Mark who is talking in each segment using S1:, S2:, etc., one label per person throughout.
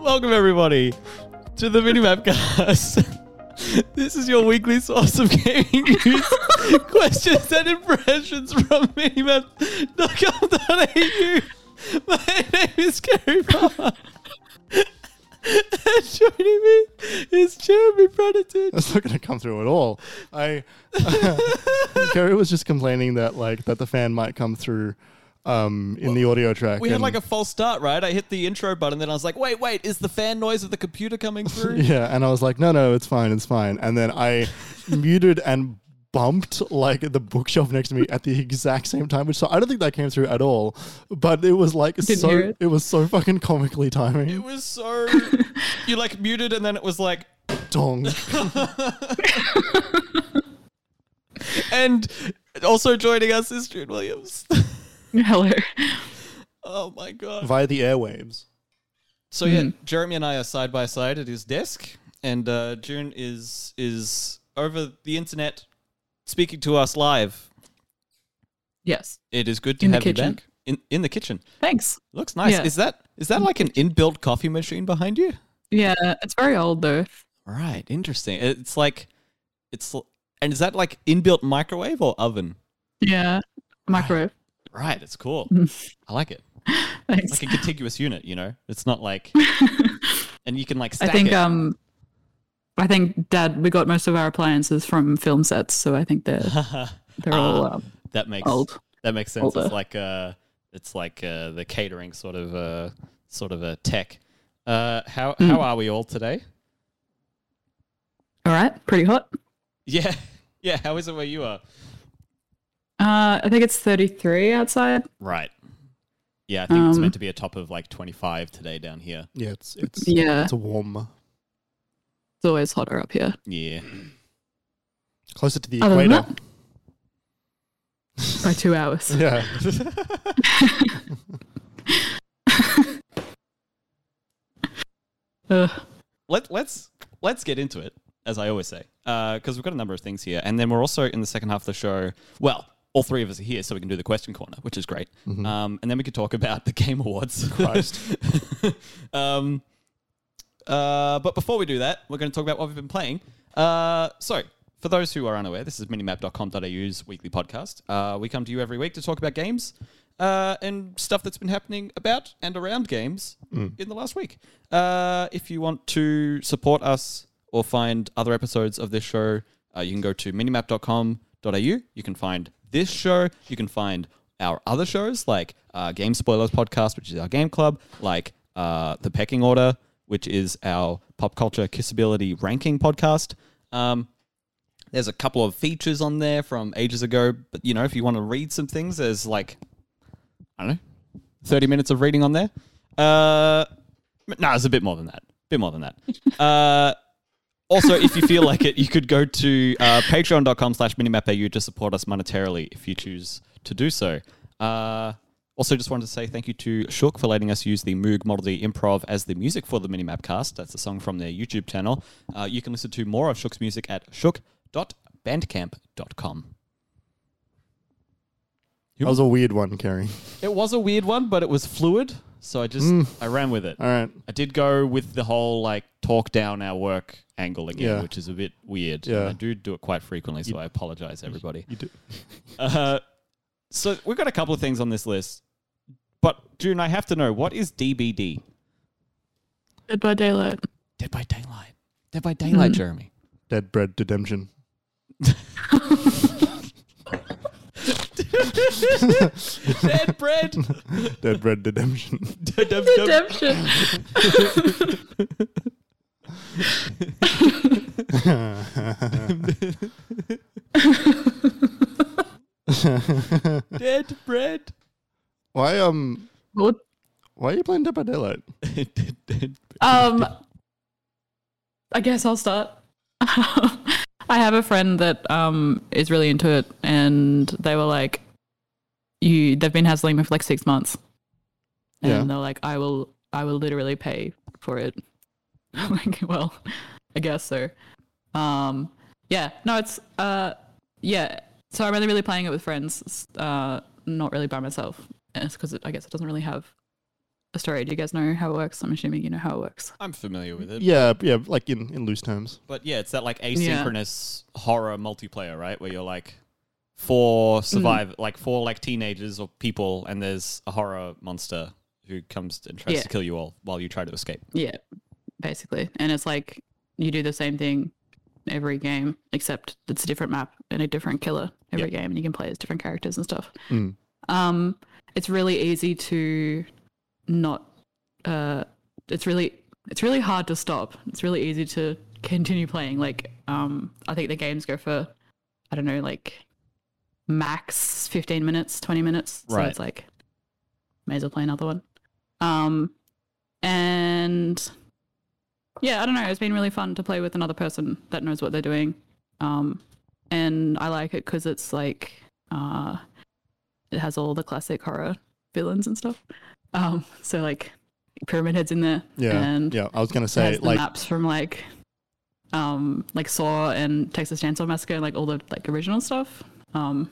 S1: Welcome everybody to the Minimapcast. this is your weekly source of gaming news, questions and impressions from minimap.com.au. My name is Gary Palmer. and joining me is Jeremy Predator.
S2: That's not going to come through at all. I Kerry was just complaining that like that the fan might come through um, in the audio track.
S1: We had
S2: and-
S1: like a false start, right? I hit the intro button, then I was like, wait, wait, is the fan noise of the computer coming through?
S2: yeah, and I was like, no, no, it's fine, it's fine. And then I muted and bumped like the bookshelf next to me at the exact same time, which so I don't think that came through at all. But it was like so
S3: hear
S2: it.
S3: it.
S2: was so fucking comically
S1: It
S2: timing.
S1: was so. you like muted, and then it was like,
S2: Dong.
S1: and also joining us is June Williams.
S3: Hello.
S1: oh my god!
S2: via the airwaves.
S1: So yeah,
S3: Mm.
S1: Jeremy and I are side by side at his desk, and uh, June is is over the internet speaking to us live.
S3: Yes.
S1: It is good to
S3: In the
S1: have you
S3: kitchen.
S1: back in in the kitchen.
S3: Thanks.
S1: Looks nice.
S3: Yeah.
S1: Is that is that like an inbuilt coffee machine behind you?
S3: Yeah, it's very old though.
S1: Right. Interesting. It's like it's l- and is that like inbuilt microwave or oven?
S3: Yeah. Microwave.
S1: Right. It's cool.
S3: Mm.
S1: I like it.
S3: Thanks.
S1: like a contiguous unit, you know? It's not like and you can like
S3: I
S1: stack
S3: think
S1: it.
S3: um I think dad we got most of our appliances from film sets, so I think they're they're all
S1: Ah,
S3: um,
S1: that makes
S3: old.
S1: that makes sense.
S3: older.
S1: It's like uh it's like uh the catering sort of uh sort of a tech. Uh how
S3: Hmm.
S1: how are we all today?
S3: All right, pretty hot.
S1: Yeah. Yeah, how is it where you are?
S3: Uh I think it's 33 outside.
S1: Right. Yeah, I think it's
S3: Um,
S1: meant to be a top of like 25 today down here.
S2: Yeah, it's it's
S3: Yeah.
S2: it's warm.
S3: It's always hotter up here.
S1: Yeah.
S2: Closer to the
S3: Other than
S2: equator.
S3: By 2 hours.
S2: Yeah.
S3: Ugh.
S1: let let's let's get into it as I always say, because we've got a number of things here, and then we're also in the second half of the show. Well, all three of us are here, so we can do the question corner, which is great.
S2: Mm. Mm-hmm.
S1: Um, and then we could talk about the Game Awards.
S2: Christ.
S1: um, uh, but before we do that, we're going to talk about what we've been playing. Uh, so, for those who are unaware, this is minimap.com.au's weekly podcast. Uh, we come to you every week to talk about games uh, and stuff that's been happening about and around games in the last week. Uh, if you want to support us or find other episodes of this show, uh, you can go to minimap.com.au. You can find this show. You can find our other shows like uh, Game Spoilers Podcast, which is our game club, like uh, The Pecking Order, which is our pop culture kissability ranking podcast. Um, there's a couple of features on there from ages ago, but you know, if you want to read some things, there's like, I don't know, 30 minutes of reading on there. Uh, no, it's a bit more than that. bit more than that. Uh, also, if you feel like it, you could go to uh, patreon.com slash minimapau to support us monetarily if you choose to do so. Uh, also, just wanted to say thank you to Shook for letting us use the Moog Model D Improv as the music for the Minimap cast. That's a song from their YouTube channel. Uh, you can listen to more of Shook's music at shook.bandcamp.com.
S2: That was a weird one, Kerry.
S1: It was a weird one, but it was fluid, so I just I ran with it.
S2: All right.
S1: I did go with the whole like talk down our work angle again,
S2: Yeah.
S1: which is a bit weird.
S2: Yeah.
S1: I do do it quite frequently, so I apologize, everybody.
S2: You did.
S1: Uh, so we've got a couple of things on this list, but June, I have to know what is DBD?
S3: Dead by daylight.
S1: Dead by Daylight. Dead by Daylight,
S2: Hmm.
S1: Jeremy.
S2: Dead bread redemption.
S1: Dead bread.
S2: Dead bread redemption.
S1: Dead- dead- dead-
S3: Redemption.
S1: Dead bread.
S2: Why um
S3: What?
S2: why are you playing Dead by Daylight?
S1: Dead- dead-
S3: Um, I guess I'll start. I have a friend that um is really into it, and they were like, "You." They've been hassling me for like six months, and
S2: Yeah.
S3: they're like, "I will, I will literally pay for it." I'm like, well, I guess so. Um, yeah, no, it's uh, yeah. So I'm really, really playing it with friends, s- uh, not really by myself, and it's because it, I guess it doesn't really have a story. Do you guys know how it works? I'm assuming you know how it works.
S1: I'm familiar with it.
S2: Yeah, yeah, like in, in loose terms.
S1: But yeah, it's that like asynchronous horror multiplayer, right? Where you're like four survive
S3: Mm.
S1: like four like teenagers or people and there's a horror monster who comes and tries
S3: Yeah.
S1: to kill you all while you try to escape.
S3: Yeah, basically. And it's like you do the same thing every game, except it's a different map and a different killer every game, and you can play as different characters and stuff.
S2: Mm.
S3: Um, it's really easy to not. Uh, it's really it's really hard to stop. It's really easy to continue playing. Like, um, I think the games go for, I don't know, like max fifteen minutes, twenty minutes.
S1: Right.
S3: So it's like, may as well play another one. Um, and yeah, I don't know. It's been really fun to play with another person that knows what they're doing. Um, and I like it because it's like uh, it has all the classic horror villains and stuff. Um, so like Pyramid Head's in there,
S2: Yeah,
S3: and
S2: yeah. I was gonna
S3: it
S2: say
S3: has the
S2: like
S3: maps from like um, like Saw and Texas Chainsaw Massacre, and like all the like original stuff. Um,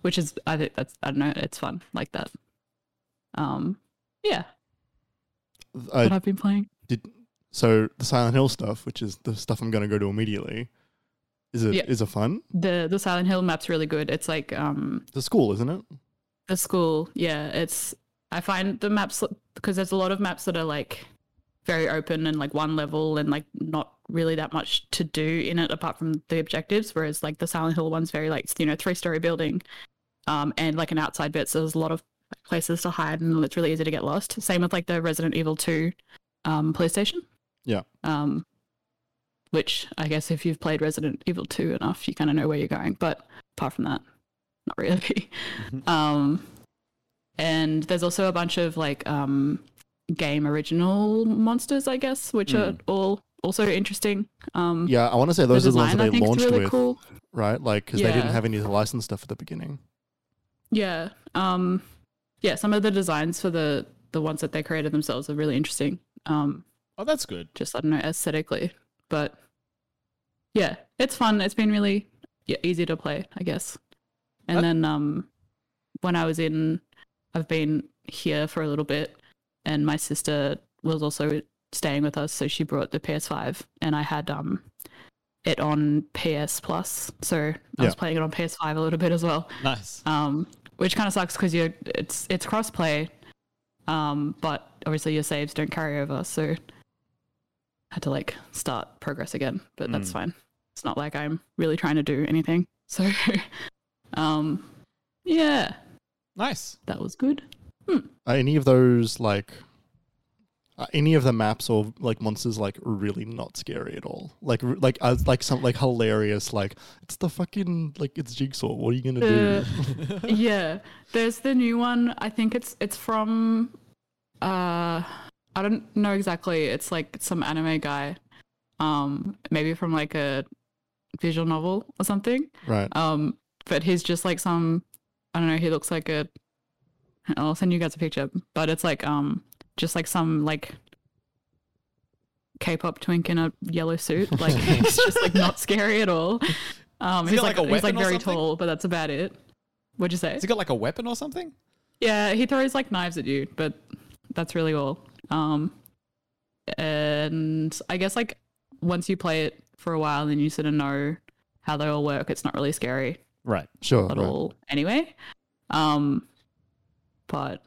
S3: which is I think that's I don't know, it's fun like that. Um, yeah,
S2: I
S3: what I've been playing.
S2: did so the Silent Hill stuff, which is the stuff I'm gonna go to immediately. Is it is
S3: Yeah.
S2: it fun?
S3: The the Silent Hill map's really good. It's like um
S2: It's a school, isn't it?
S3: the school. Yeah, it's I find the maps because there's a lot of maps that are like very open and like one level and like not really that much to do in it apart from the objectives. Whereas like the Silent Hill one's very like you know three story building, um and like an outside bit. So there's a lot of places to hide and it's really easy to get lost. Same with like the Resident Evil Two, um police station.
S2: Yeah.
S3: Um, which I guess if you've played Resident Evil Two enough, you kind of know where you're going. But apart from that, not really.
S2: Mm-hmm.
S3: um, and there's also a bunch of like um, game original monsters, I guess, which are all also interesting. Um,
S2: Hmm. Yeah, I want to say
S3: the
S2: those are the ones
S3: design,
S2: that
S3: I
S2: they
S3: think, is
S2: launched
S3: really
S2: with,
S3: cool.
S2: right? Like because they didn't
S3: Yeah.
S2: have any of the licensed stuff at the beginning.
S3: Yeah. Um yeah, some of the designs for the the ones that they created themselves are really interesting. Um
S1: Oh, that's good.
S3: just I don't know, aesthetically. But yeah, it's fun. It's been really yeah, easy to play, I guess. And
S1: Uh,
S3: then um when I was in I've been here for a little bit and my sister was also staying with us, so she brought the PS5 and I had um it on PS Plus. So I
S2: Yeah.
S3: was playing it on PS5 a little bit as well
S1: Nice.
S3: um, which kind of sucks because you it's it's crossplay, um, but obviously your saves don't carry over, so had to like start progress again. But that's
S1: Mm.
S3: fine. It's not like I'm really trying to do anything. So, um, yeah,
S1: Nice.
S3: that was good.
S2: Are any of those like are any of the maps or like monsters like really not scary at all? Like r- like uh, like some like hilarious like it's the fucking like it's jigsaw. What are you gonna do?
S3: Mm. yeah, there's the new one. I think it's it's from uh I don't know exactly. It's like some anime guy. Um maybe from like a visual novel or something.
S2: Right.
S3: Um but he's just like some I don't know, he looks like a I'll send you guys a picture, but it's like um just like some like K-pop twink in a yellow suit. Like it's just like not scary at all. Um,
S1: Has he
S3: he's
S1: got,
S3: like,
S1: like, a
S3: he's like
S1: weapon or
S3: very
S1: something?
S3: tall, but that's about it. What'd you say?
S1: Has he got like a weapon or something?
S3: Yeah, he throws like knives at you, but that's really all. Um, and I guess like once you play it for a while and you sort of know how they all work, it's not really scary
S1: Right.
S2: Sure.
S3: at
S2: right.
S3: all anyway. Um, but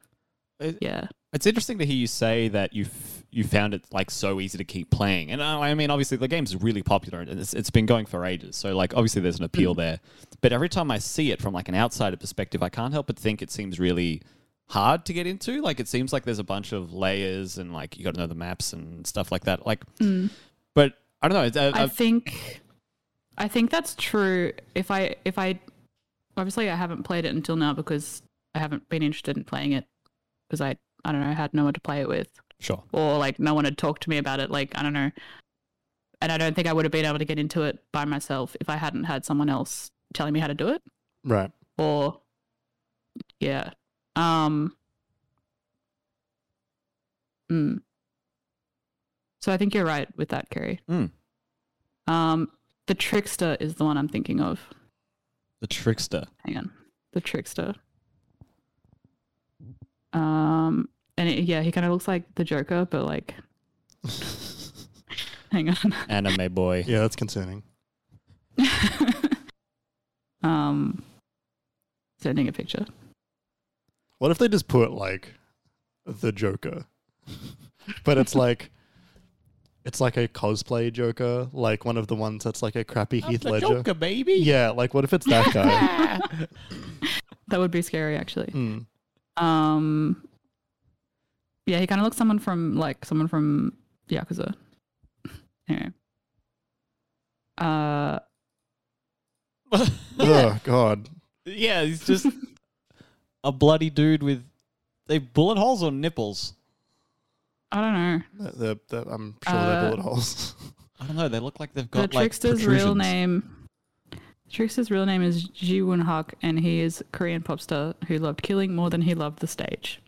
S1: It-
S3: yeah,
S1: It's interesting to hear you say that you f- you found it like so easy to keep playing, and I I mean, obviously the game's really popular and it's, it's been going for ages. So like, obviously there's an appeal there, but every time I see it from like an outsider perspective, I can't help but think it seems really hard to get into. Like it seems like there's a bunch of layers and like you got to know the maps and stuff like that. Like, but I don't know. it's- uh, I,
S3: I
S1: I,
S3: think I think that's true. If I if I obviously I haven't played it until now because I haven't been interested in playing it because I I don't know had no one to play it with.
S1: sure.
S3: or like no one had talked to me about it. Like I don't know, and I don't think I would have been able to get into it by myself if I hadn't had someone else telling me how to do it.
S2: Right.
S3: Or yeah, um, mm. so I think you're right with that, Kerry.
S1: Mm.
S3: Um, the trickster is the one I'm thinking of.
S1: The trickster.
S3: Hang on, the trickster. Um, and it, yeah, he kind of looks like the Joker, but like, hang on.
S1: Anime boy.
S2: Yeah, that's concerning.
S3: um, sending a picture.
S2: What if they just put like the Joker? but it's like it's like a cosplay Joker, like one of the ones that's like a crappy Heath Ledger.
S1: baby.
S2: Yeah, like what if it's that guy?
S3: That would be scary, actually.
S2: Hmm.
S3: Um, yeah, he kind of looks someone from like someone from Yakuza. Anyway. Uh,
S2: Oh god.
S1: yeah, he's just a bloody dude with they bullet holes or nipples.
S3: I don't know.
S2: The, the, I'm sure
S3: Uh,
S2: they're bullet holes.
S1: I don't know. They look like they've
S3: The
S1: got like
S3: trickster's real
S1: protrusions.
S3: name. Trickster's real name is Ji Woon Hak, and he is a Korean pop star who loved killing more than he loved the stage.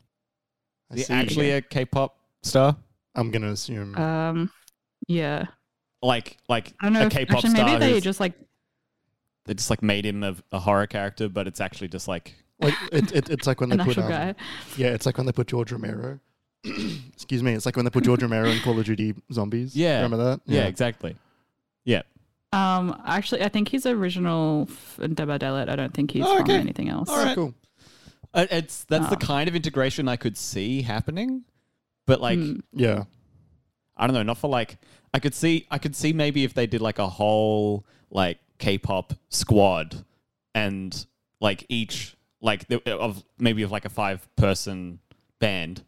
S2: I
S1: Is
S2: see.
S1: he actually a K-pop star?
S2: I'm gonna assume.
S3: Um, yeah,
S1: Like like
S3: I don't know.
S1: Hmm. a
S3: if-
S1: K-pop
S3: actually,
S1: star.
S3: maybe they
S1: who's-
S3: just like
S1: they just like made him a, a horror character, but it's actually just like
S2: like it, it, it's like when
S3: an
S2: they put
S3: actual
S2: um,
S3: guy.
S2: yeah, it's like when they put George Romero. Excuse me, it's like when they put George Romero in Call of Duty Zombies.
S1: Yeah.
S2: remember that?
S1: yeah, exactly. Yeah.
S3: Um, actually, I think he's original f- Debadelet. I don't think he's
S1: Oh,
S3: from
S1: okay.
S3: anything else.
S1: All right.
S2: cool.
S1: Uh, It's that's the
S3: Oh.
S1: kind of integration I could see happening, but like
S3: Mm.
S2: Yeah,
S1: I don't know, not for like I could see I could see maybe if they did like a whole like K-pop squad and like each like the- of maybe of like a five person band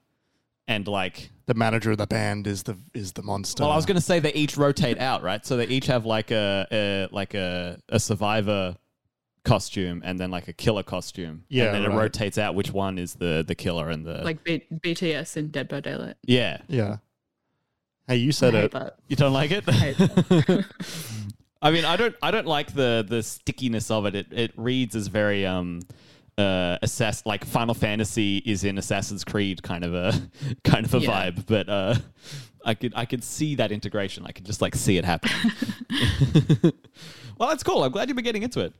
S1: and like
S2: the manager of the band is the is the monster.
S1: well I was going to say they each rotate out, right? So they each have like a, a like a a survivor costume and then like a killer costume.
S2: Yeah,
S1: And then it
S2: right.
S1: rotates out which one is the the killer and the
S3: Like B- BTS and Dead by Daylight.
S1: Yeah.
S2: Yeah. Hey, you
S3: I
S2: said
S3: hate
S2: it.
S3: that.
S1: You don't like it?
S3: hate
S1: I mean, I don't. I don't like the the stickiness of it. It it reads as very um, uh, assass like Final Fantasy is in Assassin's Creed kind of a kind of a
S3: Yeah.
S1: vibe. But uh, I could I could see that integration. I could just like see it happen. well, that's cool. I'm glad you've been getting into it.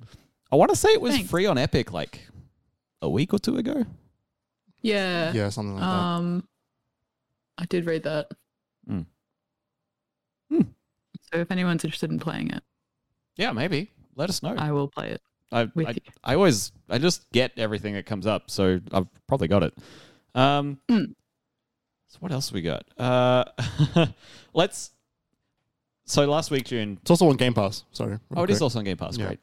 S1: I want to say it was
S3: Thanks.
S1: free on Epic like a week or two ago.
S3: Yeah.
S2: Yeah, something like that.
S3: Um, I did read that.
S1: Mm. Hmm.
S3: So if anyone's interested in playing it,
S1: Yeah, maybe. Let us know.
S3: I will play it
S1: I,
S3: with
S1: I,
S3: you.
S1: I always I just get everything that comes up, so I've probably got it. Um,
S3: Mm.
S1: So what else we got? Uh, let's. So last week, June.
S2: It's also on Game Pass. Sorry. real
S1: Oh, it is
S2: quick.
S1: also on Game Pass.
S2: Yeah.
S1: Great.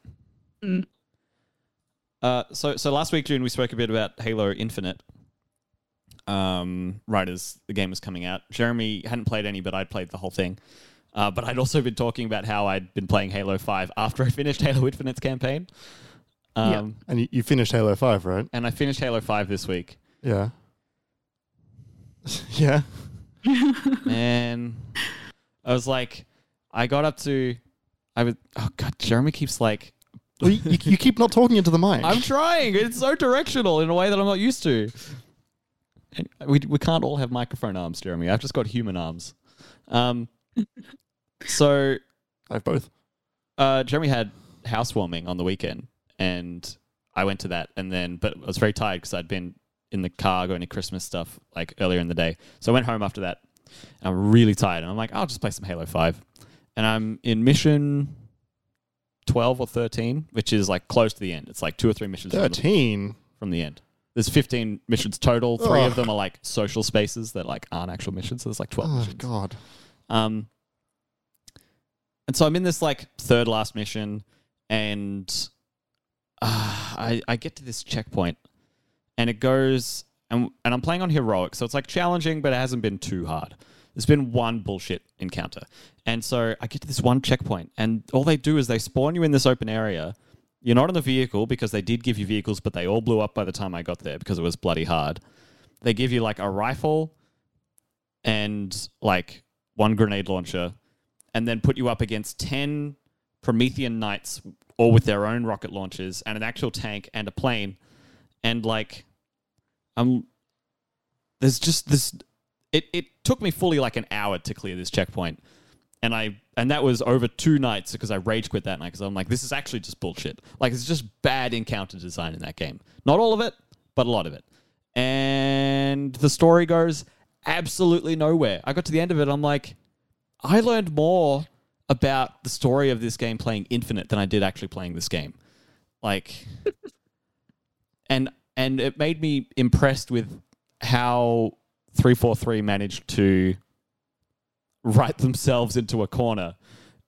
S3: Mm.
S1: Uh, so so last week, June, we spoke a bit about Halo Infinite. Um, right as the game was coming out, Jeremy hadn't played any, but I'd played the whole thing. Uh, but I'd also been talking about how I'd been playing Halo Five after I finished Halo Infinite's campaign. Um,
S3: Yeah.
S2: And you, you finished Halo Five, right?
S1: and I finished Halo Five this week.
S2: Yeah. yeah.
S1: Man, I was like, I got up to, I was, oh god, Jeremy keeps like,
S2: Well, you, you, you keep not talking into the mic.
S1: I'm trying. It's so directional in a way that I'm not used to. And we we can't all have microphone arms, Jeremy. I've just got human arms. Um, so
S2: I have both.
S1: uh, Jeremy had housewarming on the weekend, and I went to that, and then but I was very tired because I'd been in the car going to Christmas stuff like earlier in the day. So I went home after that. And I'm really tired, and I'm like, I'll just play some Halo Five, and I'm in mission twelve or thirteen, which is like close to the end. It's like two or three missions from the,
S2: Thirteen.
S1: from the end. There's 15 missions total. Three
S2: Ugh.
S1: of them are like social spaces that like aren't actual missions. So there's like 12
S2: Oh
S1: missions.
S2: God.
S1: Um, and so I'm in this like third last mission, and uh, I I get to this checkpoint, and it goes and and I'm playing on heroic, so it's like challenging, but it hasn't been too hard. There's been one bullshit encounter, and so I get to this one checkpoint, and all they do is they spawn you in this open area. You're not on the vehicle because they did give you vehicles, but they all blew up by the time I got there because it was bloody hard. They give you like a rifle and like one grenade launcher, and then put you up against 10 Promethean Knights, all with their own rocket launchers, and an actual tank and a plane. And like, I'm. There's just this. It, it took me fully like an hour to clear this checkpoint. And I and that was over two nights because I rage quit that night because I'm like, this is actually just bullshit. Like it's just bad encounter design in that game. Not all of it, but a lot of it. and the story goes absolutely nowhere. I got to the end of it, I'm like, I learned more about the story of this game playing Infinite than I did actually playing this game. Like, and and it made me impressed with how 343 managed to write themselves into a corner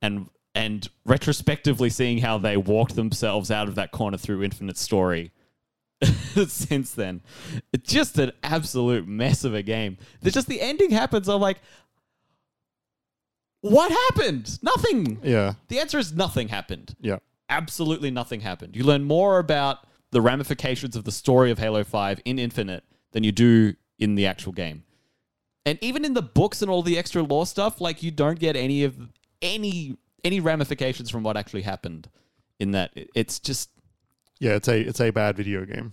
S1: and and retrospectively seeing how they walked themselves out of that corner through infinite story since then it's just an absolute mess of a game there's just the ending happens i'm like what happened nothing
S2: Yeah.
S1: the answer is nothing happened
S2: Yeah.
S1: absolutely nothing happened. You learn more about the ramifications of the story of Halo 5 in Infinite than you do in the actual game. And even in the books and all the extra lore stuff, like you don't get any of any any ramifications from what actually happened in that. It- It's just
S2: Yeah, it's a it's a bad video game.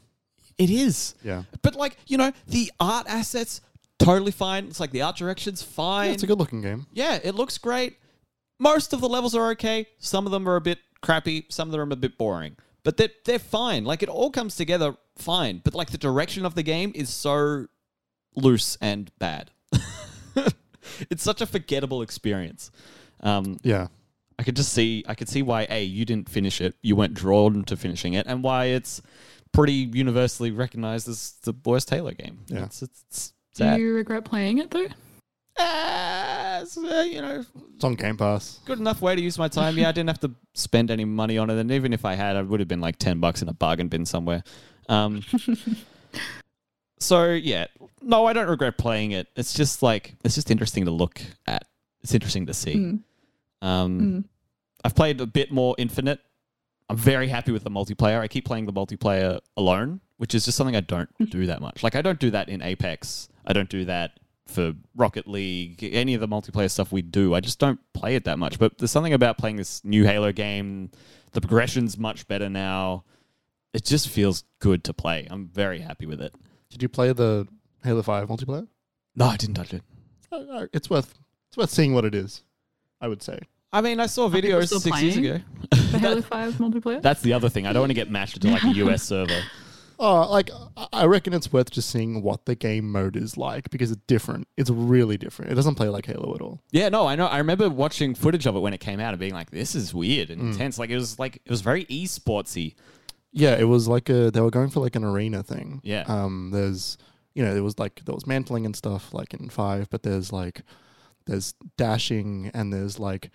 S1: it is.
S2: Yeah.
S1: But like, you know, the art assets totally fine. It's like the art direction's fine.
S2: Yeah, it's a good looking game.
S1: Yeah, it looks great. Most of the levels are okay. Some of them are a bit crappy. Some of them are a bit boring. But they're, they're fine. Like, it all comes together fine. But, like, the direction of the game is so loose and bad. it's such a forgettable experience. Um,
S2: Yeah.
S1: I could just see, I could see why, A, you didn't finish it. You weren't drawn to finishing it. And why it's pretty universally recognized as the worst Halo game.
S2: Yeah.
S1: It's, it's, it's
S3: Do
S1: sad.
S3: you regret playing it though?
S1: Ah, it's, uh, you know,
S2: It's on Game Pass.
S1: good enough way to use my time. Yeah, I didn't have to spend any money on it, and even if I had, I would have been like ten bucks in a bargain bin somewhere. Um, so yeah, no, I don't regret playing it. It's just like it's just interesting to look at. It's interesting to see.
S3: Mm.
S1: Um,
S3: Mm.
S1: I've played a bit more Infinite. I'm very happy with the multiplayer. I keep playing the multiplayer alone, which is just something I don't
S3: Mm-hmm.
S1: do that much. Like I don't do that in Apex. I don't do that for Rocket League. Any of the multiplayer stuff we do, I just don't play it that much. But there's something about playing this new Halo game. The progression's much better now. It just feels good to play. I'm very happy with it.
S2: Did you play the Halo Five multiplayer?
S1: No, I didn't touch it.
S2: Uh, uh, It's worth it's worth seeing what it is. I would say.
S1: I mean, I saw
S3: people
S1: videos
S3: still
S1: six years
S3: playing?
S1: ago.
S3: The Halo 5 multiplayer?
S1: That's the other thing. I don't want to get mashed to like a US server.
S2: Oh, like I- I reckon it's worth just seeing what the game mode is like because it's different. It's really different. It doesn't play like Halo at all.
S1: Yeah, no, I know. I remember watching footage of it when it came out and being like, "This is weird and intense." Like it was like it was very esportsy.
S2: Yeah, it was like a they were going for like an arena thing.
S1: Yeah.
S2: Um there's you know, there was like there was mantling and stuff like in 5, but there's like there's dashing and there's like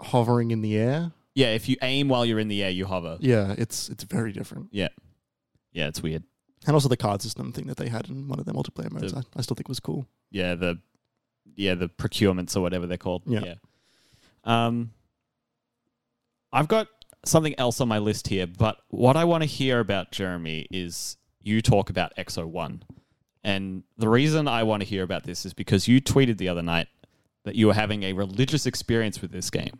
S2: hovering in the air.
S1: Yeah, if you aim while you're in the air, you hover.
S2: Yeah, it's it's very different.
S1: Yeah, yeah, it's weird.
S2: And also the card system thing that they had in one of their multiplayer modes,
S1: The-
S2: I, I still think was cool.
S1: Yeah, the yeah the procurements or whatever they're called.
S2: Yeah.
S1: yeah. Um, I've got something else on my list here, but what I want to hear about Jeremy is you talk about XO1, and the reason I want to hear about this is because you tweeted the other night that you were having a religious experience with this game.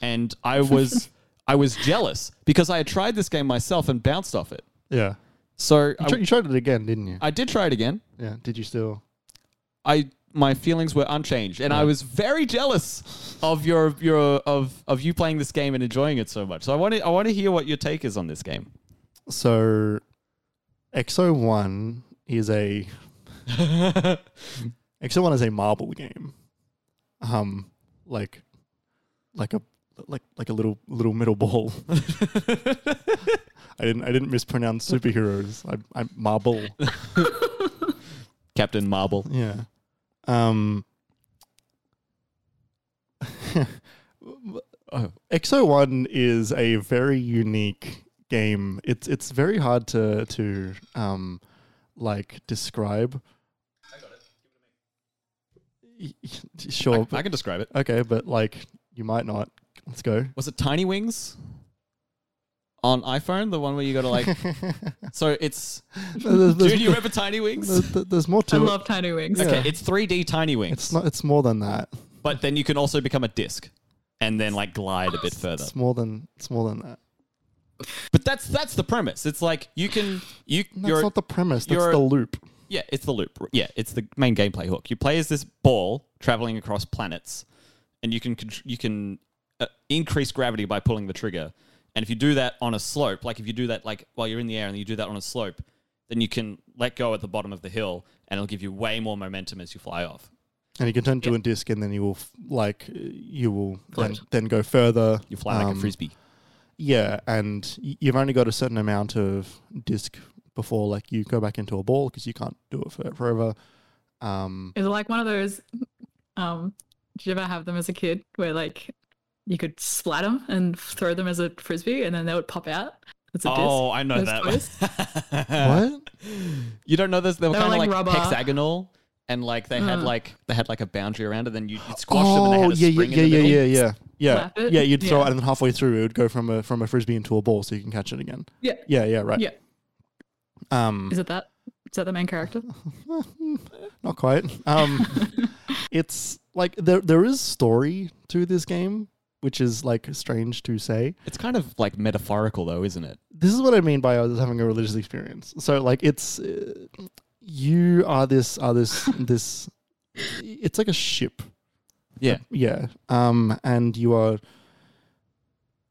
S1: And I was I was jealous because I had tried this game myself and bounced off it.
S2: Yeah.
S1: So
S2: You, tr-
S1: I,
S2: you tried it again, didn't you?
S1: I did try it again.
S2: yeah. Did you still
S1: I my feelings were unchanged and I was very jealous of your your of of you playing this game and enjoying it so much. So I want to I want to hear what your take is on this game.
S2: So XO1 is a XO1 is a marble game. Um like like a like like a little little middle ball. I didn't I didn't mispronounce superheroes. I I marble.
S1: Captain Marble.
S2: Yeah. Um oh, XO1 is a very unique game. It's it's very hard to to um like describe. I got it. Sure.
S1: I,
S2: but-
S1: I can describe it.
S2: okay, but like you might not. Let's go.
S1: Was it Tiny Wings on iPhone? The one where you got to like so it's
S2: There's,
S1: do you
S2: there's,
S1: remember Tiny Wings?
S2: there's, there's more
S3: I
S2: to it.
S3: love tiny wings.
S2: Yeah.
S1: Okay, it's 3D Tiny Wings,
S2: It's not. It's more than that.
S1: but then you can also become a disc and then like glide a bit further.
S2: It's more than. It's more than that.
S1: But that's that's the premise. It's like you can you
S2: That's
S1: you're
S2: not the premise. That's
S1: you're-
S2: the loop.
S1: Yeah, it's the loop. Yeah, it's the main gameplay hook. You play as this ball traveling across planets, and you can contr- you can uh, increase gravity by pulling the trigger. And if you do that on a slope, like if you do that like while you're in the air and you do that on a slope, then then you can let go at the bottom of the hill and it'll give you way more momentum as you fly off.
S2: And you can turn to
S1: Yeah.
S2: a disc, and then you will f- like uh, you will then,
S3: Correct.
S2: then go further.
S1: You fly like a
S2: Um,
S1: frisbee.
S2: Yeah, and y- you've only got a certain amount of disc before like you go back into a ball because you can't do it for forever. Um,
S3: Is it like one of those? Um, did you ever have them as a kid where like you could splat them and throw them as a frisbee and then they would pop out? It's a
S1: Oh, I know
S3: Those
S1: that.
S3: toys?
S1: one.
S2: what?
S1: You don't know this? They were
S3: They were
S1: kind of
S3: like
S1: like,
S3: rubber.
S1: hexagonal, and like they had
S3: Mm.
S1: like they had like a boundary around it. Then you would squash them, and they had a
S2: Oh, yeah,
S1: spring
S2: yeah,
S1: in the
S2: yeah,
S1: middle.
S2: yeah, yeah, yeah,
S3: Slap
S2: yeah.
S3: it?
S2: You'd throw
S3: Yeah.
S2: it, and then halfway through, it would go from a from a frisbee into a ball, so you can catch it again.
S3: disc? Yeah.
S2: Yeah, yeah, right.
S3: Yeah.
S2: Um,
S3: Is it that? Is that the main character?
S2: not quite. Um, it's like there there is story to this game, which is like strange to say.
S1: It's kind of like metaphorical, though, isn't it?
S2: This is what I mean by I was having a religious experience. So like it's uh, you are this are this this. It's like a ship
S1: Yeah.
S2: yeah um and you are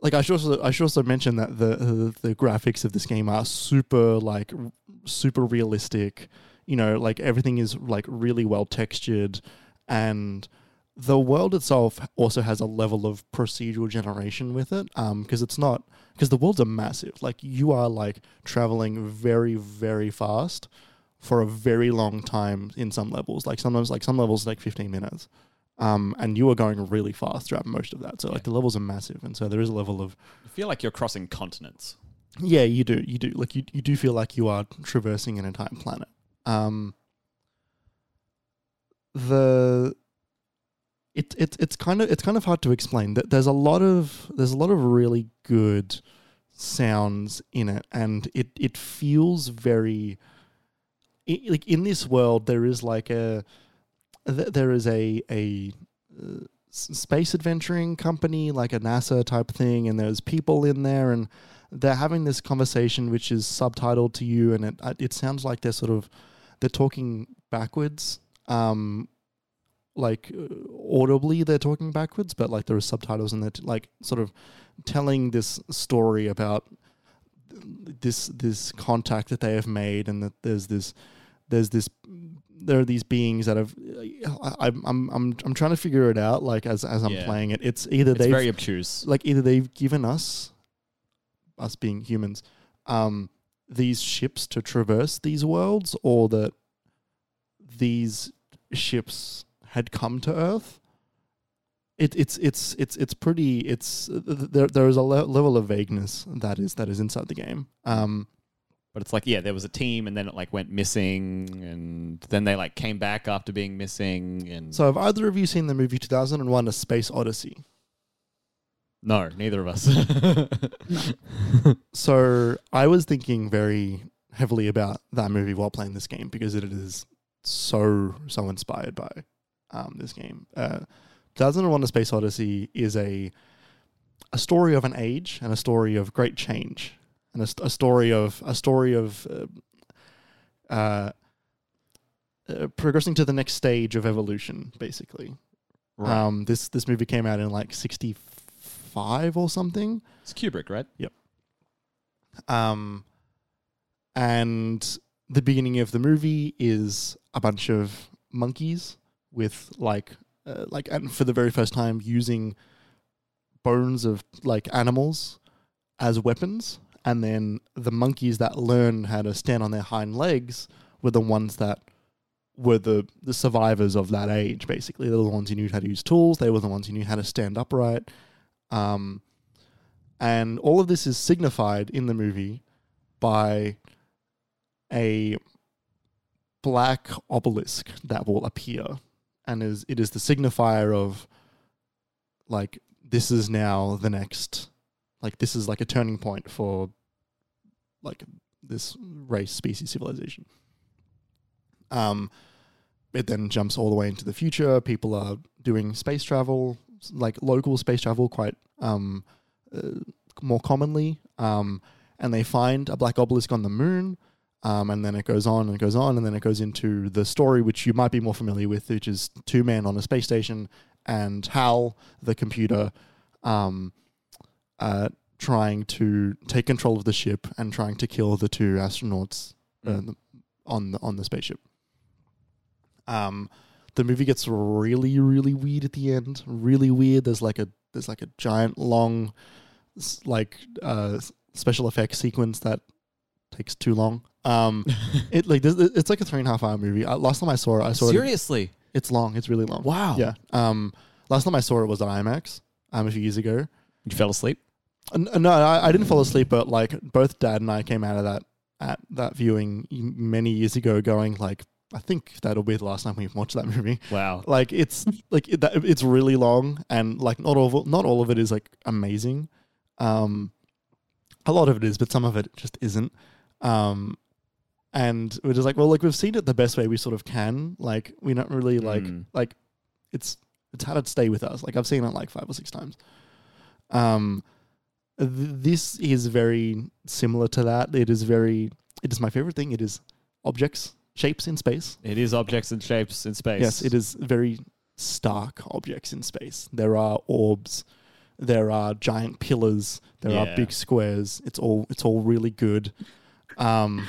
S2: like i should also i should also mention that the the, the graphics of this game are super like r- super realistic you know like everything is like really well textured and the world itself also has a level of procedural generation with it um because it's not because the worlds are massive like you are like traveling very very fast for a very long time in some levels like sometimes like some levels like 15 minutes um, and you are going really fast throughout most of that. So like the levels are massive, and so there is a level of
S1: You feel like you're crossing continents.
S2: yeah, you do, you do, like you, you do feel like you are traversing an entire planet. Um, the it, it it's kind of it's kind of hard to explain. That there's a lot of there's a lot of really good sounds in it, and it it feels very i like in this world there is like a th- there is a a uh, s- space adventuring company like a NASA type thing, and there's people in there, and they're having this conversation which is subtitled to you, and it uh, it sounds like they're sort of they're talking backwards, um, like uh, audibly they're talking backwards, but like there are subtitles, and they're t- like sort of telling this story about this this contact that they have made, and that there's this there's this there are these beings that have I, I'm I'm I'm I'm trying to figure it out like as as I'm
S1: Yeah.
S2: playing it. It's either
S1: It's
S2: they
S1: very obtuse.
S2: like either they've given us us being humans um these ships to traverse these worlds or that these ships had come to earth it, it's it's it's it's pretty it's th- th- there there is a le- level of vagueness that is that is inside the game um
S1: But it's like, yeah, there was a team, and then it like went missing, and then they like came back after being missing, and
S2: so have either of you seen the movie 2001 a space odyssey
S1: no, neither of us.
S2: So I was thinking very heavily about that movie while playing this game because it is so so inspired by um, this game. Uh, 2001: A Space Odyssey is a a story of an age and a story of great change and a, st- a story of a story of uh, uh, uh, progressing to the next stage of evolution, basically.
S1: right.
S2: Um, this this movie came out in like sixty five or something
S1: it's Kubrick, right?
S2: um, and the beginning of the movie is a bunch of monkeys with like uh, like and for the very first time using bones of like animals as weapons and then the monkeys that learn how to stand on their hind legs were the ones that were the, the survivors of that age basically they were the ones who knew how to use tools they were the ones who knew how to stand upright um, and all of this is signified in the movie by a black obelisk that will appear and is it is the signifier of like this is now the next like this is like a turning point for like this race species civilization um it then jumps all the way into the future people are doing space travel like local space travel quite um more commonly. Um, and they find a black obelisk on the moon. Um, and then it goes on and it goes on. And then it goes into the story, which you might be more familiar with, which is two men on a space station and Hal, the computer, um, uh, trying to take control of the ship and trying to kill the two astronauts uh, on the, on the spaceship. Um, the movie gets really really weird at the end. Really weird. There's like a there's like a giant long s- like uh, s- special effects sequence that takes too long. Um, it like there's- it's like a three and a half hour movie. Uh, last time I saw it, I saw it.
S1: Seriously?
S2: It's long. It's really long.
S1: Wow.
S2: Yeah. Um, last time I saw it was at IMAX um, a few years ago. Uh,
S1: You fell asleep?
S2: N- No, I, I didn't fall asleep, but like both Dad and I came out of that at that viewing m- many years ago, going like, I think that'll be the last time we've watched that movie.
S1: Wow.
S2: Like it's like it, that, it's really long, and like not all of, not all of it is like amazing. Um, a lot of it is, but some of it just isn't. Um, and we're just like, well, like we've seen it the best way we sort of can. Like we're not really like
S1: Mm.
S2: like it's it's had it stay with us. Like I've seen it like five or six times. Um, th- this is very similar to that. It is very it is my favorite thing. It is objects, shapes in space.
S1: It is objects and shapes in space.
S2: Yes, it is very stark objects in space. There are orbs, there are giant pillars, there
S1: Yeah.
S2: are big squares. It's all it's all really good. Um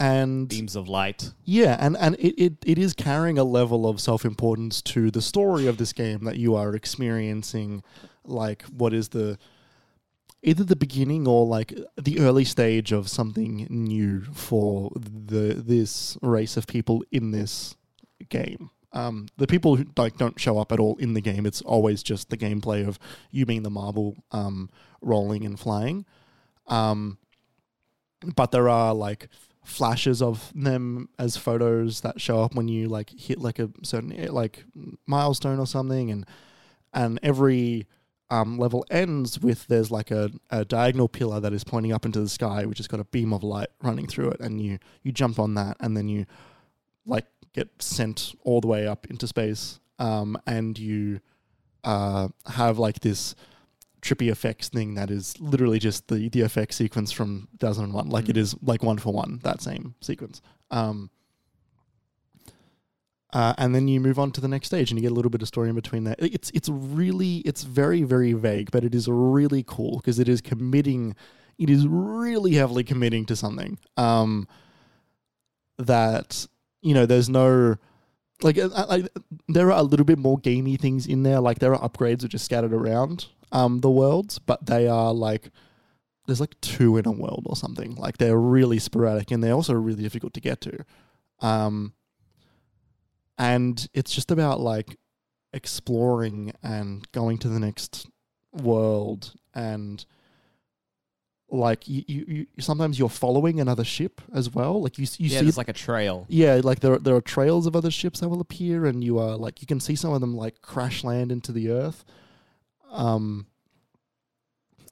S2: and
S1: Beams of light.
S2: yeah, and, and it, it, it is carrying a level of self importance to the story of this game that you are experiencing like what is the either the beginning or like the early stage of something new for the this race of people in this game. Um, the people who like don't show up at all in the game. It's always just the gameplay of you being the marble um, rolling and flying. Um, but there are like flashes of them as photos that show up when you like hit like a certain eh, like milestone or something and and every um, level ends with there's like a, a diagonal pillar that is pointing up into the sky which has got a beam of light running through it and you you jump on that and then you like get sent all the way up into space um, and you uh, have like this trippy effects thing that is literally just the the effect sequence from 2001 like it is like one for one that same sequence um uh, and then you move on to the next stage and you get a little bit of story in between there It- it's it's really it's very very vague but it is really cool because it is committing it is really heavily committing to something um that you know there's no like uh, uh, like there are a little bit more gamey things in there. Like there are upgrades which are scattered around um, the worlds, but they are like there's like two in a world or something. Like they're really sporadic and they're also really difficult to get to. Um, and it's just about like exploring and going to the next world and like you, you, you sometimes you're following another ship as well like you, s- you
S1: yeah,
S2: see
S1: it's like a trail.
S2: yeah, like there there are trails of other ships that will appear, and you are like you can see some of them like crash land into the earth. Um,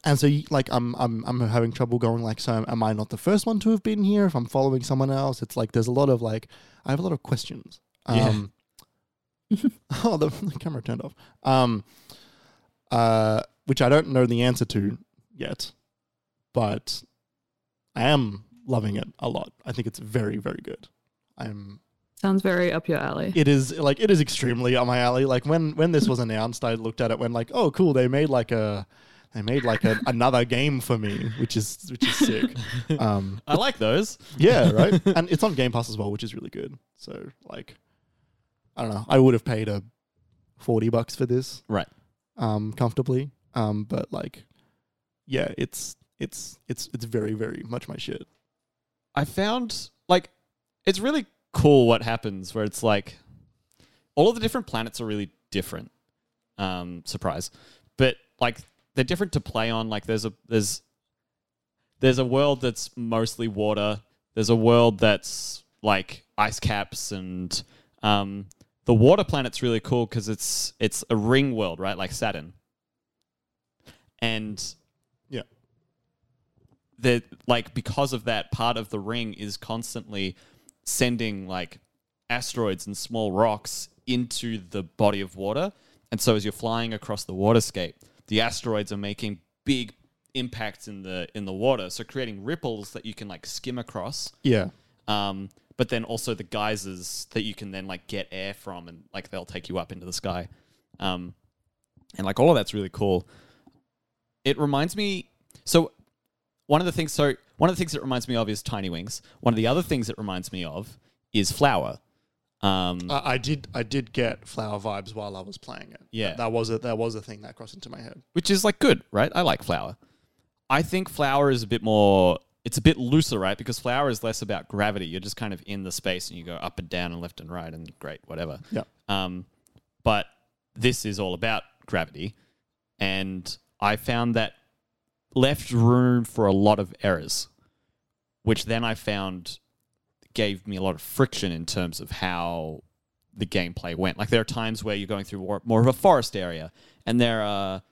S2: and so you, like I'm I'm I'm having trouble going like so am I not the first one to have been here? If I'm following someone else, it's like there's a lot of like I have a lot of questions.
S1: Yeah.
S2: Um, oh, the, the camera turned off. Um, uh, which I don't know the answer to yet, but I am loving it a lot. I think it's very very good. I'm
S3: Sounds very up your alley.
S2: it is like it is extremely on my alley. Like when when this was announced, I looked at it when like, oh cool, they made like a they made like a, another game for me, which is which is sick. Um,
S1: I like those.
S2: yeah, right. And it's on Game Pass as well, which is really good. So like, I don't know. I would have paid a forty bucks for this,
S1: Right.
S2: Um, comfortably. Um, but like, yeah, it's it's it's it's very very much my shit.
S1: I found like it's really cool what happens where it's like all of the different planets are really different. Um, surprise, but like they're different to play on. Like there's a there's there's a world that's mostly water. There's a world that's like ice caps and um, the water planet's really cool because it's it's a ring world, right? Like Saturn, and
S2: Yeah.
S1: that like because of that part of the ring is constantly sending like asteroids and small rocks into the body of water and so as you're flying across the waterscape the asteroids are making big impacts in the in the water so creating ripples that you can like skim across
S2: Yeah.
S1: um, but then also the geysers that you can then like get air from and like they'll take you up into the sky um, and like all of that's really cool it reminds me so one of the things. So one of the things that reminds me of is Tiny Wings. One of the other things that reminds me of is Flower. Um,
S2: I, I did I did get flower vibes while I was playing it.
S1: Yeah.
S2: that, that was a that was a thing that crossed into my head.
S1: which is like good, right? I like flour. I think flour is a bit more. It's a bit looser, right? Because flour is less about gravity. You're just kind of in the space and you go up and down and left and right and great, whatever.
S2: Yeah.
S1: Um, but this is all about gravity, and I found that left room for a lot of errors, which then I found gave me a lot of friction in terms of how the gameplay went. Like there are times where you're going through more, more of a forest area, and there are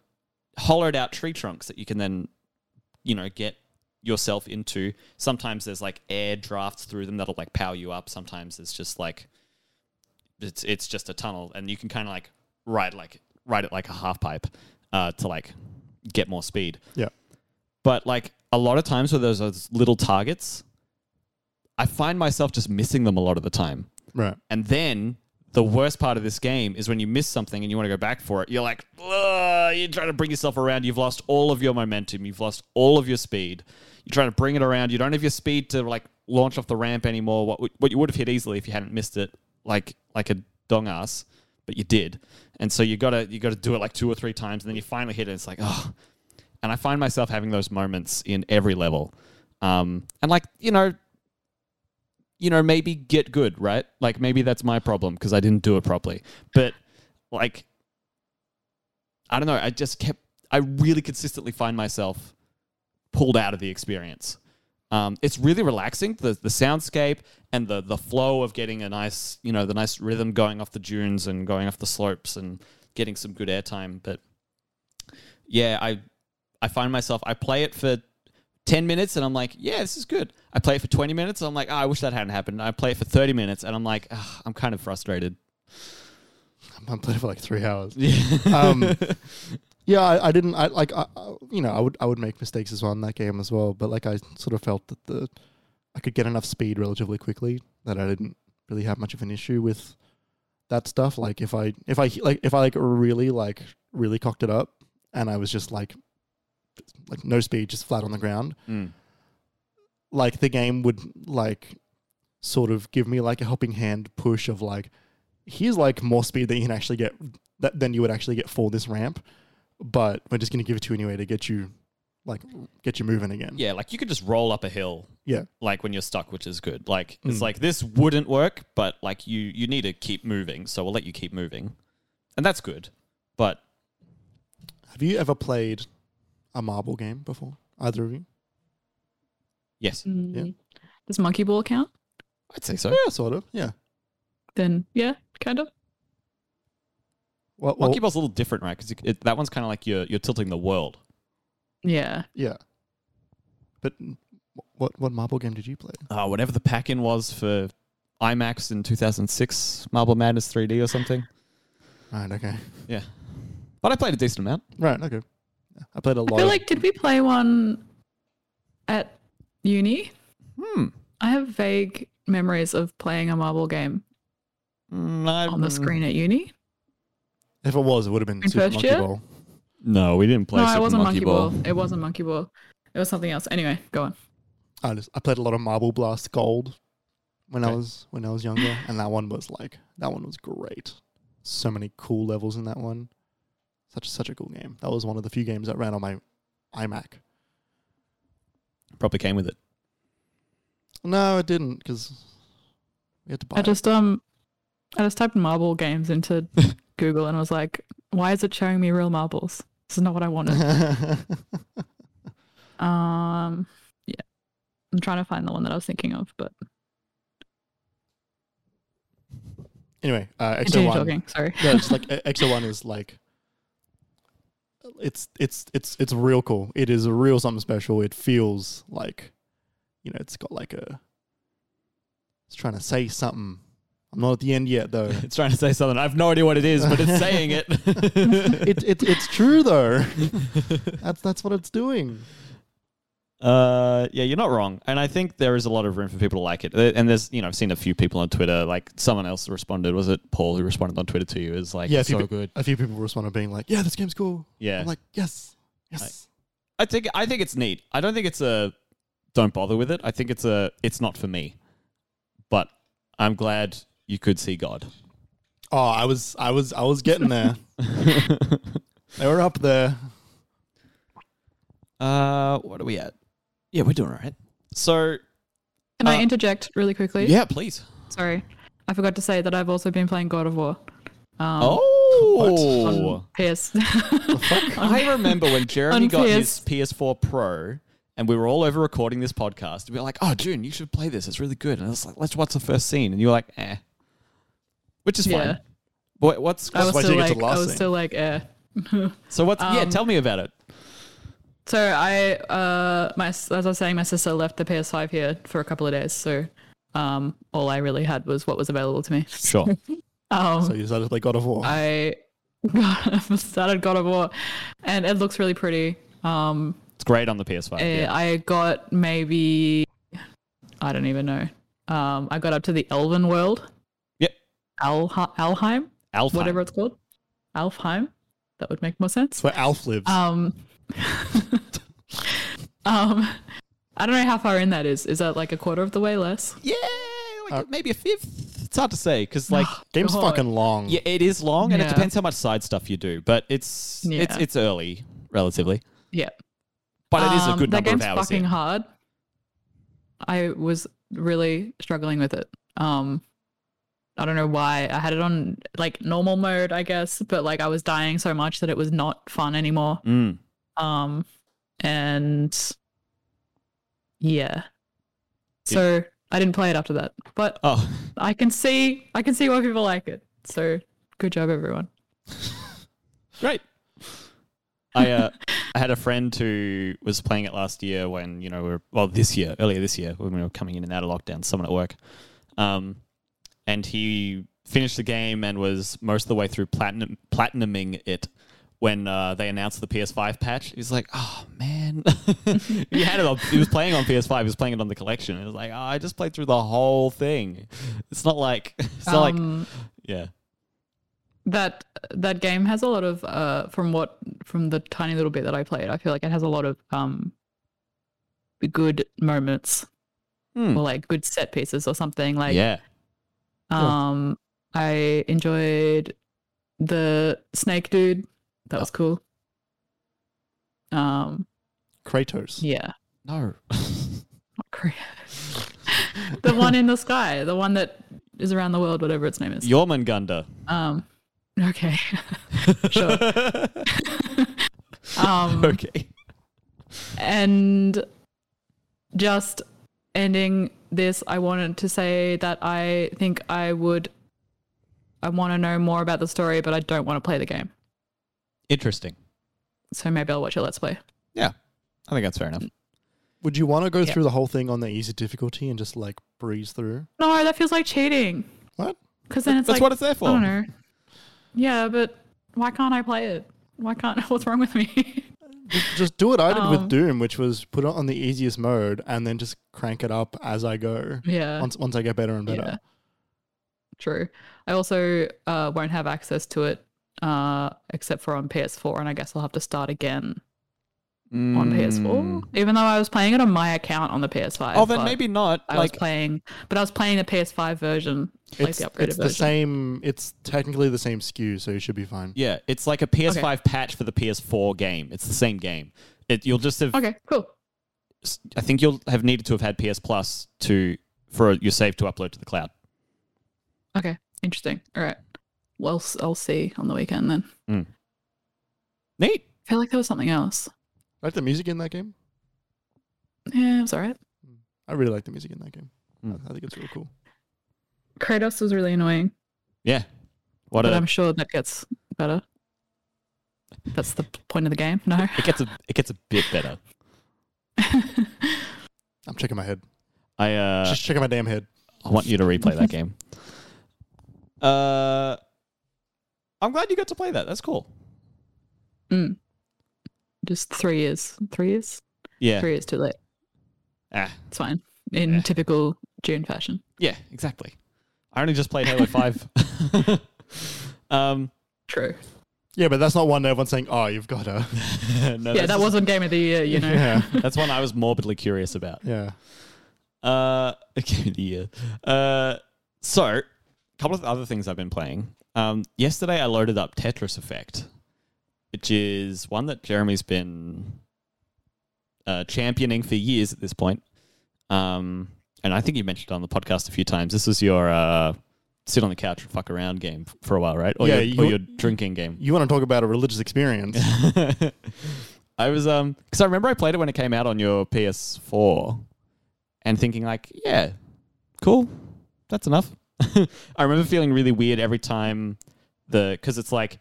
S1: hollowed out tree trunks that you can then, you know, get yourself into. Sometimes there's like air drafts through them that'll like power you up. Sometimes it's just like it's it's just a tunnel, and you can kind of like ride like ride it like a half pipe uh, to like get more speed.
S2: Yeah.
S1: But like a lot of times with those, those little targets, I find myself just missing them a lot of the time.
S2: Right.
S1: And then the worst part of this game is when you miss something and you want to go back for it, you're like, "Ugh," you're trying to bring yourself around. You've lost all of your momentum. You've lost all of your speed. You're trying to bring it around. You don't have your speed to like launch off the ramp anymore. What what you would have hit easily if you hadn't missed it, like like a dong ass, but you did. And so you gotta you gotta do it like two or three times, and then you finally hit it. It's like, oh, and I find myself having those moments in every level. Um, and like you know, you know, maybe get good, right? Like maybe that's my problem because I didn't do it properly. But like, I don't know. I just kept. I really consistently find myself pulled out of the experience. Um, it's really relaxing. The the soundscape and the the flow of getting a nice, you know, the nice rhythm going off the dunes and going off the slopes and getting some good airtime. But yeah, I I find myself I play it for 10 minutes and I'm like, yeah, this is good. I play it for 20 minutes and I'm like, "Ah, I wish that hadn't happened. I play it for 30 minutes and I'm like, "Ah, I'm kind of frustrated.
S2: I'm- I'm playing for like three hours. um, yeah, I, I didn't. I like. I, I- you know, I would I would make mistakes as well in that game as well. But like, I sort of felt that the I could get enough speed relatively quickly that I didn't really have much of an issue with that stuff. Like if I if I like if I like really like really cocked it up and I was just like like no speed, just flat on the ground.
S1: Mm.
S2: like the game would like sort of give me like a helping hand push of like here's like more speed that you can actually get that than you would actually get for this ramp but we're just going to give it to you anyway to get you like get you moving again
S1: Yeah, like you could just roll up a hill.
S2: Yeah.
S1: Like when you're stuck, which is good. Like it's
S2: Mm.
S1: like this wouldn't work, but like you you need to keep moving, so we'll let you keep moving. And that's good. But
S2: have you ever played a marble game before either of you
S1: yes.
S2: Yeah.
S3: Mm. Does monkey ball count?
S1: I'd say so.
S2: yeah sort of yeah
S3: Then yeah, kind of.
S2: well, well
S1: Monkey Ball's a little different, right? Because that one's kind of like you're you're tilting the world.
S3: Yeah.
S2: yeah but what what marble game did you play
S1: Uh, whatever the pack in was for IMAX in 2006, Marble Madness 3D or something.
S2: right okay
S1: Yeah. But I played a decent amount.
S2: right okay i played a lot
S3: I feel
S2: of-
S3: like did we play one at uni?
S1: Hmm.
S3: I have vague memories of playing a marble game
S1: Mm, I-
S3: on the screen at uni.
S2: if it was it would have been
S3: In
S2: super
S3: first
S2: monkey
S3: year?
S2: ball
S1: No, we didn't play
S3: no,
S1: Super
S3: it wasn't
S1: Monkey, Ball.
S3: It wasn't monkey ball. It was something else. Anyway, go on.
S2: I just I played a lot of Marble Blast Gold when I
S1: Okay.
S2: was when I was younger, and that one was like that one was great. So many cool levels in that one. Such such a cool game. That was one of the few games that ran on my iMac.
S1: Probably came with it.
S2: No, it didn't because we had to buy.
S3: I just um, I just typed marble games into Google and was like, why is it showing me real marbles? This is not what I wanted.
S2: it.
S3: Um, yeah, I'm trying to find the one that I was thinking of, but
S2: anyway, uh, Exo
S3: continue
S2: One.
S3: talking. Sorry.
S2: No, it's like Exo One is like it's it's it's it's real cool. It is a real something special. It feels like you know, it's got like a it's trying to say something. I'm not at the end yet though.
S1: It's trying to say something. I have no idea what it is, but it's saying it.
S2: it, it it's true though. that's that's what it's doing.
S1: Uh, yeah, you're not wrong, and I think there is a lot of room for people to like it. Uh, And there's, you know, I've seen a few people on Twitter. Like someone else responded. Was it Paul who responded on Twitter to you? Is like,
S2: Yeah,
S1: yeah,
S2: if you
S1: so
S2: could-
S1: good.
S2: A few people responded being like, "Yeah, this game's cool."
S1: Yeah,
S2: I'm like, "Yes, yes."
S1: I think I think it's neat. I don't think it's a don't bother with it. I think it's a it's not for me. But I'm glad you could see God.
S2: Oh, I was, I was, I was getting there. they were up there.
S1: Uh what are we at? Yeah, we're doing all right. So
S3: Can I
S1: Uh,
S3: interject really quickly?
S1: yeah, please.
S3: Sorry. I forgot to say that I've also been playing God of War. Um,
S1: Oh,
S3: on PS.
S1: I remember when Jeremy
S3: on
S1: got
S3: PS.
S1: his PS4 Pro, and we were all over recording this podcast. We were like, "Oh, June, you should play this. It's really good." And I was like, "Let's watch the first scene," and you were like, "Eh," which is
S3: Yeah.
S1: fine. What, what's
S3: I
S2: why
S3: was um,
S2: you
S3: still
S2: get to
S3: like, I
S2: last
S3: was
S2: thing.
S3: still like, eh.
S1: so? What's yeah? Tell me about it.
S3: So I, uh, my as I was saying, my sister left the PS5 here for a couple of days. So, um, all I really had was what was available to me.
S1: Sure.
S3: Um,
S2: So you decided to play God of War.
S3: I started God of War, and it looks really pretty. Um,
S1: it's great on the PS5.
S3: eh,
S1: yeah.
S3: I got maybe, I don't even know. Um, I got up to the Elven world,
S1: Yep.
S3: Alha Alheim,
S1: Alpha.
S3: whatever it's called, Alfheim. That would make more sense.
S2: That's where Alf lives.
S3: Um, um, I don't know how far in that is. Is that like a quarter of the way less?
S1: Yeah, like maybe a fifth. It's hard to say because like
S2: Game's
S3: God.
S2: fucking long.
S1: yeah, it is long, and it
S3: Yeah.
S1: depends how much side stuff you do. But it's it's
S3: Yeah.
S1: it's early relatively,
S3: Yeah.
S1: but it is a
S3: Um,
S1: good
S3: that
S1: number of
S3: game's
S1: hours.
S3: fucking
S1: in.
S3: hard. I was really struggling with it. Um, I don't know why. I had it on like normal mode, I guess, but like I was dying so much that it was not fun anymore.
S1: Mm.
S3: Um, and yeah. So I didn't play it after that, but
S1: Oh,
S3: I can see I can see why people like it. So good job everyone.
S1: Great. I uh, I had a friend who was playing it last year when you know we were well this year earlier this year when we were coming in and out of lockdown. Someone at work, um, and he finished the game and was most of the way through platinum platinuming it when uh, they announced the PS5 patch. He was like, "Oh man, he had it. On, he was playing on PS5. He was playing it on the collection. It was like, oh, I just played through the whole thing. It's not like it's not like
S3: Um,
S1: yeah,
S3: that that game has a lot of uh from what from the tiny little bit that I played, I feel like it has a lot of um good moments
S1: Hmm.
S3: or like good set pieces or something. Like
S1: yeah,
S3: um I enjoyed the snake dude. That
S1: Oh.
S3: was cool. Um
S2: Kratos.
S3: yeah.
S1: no,
S3: Korea. the one in the sky, the one that is around the world, whatever its name is.
S1: Jormungandr.
S3: Um, okay, sure. Um,
S1: okay.
S3: and just ending this, I wanted to say that I think I would. I want to know more about the story, but I don't want to play the game.
S1: Interesting.
S3: So maybe I'll watch a let's play.
S1: Yeah. I think that's fair enough.
S2: Would you want to go
S3: Yeah.
S2: through the whole thing on the easy difficulty and just like breeze through?
S3: No, that feels like cheating.
S2: What?
S3: Because then it's
S1: that's
S3: like
S1: what it's there for.
S3: I don't know. Yeah, but why can't I play it? Why can't? What's wrong with me?
S2: Just- Just do what I did
S3: Um.
S2: with Doom, which was put it on the easiest mode and then just crank it up as I go.
S3: yeah.
S2: Once once I get better and better.
S3: Yeah. True. I also uh, won't have access to it uh, except for on PS4, and I guess I'll have to start again on
S1: Mm.
S3: PS4. Even though I was playing it on my account on the PS5.
S1: Oh, then
S3: but
S1: maybe not.
S3: I
S1: like,
S3: was playing, but I was playing the PS5 version, like
S2: It's,
S3: the upgraded
S2: it's
S3: version.
S2: the same. It's technically the same SKU, so you should be fine.
S1: yeah, it's like a PS5 patch for the PS4 game. It's the same game. It, you'll just have.
S3: Okay, cool.
S1: I think you'll have needed to have had PS Plus to for your save to upload to the cloud.
S3: Okay, interesting. All right. Well, s- I'll see on the weekend then.
S1: Neat.
S3: I feel like there was something else.
S2: Like the music in that game.
S3: Yeah, it was all right.
S2: I really like the music in that game.
S1: Mm.
S2: I think it's real cool.
S3: Kratos was really annoying,
S1: Yeah. What
S3: but
S1: a,
S3: I'm sure that gets better. That's the p- point of the game. No.
S1: it gets a it gets a bit better.
S2: I'm checking my head.
S1: I uh,
S2: just checking my damn head.
S1: I want you to replay that game. Uh, I'm glad you got to play that. That's cool.
S3: Mm. Just three years. Three years?
S1: Yeah.
S3: Three years too late.
S1: Ah,
S3: It's fine. In
S1: Yeah.
S3: typical June fashion.
S1: Yeah, exactly. I only just played Halo Five. um,
S3: True.
S2: Yeah, but that's not one that everyone's saying, oh, you've got to.
S1: no,
S3: yeah,
S1: that's
S3: that
S1: just-
S3: wasn't game of the year, you know.
S2: yeah.
S1: That's one I was morbidly curious about.
S2: Yeah.
S1: Uh, okay, the year. Uh, so a couple of other things I've been playing. Um, yesterday I loaded up Tetris Effect, which is one that Jeremy's been uh, championing for years at this point. Um, and I think you mentioned it on the podcast a few times. This was your uh, sit on the couch and fuck around game f- for a while, right? Or,
S2: Yeah,
S1: your, or
S2: you-
S1: your drinking game.
S2: You want to talk about a religious experience?
S1: I was um because I remember I played it when it came out on your PS4, and thinking like, yeah, cool, that's enough. I remember feeling really weird every time the because it's like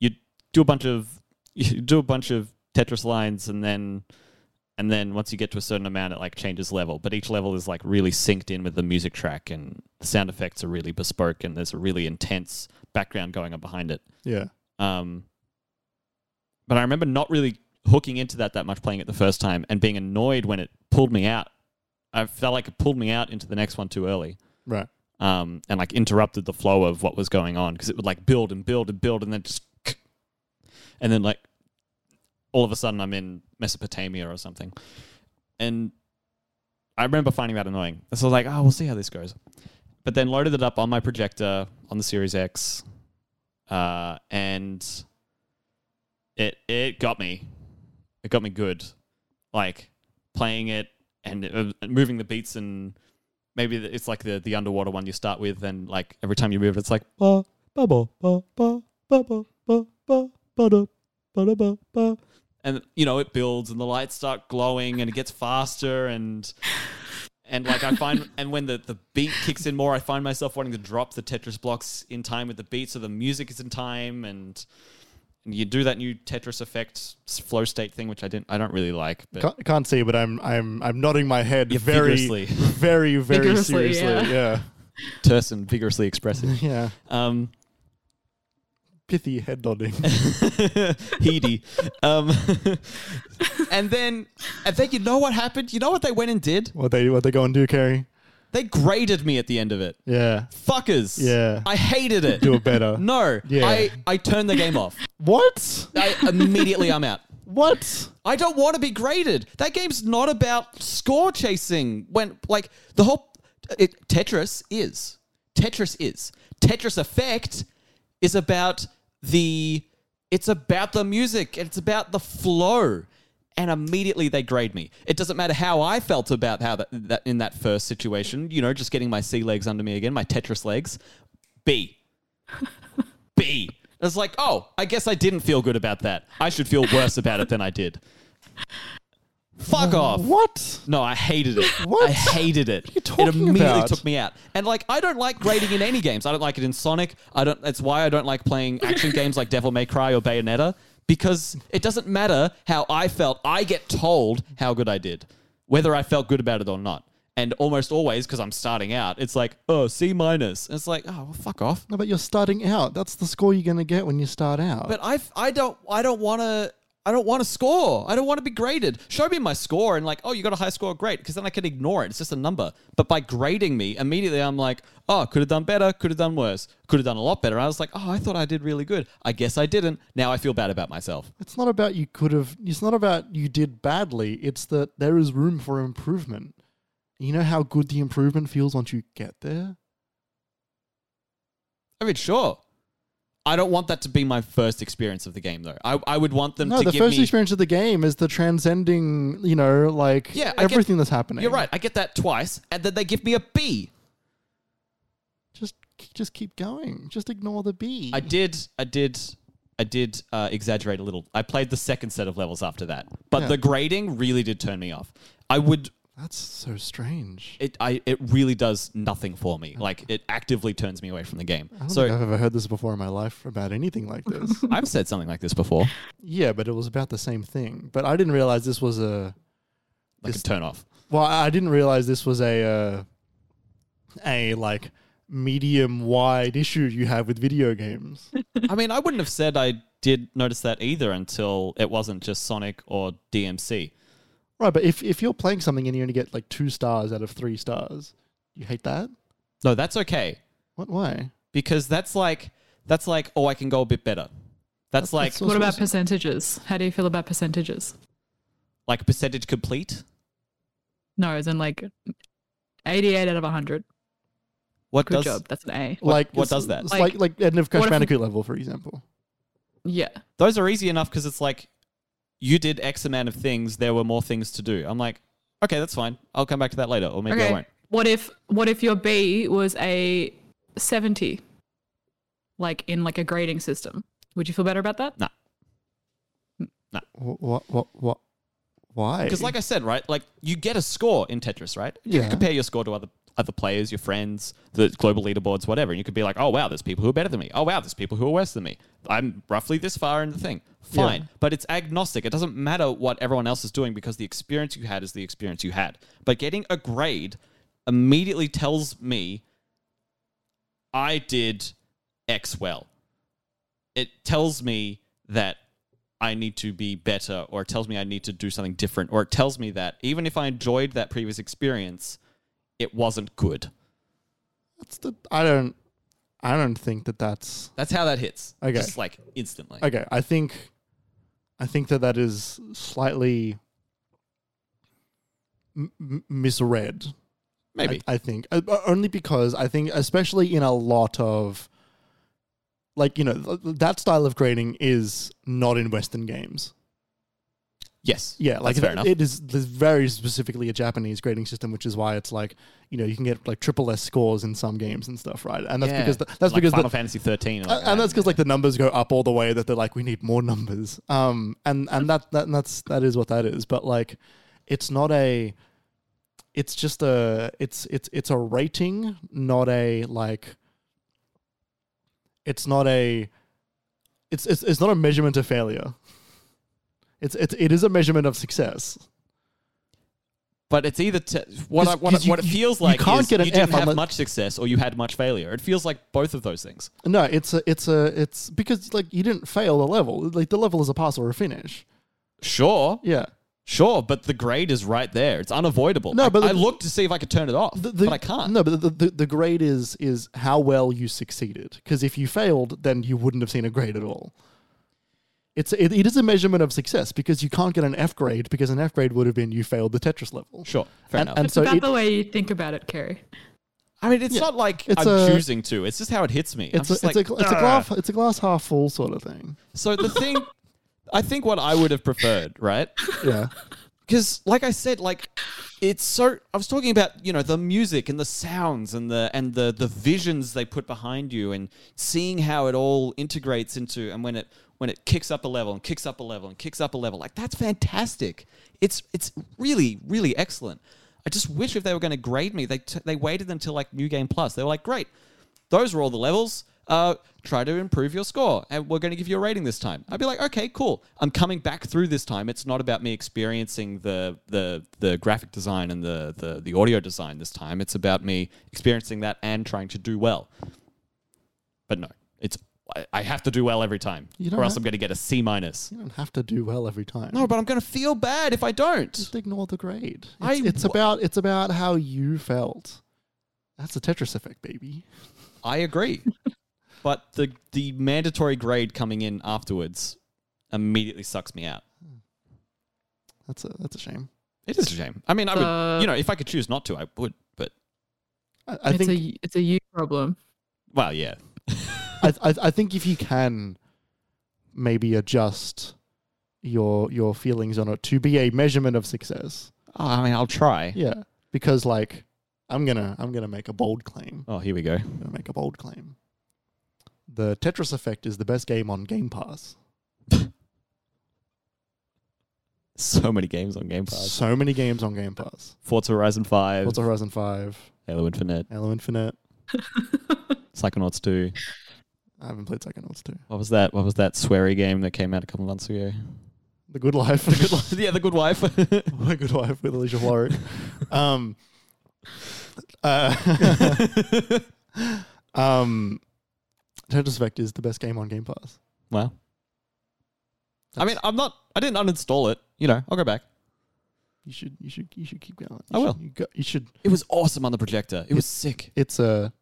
S1: you do a bunch of you do a bunch of Tetris lines and then and then once you get to a certain amount it like changes level but each level is like really synced in with the music track and the sound effects are really bespoke and there's a really intense background going on behind it
S2: yeah.
S1: um, but I remember not really hooking into that that much playing it the first time and being annoyed when it pulled me out. I felt like it pulled me out into the next one too early
S2: Right.
S1: um, and like interrupted the flow of what was going on because it would like build and build and build and then just. And then like all of a sudden I'm in Mesopotamia or something. And I remember finding that annoying. So I was like, oh, we'll see how this goes. But then loaded it up on my projector on the Series X, uh, and it it got me. It got me good, like playing it and uh, moving the beats and maybe the- it's like the the underwater one you start with and like every time you move it, it's like ba ba ba ba ba ba ba ba ba ba da, ba da, ba ba and you know it builds and the lights start glowing and it gets faster and and like I find and when the the beat kicks in more, I find myself wanting to drop the Tetris blocks in time with the beat, so the music is in time and. And you do that new Tetris effect s- flow state thing, which I didn't. I don't really like. But
S2: Can't, can't see, but I'm I'm I'm nodding my head
S1: Yeah,
S2: very,
S1: vigorously.
S2: very, very
S3: Vigorously,
S2: seriously. Yeah.
S1: terse and vigorously expressive.
S2: yeah,
S1: Um,
S2: Pithy head nodding.
S1: Heedy. Um, and then, and then you know what happened? You know what they went and did?
S2: what they what they go and do, Carrie?
S1: They graded me at the end of it.
S2: Yeah,
S1: Fuckers.
S2: Yeah.
S1: I hated it.
S2: do it better.
S1: No.
S2: Yeah.
S1: I, I turned the game off.
S2: What?
S1: I immediately I'm out.
S2: What?
S1: I don't want to be graded. That game's not about score chasing. When like the whole it, Tetris is Tetris is Tetris Effect is about the it's about the music. It's about the flow. And immediately they grade me. It doesn't matter how I felt about how that, that in that first situation. You know, just getting my sea legs under me again, my Tetris legs. B. B. And It's like, oh, I guess I didn't feel good about that. I should feel worse about it than I did. Fuck off.
S2: What?
S1: No, I hated it.
S2: What?
S1: I hated it.
S2: you talking
S1: it immediately
S2: about?
S1: took me out. And like I don't like grading in any games. I don't like it in Sonic. I don't that's why I don't like playing action games like Devil May Cry or Bayonetta because it doesn't matter how I felt. I get told how good I did, whether I felt good about it or not. And almost always because I'm starting out, it's like, "Oh, C minus." And It's like, "Oh, well, fuck off."
S2: No, but you're starting out. That's the score you're gonna get when you start out.
S1: but I I don't I don't want to I don't want to score. I don't want to be graded. Show me my score and like, oh, you got a high score, great, because then I can ignore it. It's just a number. But by grading me immediately, I'm like, oh, could have done better, could have done worse, could have done a lot better. I was like, oh, I thought I did really good. I guess I didn't. Now I feel bad about myself.
S2: it's not about you could have. It's not about you did badly. It's that there is room for improvement. You know how good the improvement feels once you get there.
S1: I mean, sure. I don't want that to be my first experience of the game, though. I, I would want them
S2: No,
S1: to
S2: the
S1: give
S2: first
S1: me.
S2: experience of the game is the transcending. You know, like
S1: Yeah, I get-
S2: everything that's happening.
S1: You're right. I get that twice, and then they give me a B.
S2: Just just keep going. Just ignore the B.
S1: I did, I did, I did uh, exaggerate a little. I played the second set of levels after that, but
S2: Yeah.
S1: the grading really did turn me off. I would,
S2: That's so strange.
S1: it, I, it really does nothing for me. Like it actively turns me away from the game.
S2: I don't think
S1: So
S2: I've ever heard this before in my life about anything like this.
S1: I've said something like this before,
S2: yeah, but it was about the same thing. But I didn't realize this was a.
S1: like
S2: This-
S1: a turn off.
S2: Well, I I didn't realize this was a, uh, a like medium wide issue you have with video games.
S1: I mean, I wouldn't have said I did notice that either until it wasn't just Sonic or DMC.
S2: right, but if if you're playing something and you only get like two stars out of three stars, you hate that.
S1: No, that's okay.
S2: What? Why?
S1: because that's like that's like oh I can go a bit better. That's,
S2: That's-
S1: like
S2: that's
S3: What
S2: Awesome.
S3: about percentages? How do you feel about percentages?
S1: like percentage complete.
S3: No, as in like 88 out of 100.
S1: What
S3: Good
S1: does
S3: job. That's an A.
S2: like
S1: what
S2: it's-
S1: does that?
S2: It's like, like end of Crash
S3: what if-
S2: Bandicoot level, for example.
S3: Yeah.
S1: those are easy enough because it's like you did X amount of things. There were more things to do. I'm like, okay, that's fine. I'll come back to that later, or maybe I
S3: Okay.
S1: won't.
S3: What if what if your B was a 70? Like in like a grading system. Would you feel better about that?
S1: Nah,
S2: What? What? What? what why?
S1: because like I said, right? Like you get a score in Tetris, right? You
S2: Yeah.
S1: can compare your score to other other players, your friends, the global leaderboards, whatever. And you could be like, oh wow, there's people who are better than me. Oh wow, there's people who are worse than me. I'm roughly this far in the thing. Fine, but it's agnostic. It doesn't matter what everyone else is doing because the experience you had is the experience you had. But getting a grade immediately tells me I did X well. It tells me that I need to be better, or it tells me I need to do something different, or it tells me that even if I enjoyed that previous experience, it wasn't good.
S2: That's the, I don't. I don't think that that's
S1: That's how that hits.
S2: Okay.
S1: Just like instantly.
S2: okay. I think, I think that that is slightly m- m- misread
S1: Maybe.
S2: I, I think Uh, uh, only because I think, especially in a lot of, like you know, th- th- that style of grading is not in Western games.
S1: yes.
S2: Yeah, like
S1: That's fair
S2: it-
S1: enough.
S2: it is there's very specifically a Japanese grading system, which is why it's like you know you can get like triple S scores in some games and stuff, right? And that's
S1: Yeah.
S2: because the, that's
S1: like
S2: because
S1: Final
S2: the,
S1: Fantasy 13.
S2: Uh, and, and that's because like the numbers go up all the way that they're like we need more numbers um and and that, that and that's that is what that is but like it's not a it's just a it's it's it's a rating not a like it's not a it's it's, it's not a measurement of failure it's, it's it is a measurement of success
S1: But it's either t- what, I,
S2: 'Cause-
S1: what, I-
S2: 'cause you-
S1: what it feels
S2: you
S1: like
S2: can't
S1: is
S2: get an
S1: you didn't
S2: F
S1: have
S2: unless-
S1: much success or you had much failure. It feels like both of those things.
S2: no it's a it's a it's because like you didn't fail the level like the level is a pass or a finish
S1: Sure.
S2: yeah
S1: Sure, but the grade is right there. It's unavoidable.
S2: No,
S1: I,
S2: but the-
S1: I looked to see if I could turn it off,
S2: the- the-
S1: but I can't.
S2: No, but the, the, the grade is is how well you succeeded. Because if you failed, then you wouldn't have seen a grade at all. It's it, it is a measurement of success because you can't get an F grade because an F grade would have been you failed the Tetris level.
S1: Sure, fair
S2: And-
S1: enough.
S2: and-
S3: It's
S2: so
S3: about
S2: it-
S3: the way you think about it, Kerry.
S1: I mean, it's not like
S2: It's
S1: I'm
S2: a-
S1: choosing to. It's just how it hits me. I'm
S2: It's a,
S1: just
S2: it's,
S1: like,
S2: a, it's a
S1: "Ugh."
S2: glass it's a glass half full sort of thing.
S1: So the thing, I think what I would have preferred, right?
S2: Yeah,
S1: Because, like I said, like it's so. I was talking about you know the music and the sounds and the and the the visions they put behind you and seeing how it all integrates into and when it when it kicks up a level and kicks up a level and kicks up a level like that's fantastic. It's it's really really excellent. I just wish if they were going to grade me, they t- they waited until like New Game Plus. They were like, great, those were all the levels. Uh, try to improve your score, and we're going to give you a rating this time. I'd be like, okay, cool. I'm coming back through this time. It's not about me experiencing the the the graphic design and the the, the audio design this time. It's about me experiencing that and trying to do well. But no, it's I, I have to do well every time,
S2: You don't
S1: or else
S2: have-
S1: I'm going to get a C minus.
S2: you don't have to do well every time.
S1: No, but I'm going to feel bad if I don't.
S2: just ignore the grade. It's,
S1: I
S2: it's
S1: wa-
S2: about it's about how you felt. That's the Tetris effect, baby.
S1: I agree. but the the mandatory grade coming in afterwards immediately sucks me out.
S2: That's a that's a shame.
S1: It is a shame. I mean, I would,
S3: Uh,
S1: you know, if I could choose not to, I would. But
S2: I, I
S3: it's
S2: think
S3: a it's a you problem.
S1: well, yeah,
S2: I, I I think if you can maybe adjust your your feelings on it to be a measurement of success.
S1: oh, I mean, I'll try.
S2: Yeah. Because like I'm gonna I'm gonna make a bold claim.
S1: Oh, here we go.
S2: I'm gonna make a bold claim. The Tetris effect is the best game on Game Pass.
S1: So many games on Game Pass:
S2: So many games on Game Pass.
S1: Forza Horizon Five,
S2: Forza Horizon Five,
S1: Halo Infinite,
S2: Halo Infinite.
S1: Psychonauts Two.
S2: I haven't played Psychonauts 2.
S1: What was that? What was that sweary game that came out a couple months ago?
S2: The Good Life.
S1: The Good Life. Yeah, The Good Wife.
S2: the Good Life with Alicia Warwick. um, uh, Um, Tetris Effect is the best game on Game Pass.
S1: wow. I mean, I'm not. I didn't uninstall it. You know, I'll go back.
S2: You should, you should, you should keep going. You
S1: I will.
S2: should- You, go, you should.
S1: It was awesome on the projector. It was sick.
S2: It's a,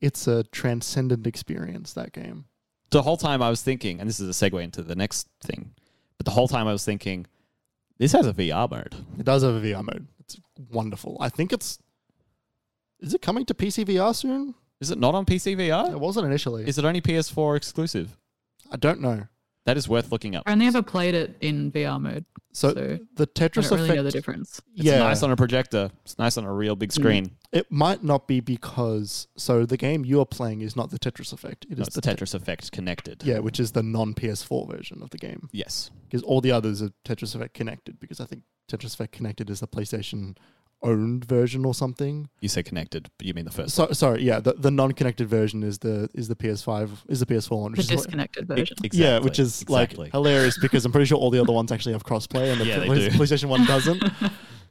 S2: it's a transcendent experience. That game.
S1: the whole time I was thinking, and this is a segue into the next thing, but the whole time I was thinking, this has a VR mode.
S2: It does have a VR mode. It's wonderful. I think it's. Is it coming to PC VR soon?
S1: Is it not on PC
S2: It
S3: Uh,
S1: VR?
S2: wasn't initially.
S1: Is it only PS4 exclusive?
S2: I don't know.
S1: That is worth looking up.
S3: I only ever played it in VR mode.
S2: So,
S3: So,
S2: the
S3: I
S2: Tetris
S3: don't really
S2: effect.
S3: know the difference.
S1: It's
S2: yeah,
S1: nice on a projector. It's nice on a real big screen.
S2: it might not be because so the game you are playing is not the Tetris effect. It
S1: No,
S2: is
S1: it's the Tetris effect connected.
S2: yeah, which is the non PS4 version of the game
S1: Yes.
S2: because all the others are Tetris Effect connected because I think Tetris Effect connected is the PlayStation owned version or something.
S1: You say connected, but you mean the first.
S2: So sorry, yeah, the, the non connected version is the is the PS5 is the PS4 one,
S3: The
S2: which is what-
S3: disconnected version.
S2: yeah, which is like hilarious because I'm pretty sure all the other ones actually have crossplay and the
S1: Yeah, they
S2: Play-
S1: do.
S2: PlayStation One doesn't.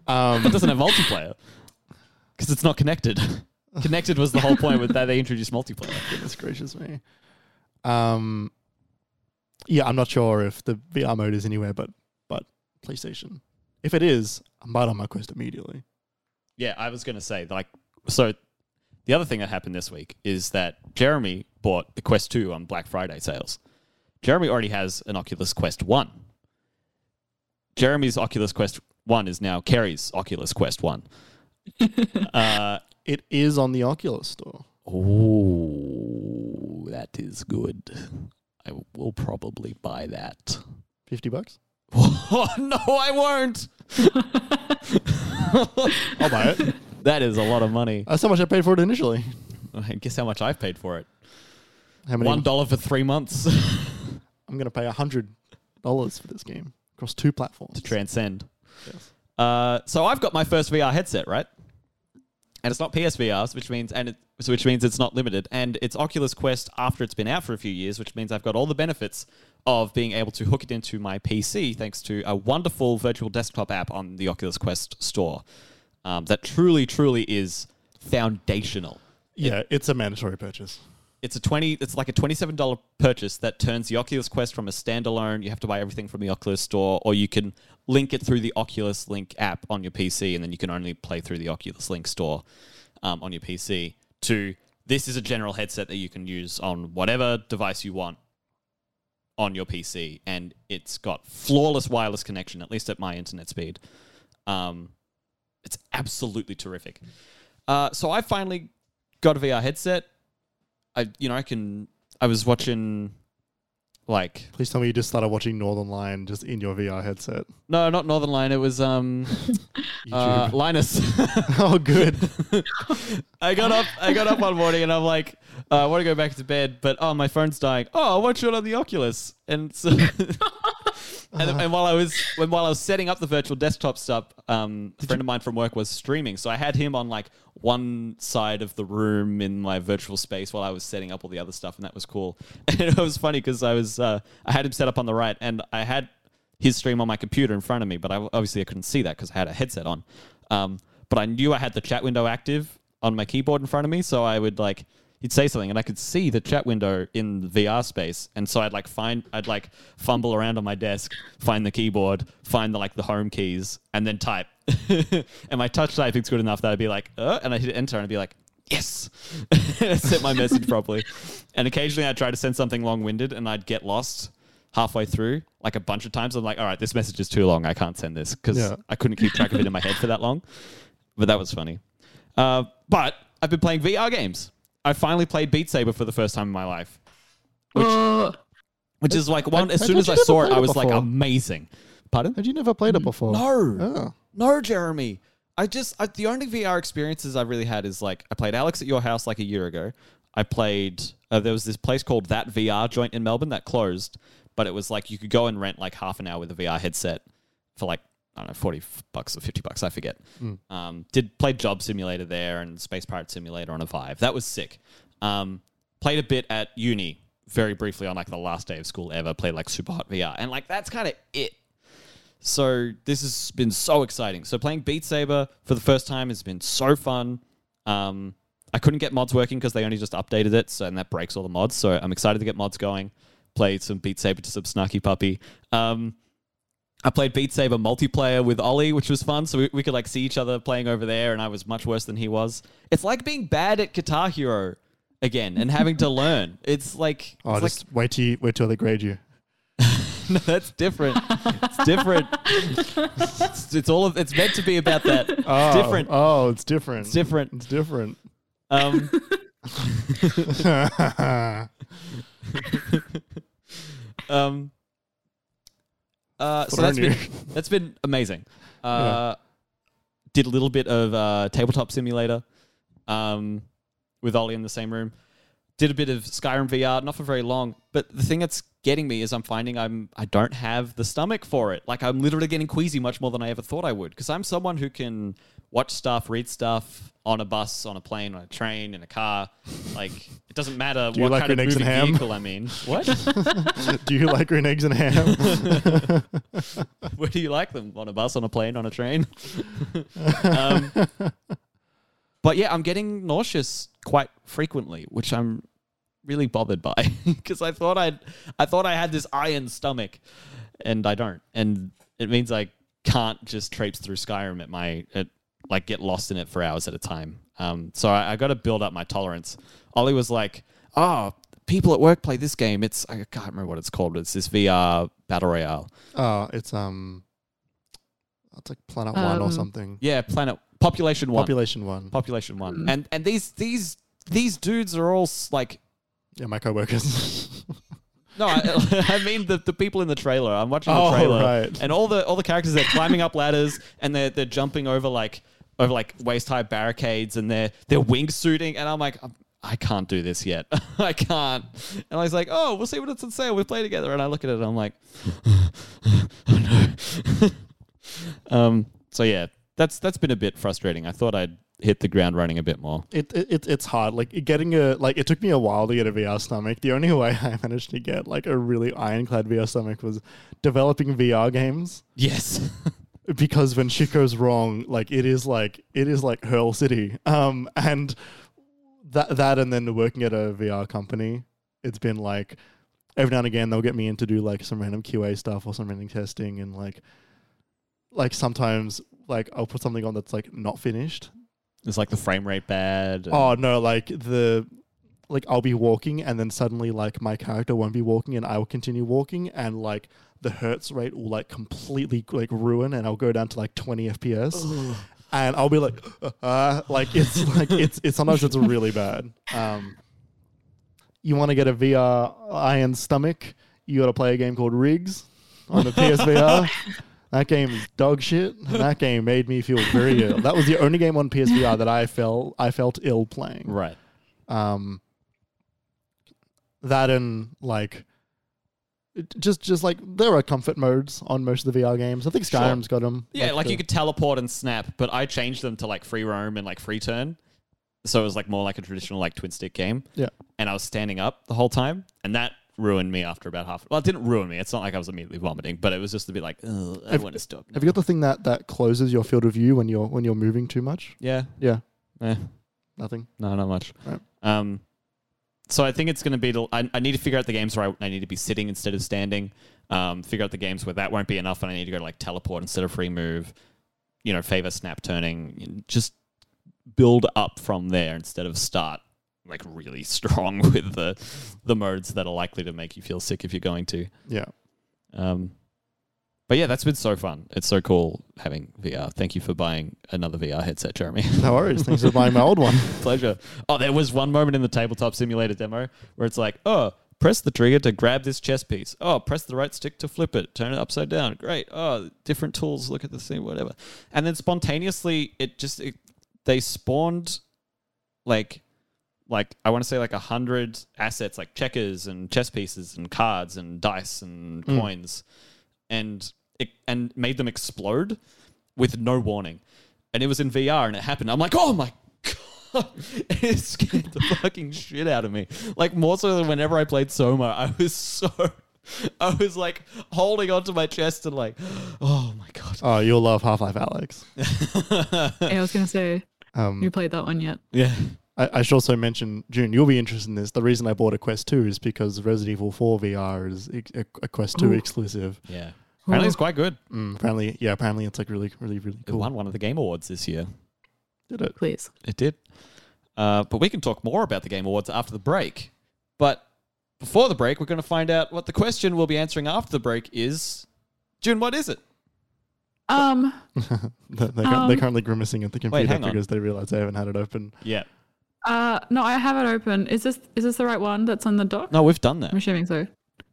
S2: Um,
S1: It doesn't have multiplayer because it's not connected. connected was the whole point with that they introduced multiplayer.
S2: Goodness gracious me. Um, yeah, I'm not sure if the VR mode is anywhere, but but PlayStation. If it is, I'm out on my quest immediately.
S1: Yeah, I was going to say like so. The other thing that happened this week is that Jeremy bought the Quest Two on Black Friday sales. Jeremy already has an Oculus Quest One. Jeremy's Oculus Quest One is now Kerry's Oculus Quest One. uh,
S2: It is on the Oculus store.
S1: oh, that is good. I will probably buy that.
S2: Fifty bucks.
S1: Oh, no, I won't.
S2: I'll buy it.
S1: That is a lot of money.
S2: That's how Uh, much I paid for it initially.
S1: Guess how much I've paid for it?
S2: How many?
S1: One dollar for three months
S2: I'm going to pay hundred dollars for this game across two platforms.
S1: to transcend.
S2: Yes.
S1: Uh, so I've got my first VR headset, right? And it's not PSVRs, which means and it, so which means it's not limited, and it's Oculus Quest after it's been out for a few years, which means I've got all the benefits of being able to hook it into my PC thanks to a wonderful virtual desktop app on the Oculus Quest store um, that truly, truly is foundational.
S2: Yeah, it's a mandatory purchase.
S1: it's a 20 it's like a $27 purchase that turns the oculus quest from a standalone you have to buy everything from the oculus store or you can link it through the oculus link app on your pc and then you can only play through the oculus link store um, on your pc to this is a general headset that you can use on whatever device you want on your pc and it's got flawless wireless connection at least at my internet speed um, it's absolutely terrific uh, so i finally got a vr headset I you know I can I was watching like
S2: Please tell me you just started watching Northern Lion just in your VR headset.
S1: no not Northern Line it was um uh,
S2: YouTube.
S1: Linus
S2: oh, good.
S1: I got up I got up one morning and I'm like uh, I want to go back to bed but oh my phone's dying oh I'll watch it on the Oculus and so and, and while I was when while I was setting up the virtual desktop stuff um, a friend of mine from work was streaming so I had him on like one side of the room in my virtual space while I was setting up all the other stuff and that was cool and it was funny because I was uh, I had him set up on the right and I had his stream on my computer in front of me, but I obviously I couldn't see that because I had a headset on. Um, but I knew I had the chat window active on my keyboard in front of me, so I would like he'd say something and I could see the chat window in the VR space, and so I'd like find I'd like fumble around on my desk, find the keyboard, find the like the home keys, and then type. and my touch typing's good enough that I'd be like, uh, and I hit enter and I'd be like. Yes, I sent my message properly, and occasionally I'd try to send something long-winded, and I'd get lost halfway through like a bunch of times i'm like all right this message is too long i can't send this because
S2: Yeah.
S1: i couldn't keep track of it in my head for that long but that was funny uh, but i've been playing vr games i finally played beat saber for the first time in my life
S3: Oh,
S1: which is like one
S2: I-
S1: as
S2: I
S1: soon
S2: thought
S1: as
S2: you
S1: i
S2: never
S1: saw it
S2: played
S1: i
S2: it
S1: was like
S2: before.
S1: amazing pardon
S2: Had you never played it before?
S1: no
S2: Oh.
S1: no, Jeremy. I just I, the only VR experiences I've really had is like I played Alex at your house like a year ago. I played uh, there was this place called That VR joint in Melbourne that closed, but it was like you could go and rent like half an hour with a VR headset for like I don't know forty f- bucks or fifty bucks I forget. Um, did play Job Simulator there and Space Pirate Simulator on a Vive. That was sick. Um, played a bit at uni very briefly on like the last day of school ever. Played like Super Hot VR and like that's kind of it. So this has been so exciting. So playing Beat Saber for the first time has been so fun. Um, I couldn't get mods working because they only just updated it, so and that breaks all the mods. So I'm excited to get mods going. Play some Beat Saber to some Snarky Puppy. Um, I played Beat Saber multiplayer with Ollie, which was fun. So we, we could like see each other playing over there, and I was much worse than he was. It's like being bad at Guitar Hero. again and having to learn. It's like,
S2: Oh,
S1: it's like
S2: just wait till you, wait till they grade you.
S1: no, that's different. It's different. it's, it's all of it's meant to be about that.
S2: Oh,
S1: different.
S2: Oh, it's different.
S1: It's different.
S2: It's different.
S1: Um,
S2: Thought
S1: um, uh, so
S2: I
S1: that's been
S2: knew.
S1: that's been amazing. Uh, Did a little bit of uh, tabletop simulator um, with Ollie in the same room. Did a bit of Skyrim VR, not for very long. But the thing that's getting me is I'm finding I'm I don't have the stomach for it. Like I'm literally getting queasy much more than I ever thought I would because I'm someone who can watch stuff, read stuff on a bus, on a plane, on a train, in a car. Like it doesn't matter
S2: Do you
S1: what
S2: like
S1: kind of
S2: green eggs
S1: moving
S2: and ham?
S1: vehicle I'm in. What?
S2: Do you like green eggs and ham?
S1: Where do you like them? On a bus, on a plane, on a train? um, but yeah, I'm getting nauseous quite frequently, which I'm really bothered by because I thought I I thought I had this iron stomach, and I don't, and it means I can't just traipse through Skyrim at my at like get lost in it for hours at a time. Um, so I, I got to build up my tolerance. Ollie was like, "Oh, people at work play this game. It's I can't remember what it's called. But it's this VR battle royale."
S2: oh, it's um, it's like Planet One or
S3: Um,
S2: something.
S1: Yeah, Planet Population One.
S2: Population One.
S1: Population One. And and these these these dudes are all s- like.
S2: yeah, my coworkers.
S1: No, I, I mean the, the people in the trailer. I'm watching the
S2: Oh,
S1: trailer,
S2: right.
S1: and all the all the characters they're climbing up ladders and they're they're jumping over like over like waist high barricades and they're they're wingsuiting, and I'm like. I'm, I can't do this yet. I can't. And I was like, "Oh, we'll see what it's on sale. We'll play together." And I look at it, and I'm like, "Oh no." um. So yeah, that's that's been a bit frustrating. I thought I'd hit the ground running a bit more.
S2: it, it, it it's hard. Like getting a like it took me a while to get a VR stomach. The only way I managed to get like a really ironclad VR stomach was developing VR games.
S1: Yes.
S2: because when shit goes wrong, like it is like it is like Hurl City. Um, and that that and then working at a VR company, it's been like every now and again they'll get me in to do like some random QA stuff or some random testing, and like like sometimes like I'll put something on that's like not finished.
S1: It's like the frame rate bad. and-
S2: Oh no, like the like I'll be walking and then suddenly like my character won't be walking and I will continue walking and like the hertz rate will like completely like ruin and I'll go down to like 20 FPS and I'll be like uh, like it's like it's it's sometimes it's really bad. Um you want to get a VR iron stomach, you got to play a game called Rigs on the PSVR. That game is dog shit. And that game made me feel very ill. That was the only game on PSVR that I felt I felt ill playing.
S1: Right.
S2: Um, that and like it- just just like there are comfort modes on most of the VR games. I think
S1: Sure.
S2: Skyrim's got 'em. got them.
S1: Yeah, like, you could teleport and snap, but I changed them to like free roam and like free turn. So it was like more like a traditional like twin stick game.
S2: Yeah.
S1: And I was standing up the whole time, and that ruined me after about half. Well, it didn't ruin me. It's not like I was immediately vomiting, but it was just a bit like, Ugh, I
S2: Have-
S1: want to stop.
S2: Have you got the thing that that closes your field of view when you're when you're moving too much?
S1: yeah.
S2: Yeah,
S1: Eh,
S2: nothing.
S1: no, not much.
S2: Right.
S1: Um, so I think it's going to be. the- I, I need to figure out the games where I, I need to be sitting instead of standing. Um, figure out the games where that won't be enough, and I need to go to like teleport instead of free move. You know, favor snap turning. you know, Just build up from there instead of start like really strong with the the modes that are likely to make you feel sick if you're going to.
S2: Yeah.
S1: Um, but yeah, that's been so fun. It's so cool having VR. Thank you for buying another VR headset, Jeremy.
S2: No worries. Thanks for buying my old one.
S1: pleasure. Oh, there was one moment in the tabletop simulator demo where it's like, oh, press the trigger to grab this chess piece. Oh, press the right stick to flip it. Turn it upside down. Great. Oh, different tools. Look at the thing, whatever. And then spontaneously, it just it, they spawned like like I want to say like a hundred assets, like checkers and chess pieces and cards and dice and coins, and it, and made them explode with no warning. And it was in VR and it happened. I'm like, oh my god, it scared the fucking shit out of me. Like more so than whenever I played Soma, I was so. I was like holding onto my chest and like, oh my god.
S2: Oh, you'll love Half Life, Alex.
S3: Yeah, I was gonna say
S2: Um,
S3: you played that one yet?
S1: Yeah.
S2: I, I should also mention, June, you'll be interested in this. The reason I bought a Quest 2 is because Resident Evil 4 VR is ex- a, a Quest 2
S3: Ooh.
S2: exclusive.
S1: Yeah. Apparently it's quite good.
S2: Mm, apparently, yeah, apparently it's like really, really, really
S1: It
S2: cool.
S1: won one of the game awards this year.
S2: Did it?
S3: Please.
S1: It did. Uh, but we can talk more about the Game Awards after the break. But before the break, we're going to find out what the question we'll be answering after the break is. June, what is it?
S3: Um,
S2: They- They're, cur- they're currently grimacing at the computer
S1: hang on.
S2: because they realize they haven't had it open.
S1: Yeah.
S3: uh, no, I have it open. Is this is this the right one that's on the dock?
S1: No, we've done that.
S3: I'm assuming so.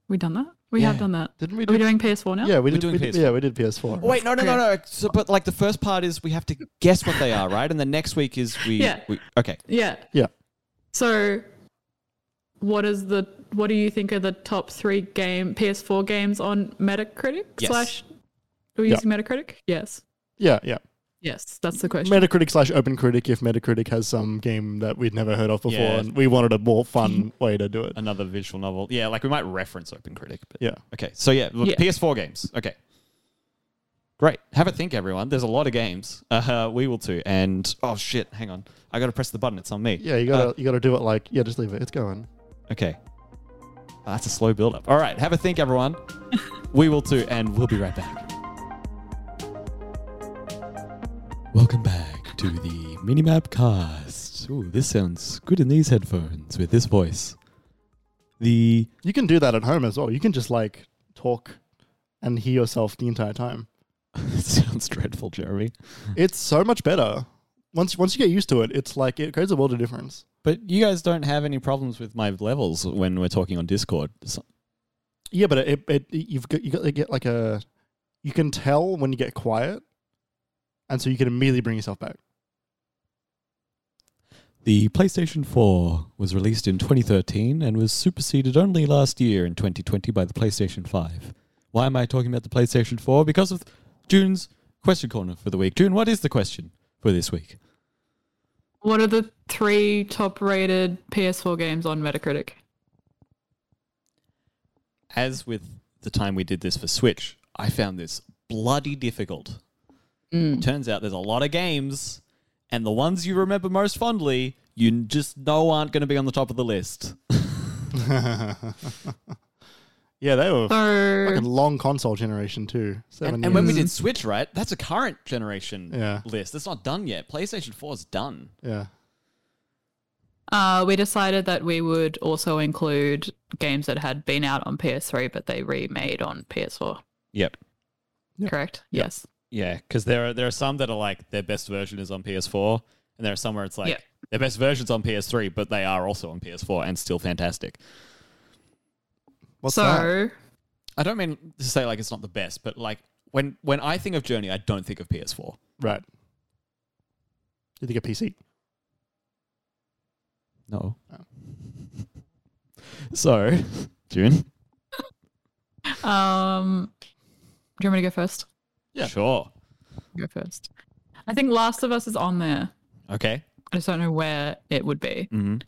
S3: We done that? We have
S1: Yeah.
S3: done that.
S2: Didn't we
S3: Are
S2: do?
S3: we doing PS4 now?
S2: yeah, we
S1: We're
S2: did.
S1: doing
S2: we did-
S1: PS4.
S2: yeah, we did PS4.
S1: Wait, no, no, no, no. So, but like the first part is we have to guess what they are, right? And the next week is we.
S3: Yeah.
S1: we okay.
S3: Yeah.
S2: Yeah.
S3: So, what is the what do you think are the top three game PS4 games on Metacritic
S1: Yes.
S3: slash? Are we
S2: Yeah.
S3: using Metacritic? Yes.
S2: Yeah, yeah.
S3: Yes, that's the question.
S2: Metacritic slash Open Critic. If Metacritic has some game that we'd never heard of before,
S1: Yeah.
S2: and we wanted a more fun way to do it.
S1: Another visual novel. Yeah, like we might reference Open Critic. But
S2: Yeah.
S1: Okay. So yeah, look,
S3: Yeah.
S1: PS4 games. Okay. Great. Have a think, everyone. There's a lot of games. Uh, we will too. And oh shit, hang on. I got to press the button. It's on me.
S2: Yeah, you gotta you gotta do it like yeah, just leave it. It's going.
S1: Okay. Oh, that's a slow build up. All right. Have a think, everyone. we will too, and we'll be right back. Welcome back to the Minimap Cast. Ooh, this sounds good in these headphones with this voice. The
S2: You can do that at home as well. You can just like talk and hear yourself the entire time.
S1: it sounds dreadful, Jeremy.
S2: It's so much better. Once once you get used to it, it's like it creates a world of difference.
S1: But you guys don't have any problems with my levels when we're talking on Discord. So-
S2: Yeah, but it, it you've got you got to get like a you can tell when you get quiet, and so you can immediately bring yourself back.
S1: The PlayStation 4 was released in 2013 and was superseded only last year in 2020 by the PlayStation 5. Why am I talking about the PlayStation 4? Because of June's question corner for the week. June, what is the question for this week?
S3: what are the three top rated PS4 games on Metacritic?
S1: As with the time we did this for Switch, I found this bloody difficult. Turns out there's a lot of games, and the ones you remember most fondly, you just know aren't going to be on the top of the list.
S2: Yeah, they were
S3: So
S2: fucking long console generation too. Seven
S1: Oh. And, and when we
S2: years.
S1: did Switch, right, that's a current generation
S2: Yeah.
S1: list. It's not done yet. PlayStation 4 is done.
S2: yeah,
S3: uh, we decided that we would also include games that had been out on PS3 but they remade on PS4.
S1: Yep.
S2: Yep.
S3: Correct? Yes.
S1: Yeah, because there are there are some that are like their best version is on PS4, and there are some where it's like
S3: Yeah.
S1: their best version's on PS3, but they are also on PS4 and still fantastic.
S2: what's
S3: so
S2: that?
S1: I don't mean to say like it's not the best, but like when when I think of Journey, I don't think of PS4.
S2: Right. You think a PC?
S1: No.
S2: Oh.
S1: so, June.
S3: um do you want me to go first?
S2: Yeah.
S1: Sure.
S3: Go first. I think Last of Us is on there.
S1: Okay.
S3: I just don't know where it would be.
S1: Mm-hmm.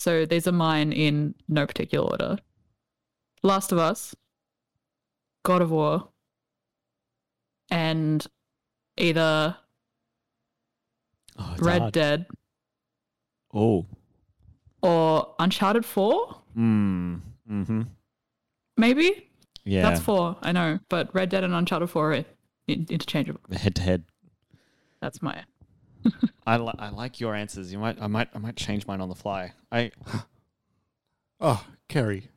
S3: So these are mine in no particular order. Last of Us, God of War, and either
S1: Oh, it's
S3: Red
S1: hard.
S3: Dead
S1: Oh.
S3: or Uncharted 4,
S1: Mm. Mm-hmm.
S3: maybe?
S1: Yeah.
S3: That's 4, I know, but Red Dead and Uncharted 4 are in- interchangeable.
S1: head to head.
S3: That's my.
S1: I, li- I like your answers. You might I might I might change mine on the fly. I
S2: Oh, Kerry,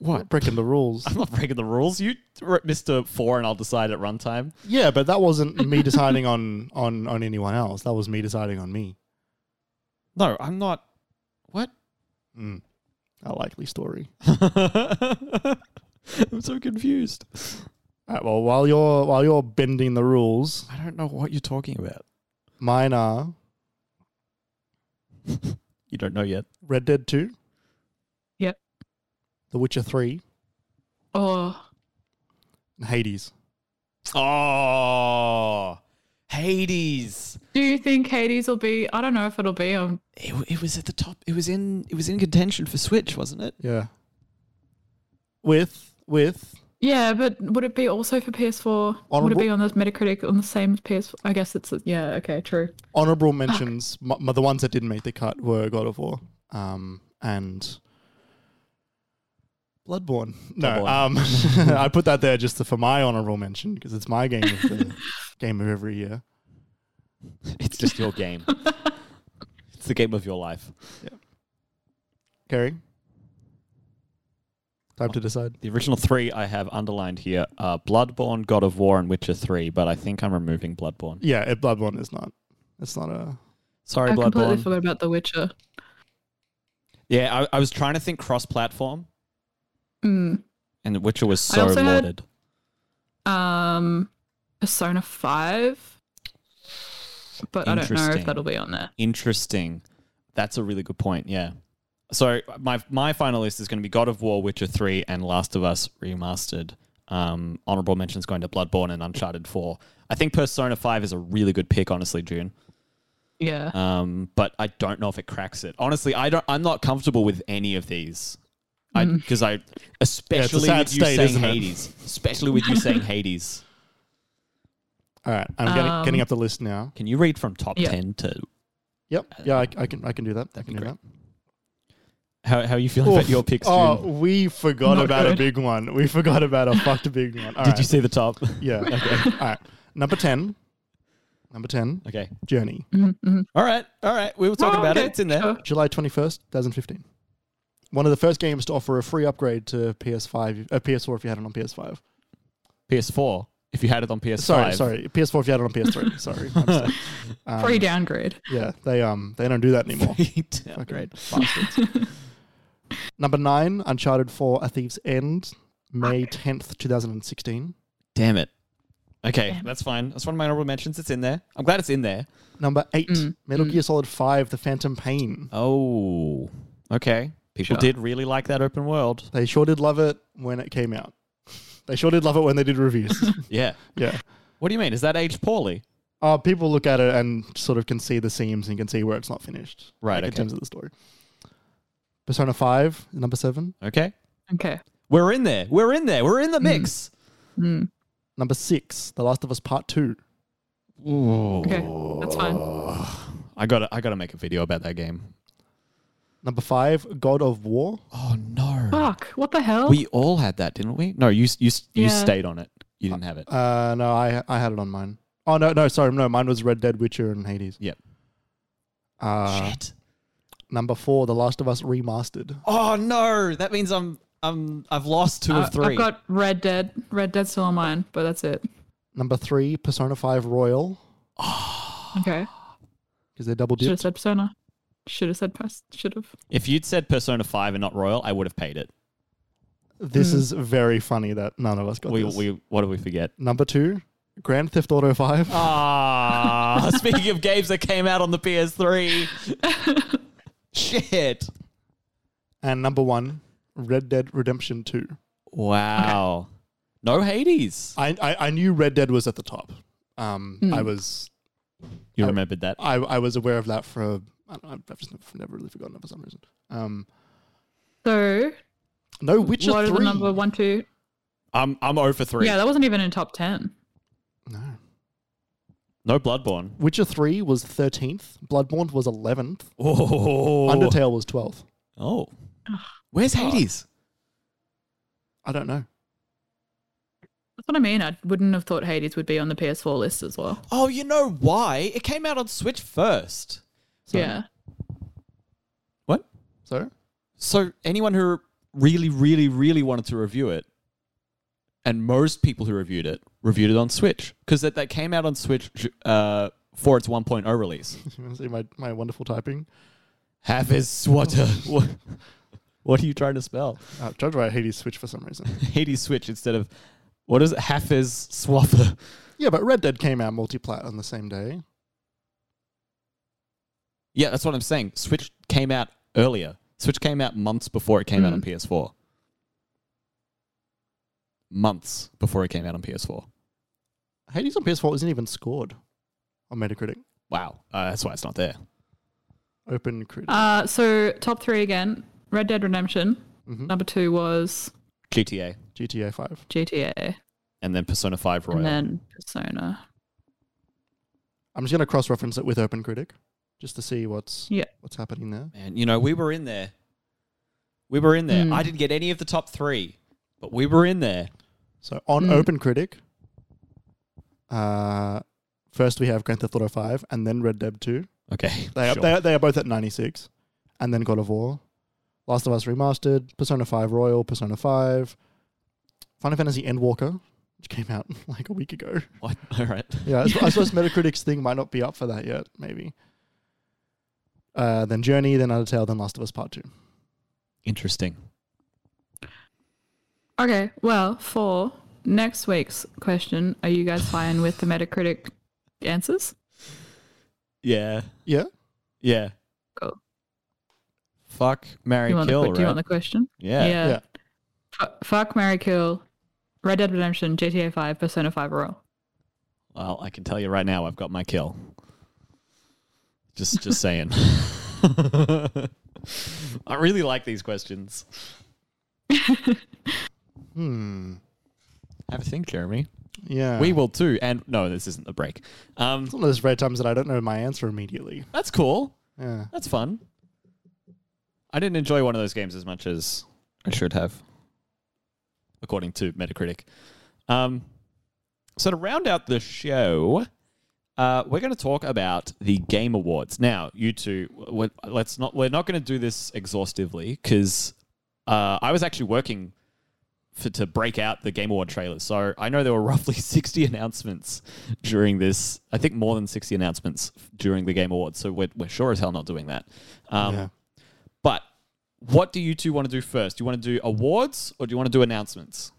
S1: what?
S2: breaking the rules.
S1: I'm not breaking the rules. You r- Mr. 4 and I'll decide at runtime.
S2: yeah, but that wasn't me deciding on on on anyone else. That was me deciding on me.
S1: No, I'm not. What?
S2: Mm. A likely story.
S1: I'm so confused.
S2: All right, well, while you're while you're bending the rules,
S1: I don't know what you're talking about.
S2: mine are
S1: You don't know yet.
S2: Red Dead Two.
S3: Yep.
S2: The Witcher Three
S3: Oh,
S2: and Hades.
S1: Oh. Hades.
S3: do you think Hades will be? I don't know if it'll be on.
S1: It, w- it was at the top. It was in it was in contention for Switch, wasn't it?
S2: Yeah. With with
S3: Yeah, but would it be also for PS4? would it
S2: Honorable-
S3: be on the Metacritic on the same PS4? I guess it's yeah. Okay, true.
S2: honorable mentions, m- m- the ones that didn't make the cut were God of War, um, and Bloodborne. No, um, I put that there just to- for my honorable mention because it's my game of the game of every year.
S1: It's just your game.
S2: It's
S1: the game of your life.
S2: Carrie? Time to decide.
S1: The original three I have underlined here are Bloodborne, God of War, and Witcher 3, but I think I'm removing Bloodborne.
S2: Yeah, it, Bloodborne is not. It's not a.
S1: Sorry,
S3: I completely
S1: Bloodborne.
S3: forgot about The Witcher.
S1: Yeah, I, I was trying to think cross platform,
S3: Mm.
S1: and The Witcher was
S3: I
S1: so
S3: also had-
S1: lauded.
S3: Um, Persona Five, but I don't know
S1: Interesting.
S3: if that'll be on there.
S1: Interesting. That's a really good point. Yeah. So my my final list is going to be God of War, Witcher three, and Last of Us remastered. Um, honorable mentions going to Bloodborne and Uncharted four. I think Persona five is a really good pick, honestly, June.
S3: Yeah,
S1: Um, but I don't know if it cracks it. Honestly, I don't. I'm not comfortable with any of these. I
S3: Mm.
S1: because I especially
S2: sad
S1: with you
S2: state,
S1: saying
S2: isn't it?
S1: Hades. Especially with you saying Hades.
S2: All right, I'm getting,
S3: Um,
S2: getting up the list now.
S1: Can you read from top
S3: Yeah.
S1: ten to
S2: Yep. Yeah, I, I can. I can do that. I can do
S1: Uh, great.
S2: that.
S1: how how are you feeling about
S2: Oof.
S1: your picks? June?
S2: Oh, we forgot
S3: Not
S2: about a
S3: good.
S2: big one. We forgot about a fucked big one. All
S1: Did
S2: right.
S1: you see the top?
S2: Yeah. Okay. All right. Number ten. Number ten.
S1: okay.
S2: Journey.
S1: Mm. All right, all right. We were talking
S2: Ah!
S3: Oh,
S1: about it.
S3: okay,
S1: It's in there.
S3: sure.
S2: July twenty first, two thousand fifteen. One of the first games to offer a free upgrade to PS5, uh, PS4 if you had it on PS5.
S1: PS4. If you had it on PS5,
S2: Sorry, sorry, PS4 if you had it on PS3. sorry, my mistake. Um,
S3: free downgrade.
S2: Yeah, they um they don't do that anymore.
S1: Damn
S2: Fucking
S1: right.
S2: bastards. Number nine, Uncharted 4: A Thief's End, May tenth, two thousand and sixteen.
S1: Damn it. Okay,
S3: Damn it.
S1: that's fine. That's one of my honorable mentions. It's in there. I'm glad it's in there.
S2: Number eight,
S3: Mm,
S2: Metal
S3: mm.
S2: Gear Solid 5: The Phantom Pain.
S1: Oh, okay. People
S3: Sure.
S1: did really like that open world.
S2: They sure did love it when it came out. They sure did love it when they did reviews.
S1: Yeah.
S2: yeah.
S1: What do you mean? Is that aged poorly?
S2: Uh, people look at it and sort of can see the seams and can see where it's not finished.
S1: Right,
S2: like, in
S1: okay.
S2: terms of the story. Persona 5, number 7.
S1: Okay.
S3: Okay.
S1: We're in there. We're in there. We're in the mix.
S3: Mm.
S2: Number 6, The Last of Us Part 2.
S3: Okay, that's fine.
S1: I gotta. I gotta make a video about that game.
S2: Number 5, God of War.
S1: Oh no.
S3: Fuck! What the hell?
S1: We all had that, didn't we? No, you s- you s- you
S3: Yeah.
S1: stayed on it. You didn't have it.
S2: Uh, no, I I had it on mine. Oh, no, no, sorry. No, mine was Red Dead, Witcher, and Hades.
S1: Yep.
S2: Uh,
S1: Shit.
S2: number 4, The Last of Us Remastered.
S1: Oh no, that means I'm I'm I've lost two
S3: Uh,
S1: of three.
S3: I've got Red Dead. Red Dead's still on mine, but that's it.
S2: Number 3, Persona 5 Royal,
S3: Okay.
S2: because they're double
S3: Should have
S2: dipped.
S3: said Persona. Should have said past. Should have.
S1: if you'd said Persona Five and not Royal, I would have paid it.
S3: Hmm.
S2: This is very funny that none of us got
S1: We
S2: this.
S1: we what did we forget?
S2: Number 2, Grand Theft Auto 5.
S1: Ah, speaking of games that came out on the PS3, shit.
S2: And number one, Red Dead Redemption 2.
S1: Wow, no Hades.
S2: I, I, I knew Red Dead was at the top. Um,
S3: Hmm.
S2: I was
S1: You remembered that?
S2: I, I was aware of that for a- I don't know, I've just never, never really forgotten it for some reason. Um,
S3: So
S2: no Witcher
S3: what are
S2: three.
S3: the number one, two?
S1: I'm I'm zero for three.
S3: Yeah, that wasn't even in top ten.
S2: No,
S1: No Bloodborne.
S2: Witcher three was thirteenth. Bloodborne was eleventh.
S1: Oh,
S2: Undertale was twelfth.
S1: Oh, where's Hades?
S2: I don't know.
S3: That's what I mean. I wouldn't have thought Hades would be on the PS4 list as well.
S1: Oh, you know why? It came out on Switch first.
S2: So,
S3: yeah.
S1: What?
S2: So
S1: So anyone who really, really, really wanted to review it, and most people who reviewed it reviewed it on Switch because that, that came out on Switch uh, for its 1.0 release.
S2: you want to see my, my wonderful typing?
S1: Half is what? what? What are you trying to spell?
S2: Uh, judge why I hate his Switch for some reason.
S1: Hades Switch instead of what is it? Half is Swather.
S2: yeah, but Red Dead came out multiplat on the same day.
S1: Yeah, that's what I'm saying. Switch came out earlier. Switch came out months before it came
S3: Mm.
S1: out on PS4. Months before it came out on PS4.
S2: Hades on PS4 isn't even scored on Metacritic.
S1: Wow, uh, that's why it's not there.
S2: Open critic.
S3: Uh, so top three again. Red Dead Redemption.
S1: Mm-hmm.
S3: Number two was
S1: GTA.
S2: GTA 5.
S3: GTA,
S1: and then Persona 5 Royal.
S3: and then Persona.
S2: I'm just going to cross reference it with Open Critic just to see what's
S3: Yeah.
S2: what's happening there.
S1: Man, you know, we were in there. We were in
S3: Mm.
S1: there. I didn't get any of the top three, but we were in there.
S2: So on Open Critic, uh, first we have Grand Theft Auto 5 and then Red Dead 2.
S1: Okay.
S2: They,
S1: sure.
S2: are, they, are, they are both at 96. And then God of War, Last of Us Remastered, Persona 5 Royal, Persona 5, Final Fantasy Endwalker, which came out like a week ago.
S1: What? All right.
S2: Yeah, I sup- I suppose Metacritic's thing might not be up for that yet, maybe. Uh, then Journey, then Undertale, then Last of Us Part 2.
S1: Interesting.
S3: Okay, well, for next week's question, are you guys fine with the Metacritic answers?
S1: Yeah.
S2: Yeah?
S1: Yeah.
S3: Cool.
S1: Fuck, marry,
S3: you want
S1: kill,
S3: the,
S1: right?
S3: Do you want the question?
S1: yeah.
S2: Yeah.
S3: F- fuck, Mary Kill, Red Dead Redemption, GTA 5, Persona 5 Royal.
S1: Well, I can tell you right now, I've got my kill. Just, just saying. I really like these questions.
S2: Hmm.
S1: Have a think, Jeremy.
S2: Yeah.
S1: We will too. And no, this isn't the break. Um,
S2: It's one of those rare times that I don't know my answer immediately.
S1: that's cool.
S2: Yeah.
S1: That's fun. I didn't enjoy one of those games as much as I should have, according to Metacritic. Um, so to round out the show, uh, we're going to talk about the Game Awards. Now, you two, we're, let's not. We're not going to do this exhaustively because uh, I was actually working for, to break out the Game Award trailers. So I know there were roughly 60 announcements during this. I think more than 60 announcements during the Game Awards. So we're, we're sure as hell not doing that. Um,
S2: Yeah.
S1: But what do you two want to do first? Do you want to do awards or do you want to do announcements?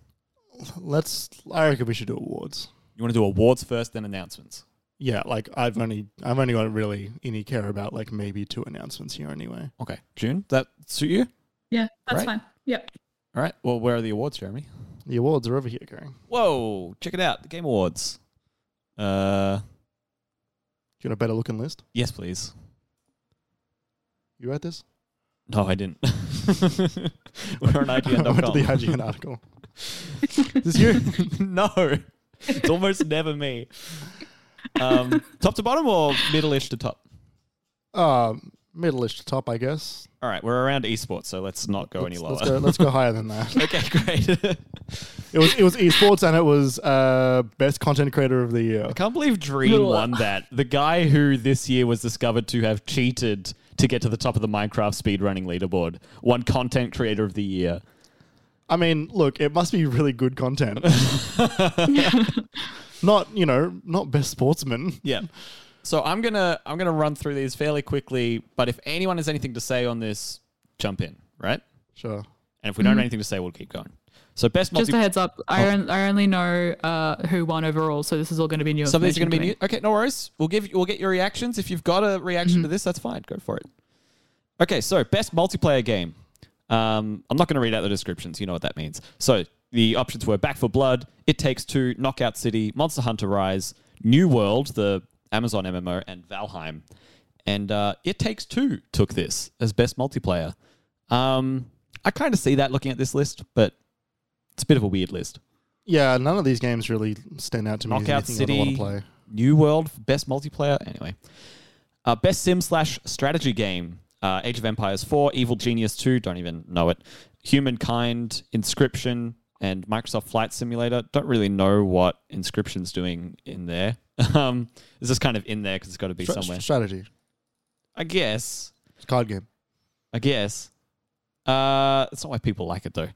S2: Let's. I reckon we should do awards.
S1: You want to do awards first, then announcements.
S2: Yeah, like I've only I've only got really any care about like maybe two announcements here anyway.
S1: Okay. June, that suit you?
S3: Yeah, that's
S1: Right.
S3: fine. Yep.
S1: All right. Well, where are the awards, Jeremy?
S2: The awards are over here, Gary.
S1: Whoa, check it out. The Game Awards. Uh,
S2: You got a better looking list?
S1: yes, please.
S2: You wrote this?
S1: No, I didn't. We're on
S2: I went to
S1: IGN.com.
S2: the IGN article.
S1: Is this you? no. It's almost never me. Um, top to bottom or middle ish to top?
S2: Um, middle-ish to top, I guess.
S1: All right, we're around esports, so let's not go any
S2: let's,
S1: lower.
S2: let's go, let's go higher than that.
S1: okay, great.
S2: It was it was esports and it was uh best content creator of the year.
S1: I can't believe Dream
S3: Middle-
S1: won that. The guy who this year was discovered to have cheated to get to the top of the Minecraft speedrunning leaderboard won Content Creator of the Year.
S2: I mean, look, it must be really good content. not you know, not best sportsman.
S1: Yeah. So I'm gonna I'm gonna run through these fairly quickly, but if anyone has anything to say on this, jump in, right?
S2: Sure.
S1: And if we don't have anything to say, we'll keep going. So best
S3: Mm-hmm. Just
S1: multi- Oh.
S3: a heads up, I, on- I only know uh, who won overall, so this is all going to be new.
S1: Some of these are
S3: information
S1: going to be
S3: me.
S1: new. Okay, no worries. We'll give you, we'll get your reactions. If you've got a reaction to this, that's fine. Go for it. Okay, so best multiplayer game. Um, I'm not going to read out the descriptions. You know what that means. So the options were Back for Blood, It Takes Two, Knockout City, Monster Hunter Rise, New World, the Amazon MMO, and Valheim. And uh, It Takes Two took this as best multiplayer. Um, I kind of see that looking at this list, but it's a bit of a weird list.
S2: Yeah, none of these games really stand out to me
S1: Knockout
S2: as anything I want
S1: City.
S2: to play.
S1: New World, best multiplayer. Anyway, uh, best sim slash strategy game: uh, Age of Empires Four, Evil Genius Two. Don't even know it. Humankind, Inscription, and Microsoft Flight Simulator. Don't really know what Inscription's doing in there. Um, is this kind of in there because it's got to be
S2: Stra-
S1: somewhere?
S2: Strategy.
S1: I guess.
S2: It's a card game.
S1: I guess. Uh, that's not why people like it though.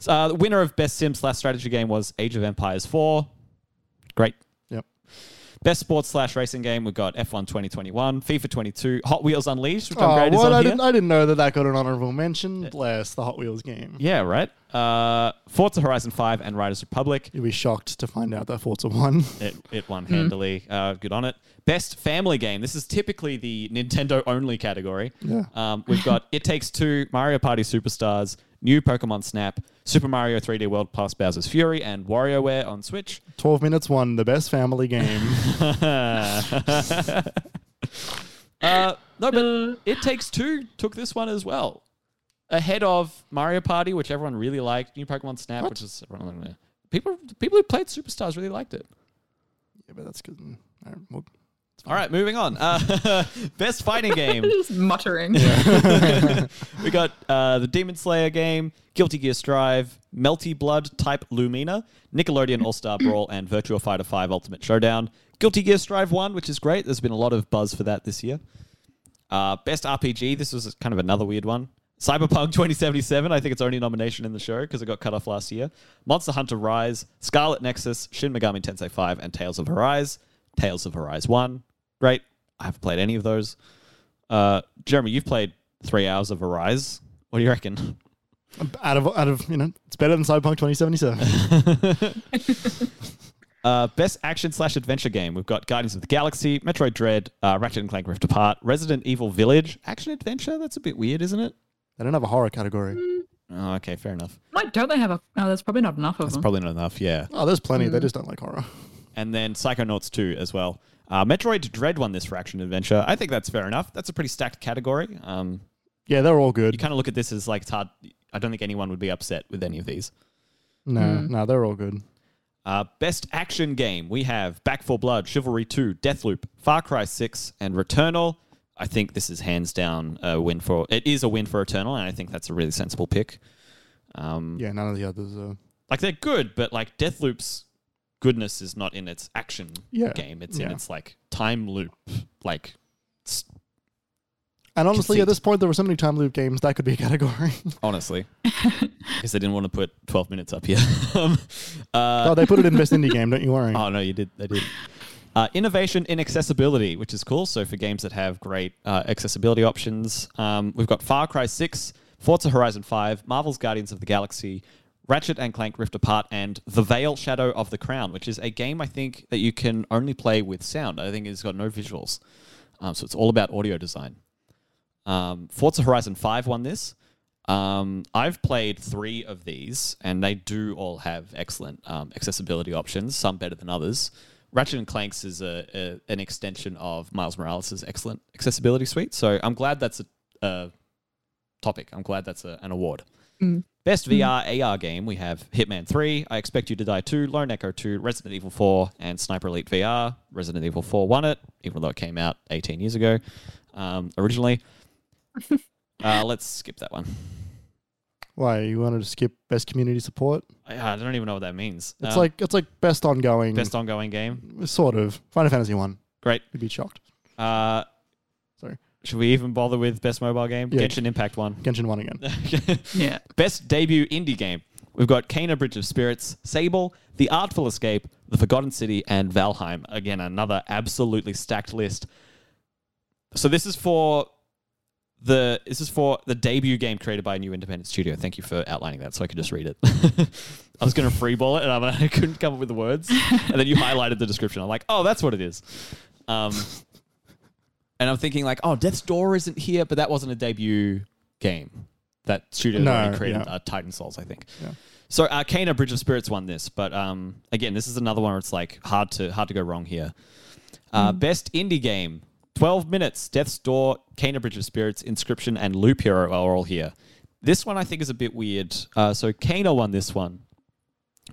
S1: So, uh, the winner of best sim slash strategy game was Age of Empires Four. Great.
S2: Yep.
S1: Best sports slash racing game, we've got F1 2021, FIFA 22, Hot Wheels Unleashed, which
S2: Oh,
S1: I'm great is
S2: what?
S1: on
S2: I
S1: here.
S2: didn't, I didn't know that that got an honorable mention. Bless the Hot Wheels game.
S1: Yeah, right. Uh, Forza Horizon 5 and Riders Republic.
S2: You'd be shocked to find out that Forza won.
S1: It, it won
S2: Hmm.
S1: handily. Uh, good on it. Best family game. This is typically the Nintendo only category.
S2: Yeah.
S1: Um, we've got It Takes Two, Mario Party Superstars, New Pokemon Snap, Super Mario 3D World plus Bowser's Fury, and WarioWare on Switch.
S2: 12 minutes won the best family game.
S1: uh, no, but It Takes Two took this one as well. Ahead of Mario Party, which everyone really liked, New Pokemon Snap, which is everyone, people people who played Superstars really liked it.
S2: yeah, but that's because.
S1: All right, moving on. Uh, best fighting game.
S3: Just muttering.
S1: we got uh, the Demon Slayer game, Guilty Gear Strive, Melty Blood Type Lumina, Nickelodeon All Star Brawl, and Virtua Fighter 5 Ultimate Showdown. Guilty Gear Strive 1, which is great. There's been a lot of buzz for that this year. Uh, best RPG. This was kind of another weird one. Cyberpunk 2077. I think it's only nomination in the show because it got cut off last year. Monster Hunter Rise, Scarlet Nexus, Shin Megami Tensei 5, and Tales of Arise. Tales of Arise 1. Great. I haven't played any of those. Uh, Jeremy, you've played three hours of Arise. What do you reckon?
S2: Out of out of you know, it's better than Cyberpunk 2077.
S1: Uh, best action slash adventure game. We've got Guardians of the Galaxy, Metroid Dread, uh, Ratchet and Clank Rift Apart, Resident Evil Village. Action adventure? That's a bit weird, isn't it?
S2: they don't have a horror category.
S1: Oh, okay, fair enough.
S3: Why don't they have a? Oh, there's probably not enough of
S1: That's
S3: them.
S1: probably not enough, yeah.
S2: Oh, there's plenty. They just don't like horror.
S1: And then Psychonauts 2 as well. Uh, Metroid Dread won this for action adventure. I think that's fair enough. That's a pretty stacked category. Um,
S2: Yeah, they're all
S1: you
S2: good.
S1: kind of look at this as like it's hard. I don't think anyone would be upset with any of these.
S2: No, no, they're all good.
S1: Uh, best action game we have Back for Blood, Chivalry 2, Deathloop, Far Cry 6, and Returnal. I think this is hands down a win for. It is a win for Eternal, and I think that's a really sensible pick. Um,
S2: Yeah, none of the others are.
S1: Like they're good, but like Deathloop's goodness is not in its action
S2: Yeah,
S1: game. It's in
S2: yeah.
S1: its like time loop, like
S2: And honestly,
S1: Conceit.
S2: at this point, there were so many time loop games that could be a category.
S1: honestly, because they didn't want to put twelve minutes up here. um, uh,
S2: oh, they put it in best indie game. Don't you worry.
S1: Oh no, you did. They did. Uh, innovation in accessibility, which is cool. So for games that have great uh, accessibility options, um, we've got Far Cry Six, Forza Horizon Five, Marvel's Guardians of the Galaxy, Ratchet and Clank Rift Apart, and The Veil: Shadow of the Crown, which is a game I think that you can only play with sound. I think it's got no visuals, um, so it's all about audio design. Um, Forza Horizon 5 won this. Um, I've played three of these, and they do all have excellent um, accessibility options, some better than others. Ratchet and Clank's is a, a, an extension of Miles Morales' excellent accessibility suite, so I'm glad that's a, a topic. I'm glad that's a, an award. Best VR AR game we have Hitman 3, I Expect You to Die 2, Lone Echo 2, Resident Evil 4, and Sniper Elite VR. Resident Evil 4 won it, even though it came out 18 years ago um, originally. Uh, let's skip that one.
S2: Why you wanted to skip best community support?
S1: I, I don't even know what that means.
S2: It's
S1: Um,
S2: like it's like best ongoing,
S1: best ongoing game.
S2: sort of. Final Fantasy one.
S1: Great.
S2: You'd be shocked.
S1: Uh,
S2: Sorry.
S1: Should we even bother with best mobile game?
S2: Yeah.
S1: Genshin Impact one.
S2: Genshin one again.
S3: Yeah.
S1: best debut indie game. We've got Kena Bridge of Spirits, Sable, The Artful Escape, The Forgotten City, and Valheim. Again, another absolutely stacked list. So this is for the this is for the debut game created by a new independent studio. Thank you for outlining that, so I could just read it. I was going to freeball it, and I'm- I couldn't come up with the words. And then you highlighted the description. I'm like, oh, that's what it is. Um, and I'm thinking like, oh, Death's Door isn't here, but that wasn't a debut game. That studio that
S2: No,
S1: already created
S2: yeah.
S1: uh, Titan Souls, I think.
S2: Yeah.
S1: So Arcana Bridge of Spirits won this, but um, again, this is another one where it's like hard to hard to go wrong here. Uh, Best indie game. 12 minutes, Death's Door, Cana Bridge of Spirits, Inscription, and Loop Hero are all here. This one I think is a bit weird. Uh, so Cana won this one,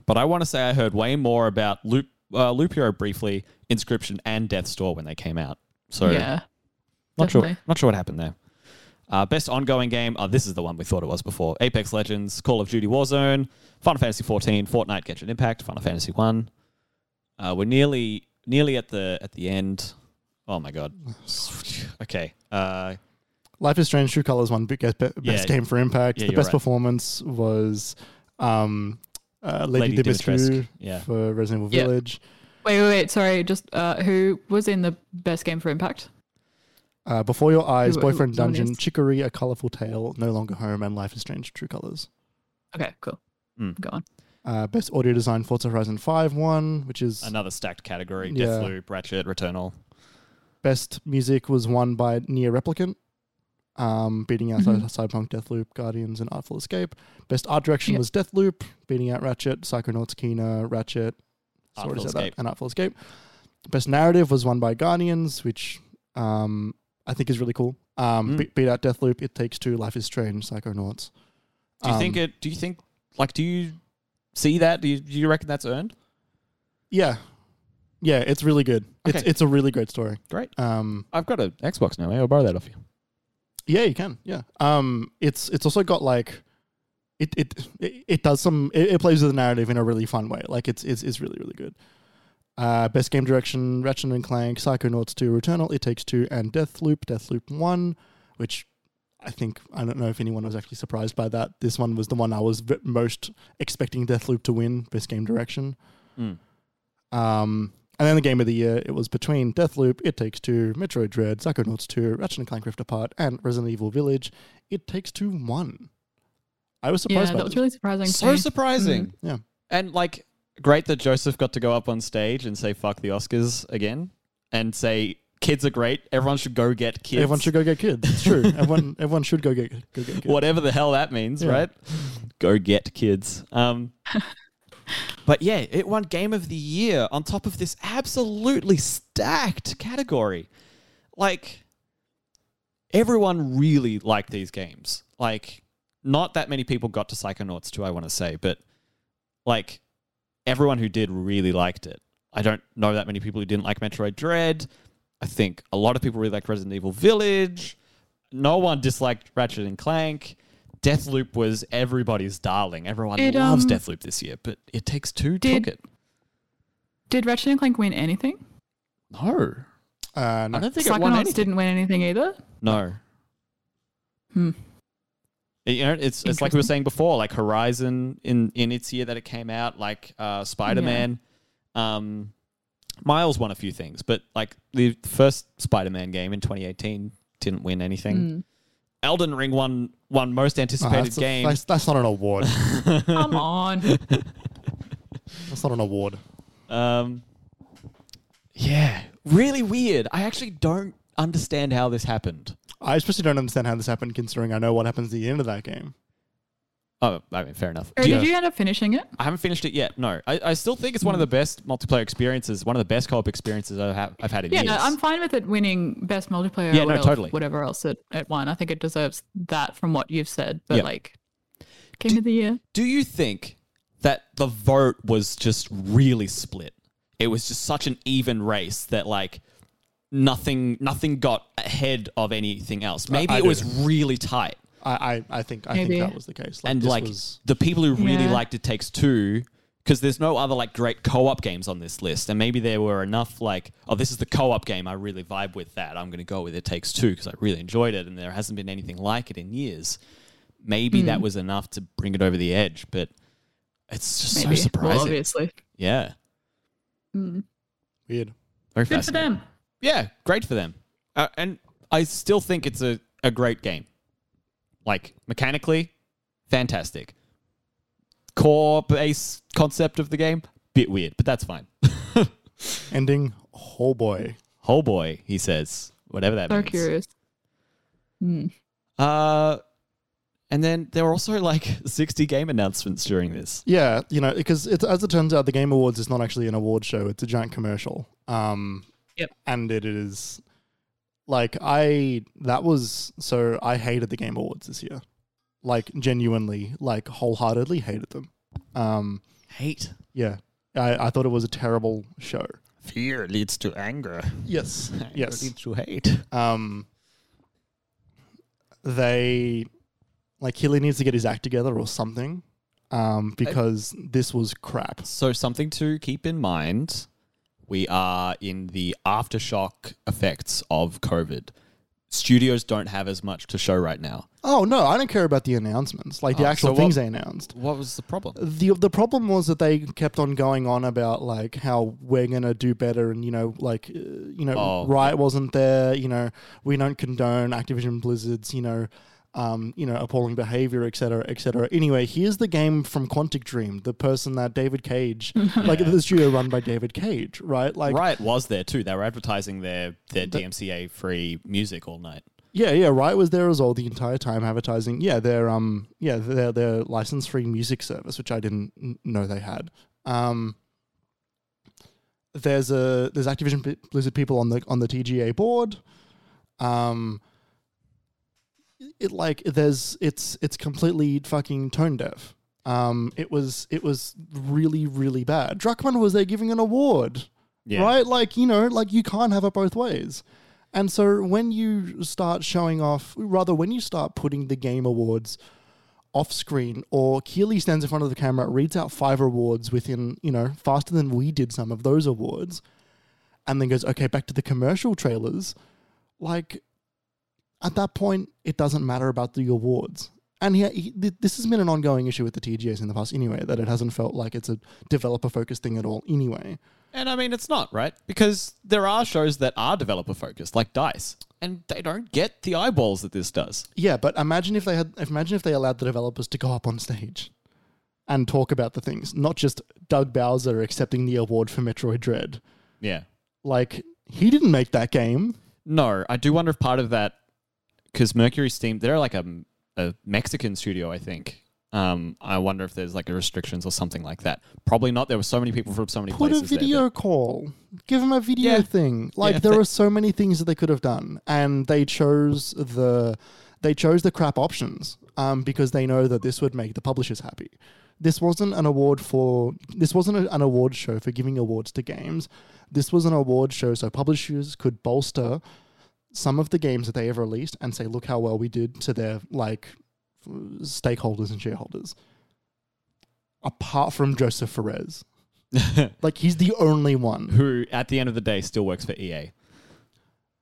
S1: but I want to say I heard way more about Loop, uh, Loop Hero briefly, Inscription, and Death's Door when they came out. So
S3: Yeah.
S1: not sure,
S3: definitely.
S1: not sure what happened there. Uh, best ongoing game. Oh, this is the one we thought it was before. Apex Legends, Call of Duty Warzone, Final Fantasy 14, Fortnite, Genshin Impact, Final Fantasy 1. Uh, we're nearly nearly at the at the end. Oh my god. okay. Uh,
S2: Life is Strange True Colors won big- best, best
S1: Yeah.
S2: game for impact.
S1: Yeah,
S2: the
S1: you're
S2: best
S1: right.
S2: performance was um, uh, Lady,
S1: Lady
S2: Dimitrescu
S1: Dimitrescu, yeah.
S2: for Resident Evil
S3: Yeah.
S2: Village.
S3: Wait, wait, wait. Sorry. Just uh, who was in the best game for Impact?
S2: Uh, Before Your Eyes,
S3: Who- who-
S2: Boyfriend
S3: who
S2: Dungeon,
S3: is-
S2: Chicory, A Colorful Tale, No Longer Home, and Life is Strange True Colors.
S3: Okay. Cool.
S1: Mm.
S3: Go on.
S2: Uh, best audio design, Forza Horizon 5 won, which is
S1: another stacked category.
S2: Yeah.
S1: Deathloop, Ratchet, Returnal.
S2: best music was won by Near Replicant, um, beating out
S3: Mhm.
S2: Cyberpunk, Deathloop, Guardians, and Artful Escape. Best art direction
S3: Yeah.
S2: was Deathloop, beating out Ratchet, Psychonauts, Kena, Ratchet, sorry
S1: Artful
S2: to say that,
S1: Escape.
S2: and Artful Escape. Best narrative was won by Guardians, which um, I think is really cool. Um,
S1: Mm.
S2: be- beat out Deathloop, It Takes Two, Life is Strange, Psychonauts.
S1: Do you think
S2: Um,
S1: it do you think like do you see that? Do you, do you reckon that's earned?
S2: Yeah, yeah, it's really good. It's
S1: Okay.
S2: it's a really great story.
S1: Great.
S2: Um,
S1: I've got an Xbox now. Maybe I'll borrow that off you.
S2: Yeah, you can. Yeah. Um, it's it's also got like, it it it, it does some. It, it plays with the narrative in a really fun way. Like it's it's it's really really good. Uh, best game direction: Ratchet and Clank, Psychonauts 2, Returnal, It Takes Two, and Deathloop. Deathloop one, which I think I don't know if anyone was actually surprised by that. This one was the one I was v- most expecting Deathloop to win best game direction.
S1: Mm.
S2: Um, and then the game of the year, it was between Deathloop, It Takes Two, Metroid Dread, Psychonauts 2, Ratchet and Clank Rift Apart, and Resident Evil Village. It Takes Two won. I was
S3: yeah,
S2: surprised by
S3: that
S2: this.
S3: was really surprising.
S1: So
S3: too.
S1: surprising.
S2: Mm-hmm. Yeah.
S1: And like, great that Joseph got to go up on stage and say "fuck the Oscars" again, and say kids are great. Everyone should go get kids.
S2: Everyone should go get kids. It's true. everyone, everyone should go get go get kids.
S1: whatever the hell that means,
S2: Yeah.
S1: right? Go get kids. Um, but yeah, it won Game of the Year on top of this absolutely stacked category. Like, everyone really liked these games. Like, not that many people got to Psychonauts 2, I want to say, but like, everyone who did really liked it. I don't know that many people who didn't like Metroid Dread. I think a lot of people really liked Resident Evil Village no one disliked Ratchet and Clank. Deathloop was everybody's darling. Everyone
S3: It,
S1: loves
S3: um,
S1: Deathloop this year, but it takes two
S3: did-
S1: took it.
S3: Did Ratchet and Clank win anything?
S1: No.
S2: Uh, no.
S1: I don't think it won
S3: Psychonauts
S1: anything.
S3: didn't win anything either.
S1: No.
S3: Hmm.
S1: It- You know, it's it's like we were
S3: Interesting.
S1: saying before, like Horizon in in its year that it came out, like uh, Spider Man. Um, Miles won a few things, but like the first Spider Man game in 2018 didn't win anything.
S3: Mm.
S1: Elden Ring won won most
S2: Ah,
S1: anticipated
S2: that's, a-
S1: game.
S2: that's, that's not an award.
S3: Come on.
S2: That's not an award.
S1: Um, yeah, really weird. I actually don't understand how this happened.
S2: I especially don't understand how this happened, considering I know what happens at the end of that game.
S1: Oh, I mean, fair enough.
S3: Or
S1: Do you-
S3: did you end up finishing it?
S1: I haven't finished it yet. No, I, I still think it's one of the best multiplayer experiences, one of the best co-op experiences I've, ha- I've had in
S3: Yeah,
S1: years.
S3: no, I'm fine with it winning best multiplayer.
S1: Yeah, no,
S3: or whatever,
S1: totally.
S3: Whatever else it, it won, I think it deserves that from what you've said. But
S1: Yeah.
S3: like, game of the year.
S1: Do you think that the vote was just really split? It was just such an even race that like nothing nothing got ahead of anything else. Maybe
S2: I
S1: it
S2: do.
S1: was really tight.
S2: I, I, I think I
S3: Maybe.
S2: think that was the case.
S1: and
S2: this
S1: like
S2: was-
S1: the people who really
S3: Yeah.
S1: liked it takes two because there's no other like great co-op games on this list and maybe there were enough like oh this is the co-op game i really vibe with that i'm going to go with it takes two because i really enjoyed it and there hasn't been anything like it in years maybe
S3: Hmm.
S1: that was enough to bring it over the edge but it's just
S3: Maybe.
S1: so
S3: Well,
S1: surprising
S3: obviously.
S1: yeah
S3: Mm.
S2: weird.
S1: very
S3: Good for
S1: fascinating
S3: them.
S1: yeah, great for them. Uh, and I still think it's a, a great game. Like, mechanically, fantastic. Core base concept of the game, bit weird, but that's fine.
S2: Ending, oh boy.
S1: Whole boy, he says, whatever that
S3: So
S1: means.
S3: curious. Mm.
S1: Uh, and then there were also like 60 game announcements during this.
S2: Yeah, you know, because it's, as it turns out, the Game Awards is not actually an award show; it's a giant commercial. Um,
S3: Yep.
S2: And it is like I that was so I hated the Game Awards this year, like genuinely, like wholeheartedly hated them. Um,
S1: Hate.
S2: yeah, I, I thought it was a terrible show.
S1: Fear leads to anger.
S2: Yes, yes.
S1: to hate.
S2: Um, they like Hilly needs to get his act together or something, um, because this was crap.
S1: So something to keep in mind: we are in the aftershock effects of COVID. Studios don't have as much to show right now.
S2: Oh no, I don't care about the announcements, like the
S1: Oh,
S2: actual
S1: so what-
S2: things they announced.
S1: What was the problem?
S2: The the problem was that they kept on going on about like how we're gonna do better, and you know, like uh, you know,
S1: Oh.
S2: Riot wasn't there. You know, we don't condone Activision Blizzard's you know, um, you know, appalling behavior, etc., cetera, etc. Cetera. Anyway, here's the game from Quantic Dream, the person that David Cage, like the studio run by David Cage, right? Like,
S1: Riot was there too. They were advertising their their DMCA free music all night.
S2: Yeah, yeah, Riot was there as well the entire time advertising. Yeah, their um, yeah, their their license free music service, which I didn't n- know they had. Um, there's a there's Activision Bl- Blizzard people on the on the TGA board. Um, it like there's it's it's completely fucking tone deaf. Um, it was it was really really bad. Druckmann was there giving an award
S1: Yeah.
S2: right? Like you know, like you can't have it both ways. And so when you start showing off, rather when you start putting the game awards off screen or Keeley stands in front of the camera, reads out five awards within, you know, faster than we did some of those awards, and then goes, okay, back to the commercial trailers. Like, at that point, it doesn't matter about the awards. And he, he, th- this has been an ongoing issue with the TGAs in the past anyway, that it hasn't felt like it's a developer focused thing at all anyway.
S1: And I mean, it's not, right? Because there are shows that are developer focused, like Dice, and they don't get the eyeballs that this does.
S2: Yeah, but imagine if they had imagine if they allowed the developers to go up on stage and talk about the things, not just Doug Bowser accepting the award for Metroid Dread.
S1: Yeah.
S2: Like he didn't make that game.
S1: No, I do wonder if part of that, because Mercury Steam, they're like a, a Mexican studio, I think. Um, I wonder if there's like a restrictions or something like that. Probably not. There were so many people from so many
S2: Put a
S1: places. there that-
S2: video call. Give him a video
S1: Yeah.
S2: thing. Like
S1: if
S2: there
S1: they-
S2: are so many things that they could have done, and they chose the they chose the crap options um, because they know that this would make the publishers happy. This wasn't an award for this wasn't a- an award show for giving awards to games. This was an award show so publishers could bolster some of the games that they have released and say, look how well we did to their like f- stakeholders and shareholders. Apart from Joseph Ferrez. Like he's the only one.
S1: who at the end of the day still works for E EA.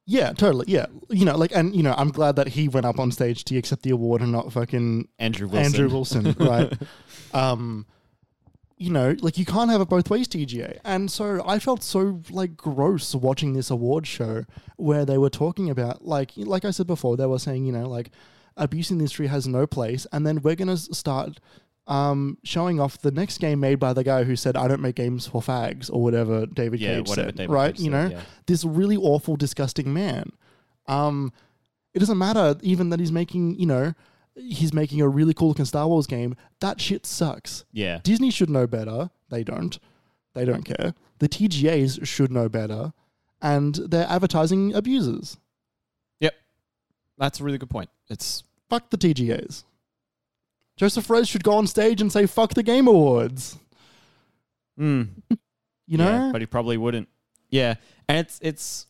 S2: Yeah, totally. Yeah, you know, like, and you know, I'm glad that he went up on stage to accept the award and not fucking
S1: Andrew Wilson.
S2: Andrew Wilson, right? um, you know, like you can't have it both ways, TGA. And so I felt so like gross watching this award show where they were talking about like, like I said before, they were saying, you know, like abuse in the industry has no place, and then we're gonna s- start um, showing off the next game made by the guy who said, "I don't make games for fags" or whatever David
S1: Yeah,
S2: Cage
S1: whatever
S2: said,
S1: David
S2: right?
S1: Cage
S2: you
S1: said,
S2: know,
S1: yeah.
S2: this really awful, disgusting man. Um, it doesn't matter even that he's making, you know, he's making a really cool looking Star Wars game. That shit sucks.
S1: Yeah.
S2: Disney should know better. They don't. They don't care. The TGAs should know better, and they're advertising abusers.
S1: Yep. That's a really good point. It's
S2: Fuck the TGAs. Joseph Rez should go on stage and say "fuck the Game Awards."
S1: mm,
S2: You know,
S1: Yeah, but he probably wouldn't. Yeah, and it's it's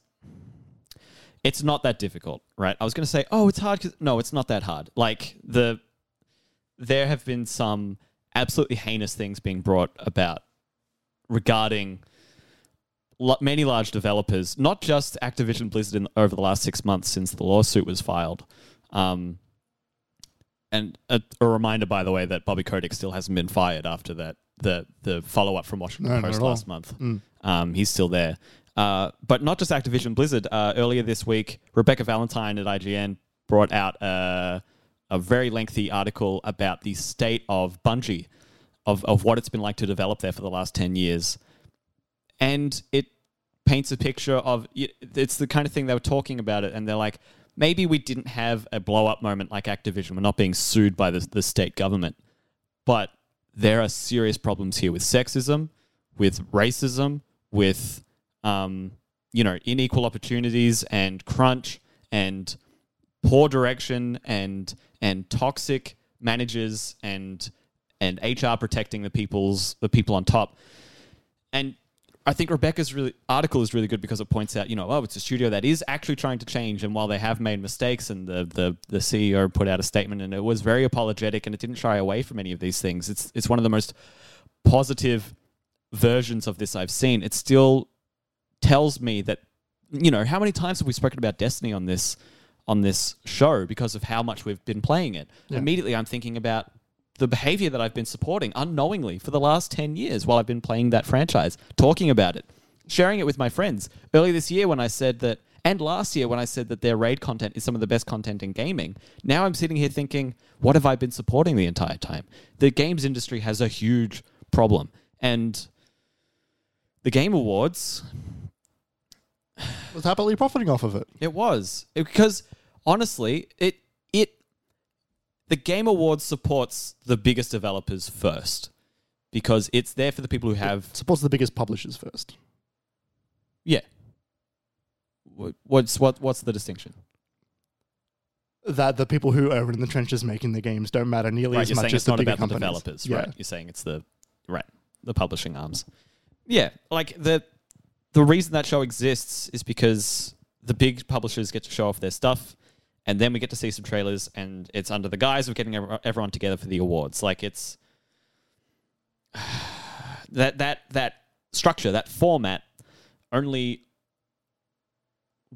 S1: it's not that difficult, right? I was going to say, oh, it's hard. 'cause-" no, it's not that hard. Like the there have been some absolutely heinous things being brought about regarding lo- many large developers, not just Activision Blizzard in, over the last six months since the lawsuit was filed. Um, and a, a reminder, by the way, that Bobby Kotick still hasn't been fired after that the the follow up from Washington
S2: No, not
S1: Post
S2: at all. Mm.
S1: last month. Um, he's still there. Uh, but not just Activision Blizzard. Uh, earlier this week, Rebecca Valentine at IGN brought out a, a very lengthy article about the state of Bungie, of, of what it's been like to develop there for the last 10 years. And it paints a picture of y- it's the kind of thing they were talking about it, and they're like, maybe we didn't have a blow up moment like Activision. We're not being sued by the, the state government but there are serious problems here with sexism, with racism, with um, you know unequal opportunities and crunch and poor direction and and toxic managers and and HR protecting the people's the people on top. And I think Rebecca's really article is really good because it points out, you know, oh, it's a studio that is actually trying to change, and while they have made mistakes, and the the, the CEO put out a statement, and it was very apologetic, and it didn't shy away from any of these things. It's it's one of the most positive versions of this I've seen. It still tells me that, you know, how many times have we spoken about Destiny on this on this show because of how much we've been playing it? Immediately, I'm thinking about the behavior that I've been supporting unknowingly for the last 10 years while I've been playing that franchise, talking about it, sharing it with my friends. Early this year, when I said that, and last year, when I said that their raid content is some of the best content in gaming, now I'm sitting here thinking, what have I been supporting the entire time? The games industry has a huge problem. And the Game Awards,
S2: was happily profiting off of it.
S1: it was It- because honestly, it it the Game Awards supports the biggest developers first because it's there for the people who have
S2: Supports the biggest publishers first.
S1: yeah. Wha- What's what what's the distinction?
S2: That the people who are in the trenches making the games don't matter nearly
S1: Right,
S2: as
S1: you're
S2: much
S1: saying
S2: as
S1: it's
S2: the
S1: not
S2: bigger
S1: about the
S2: companies.
S1: developers,
S2: yeah.
S1: right? You're saying it's the right the publishing arms. Yeah, like the the reason that show exists is because the big publishers get to show off their stuff, and then we get to see some trailers, and it's under the guise of getting ev- everyone together for the awards. Like it's that that that structure, that format, only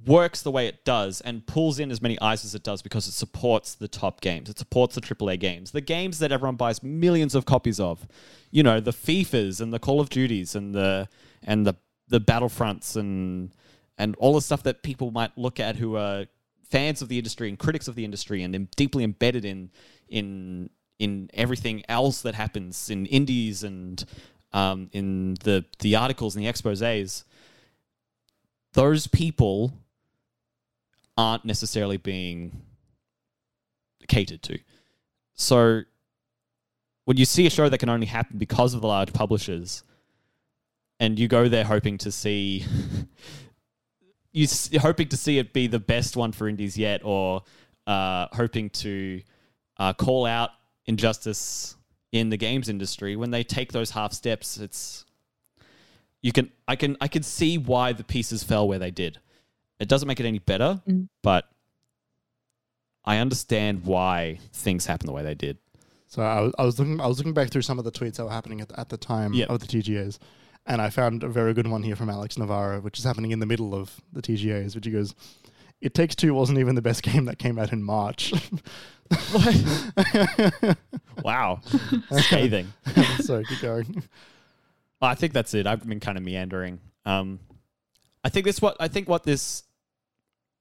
S1: works the way it does and pulls in as many eyes as it does because it supports the top games. It supports the AAA games, the games that everyone buys millions of copies of. You know, the FIFAs and the Call of Duties and the and the the Battlefronts and and all the stuff that people might look at who are fans of the industry and critics of the industry and em- deeply embedded in in in everything else that happens in indies and um, in the the articles and the exposés those people aren't necessarily being catered to. So when you see a show that can only happen because of the large publishers, and you go there hoping to see, you s- you're hoping to see it be the best one for indies yet, or uh, hoping to uh, call out injustice in the games industry. When they take those half steps, it's you can I can I can see why the pieces fell where they did. It doesn't make it any better,
S3: Mm.
S1: but I understand why things happen the way they did.
S2: So I was, I was looking I was looking back through some of the tweets that were happening at, at the time
S1: Yep.
S2: of the TGAs, and I found a very good one here from Alex Navarro, which is happening in the middle of the TGAs, which he goes, "It Takes Two wasn't even the best game that came out in March."
S1: Wow, scathing.
S2: so keep going.
S1: I think that's it. I've been kind of meandering. Um, I think this what I think what this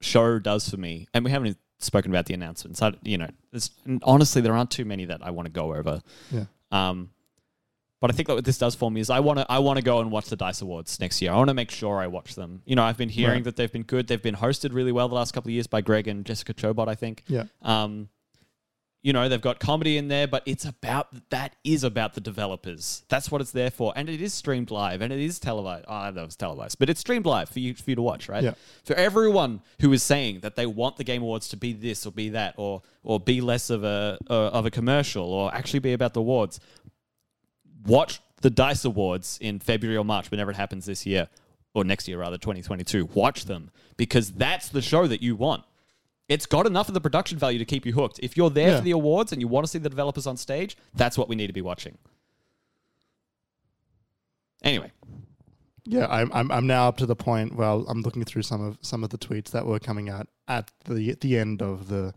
S1: show does for me, and we haven't even spoken about the announcements. I, you know, it's, and honestly, there aren't too many that I want to go over.
S2: Yeah.
S1: Um, but I think that what this does for me is I want to I want to go and watch the Dice Awards next year. I want to make sure I watch them. You know, I've been hearing
S2: Right.
S1: that they've been good. They've been hosted really well the last couple of years by Greg and Jessica Chobot, I think.
S2: Yeah.
S1: Um, you know, they've got comedy in there, but it's about that is about the developers. That's what it's there for, and it is streamed live, and it is televised. Oh, I don't know if it's televised, but it's streamed live for you for you to watch, right?
S2: Yeah.
S1: For everyone who is saying that they want the Game Awards to be this or be that or or be less of a uh, of a commercial or actually be about the awards, watch the Dice Awards in February or March, whenever it happens this year or next year, rather 2022. Watch them because that's the show that you want. It's got enough of the production value to keep you hooked. If you're there
S2: Yeah.
S1: for the awards and you want to see the developers on stage, that's what we need to be watching. Anyway,
S2: Yeah, I'm, I'm I'm now up to the point where I'm looking through some of some of the tweets that were coming out at the at the end of the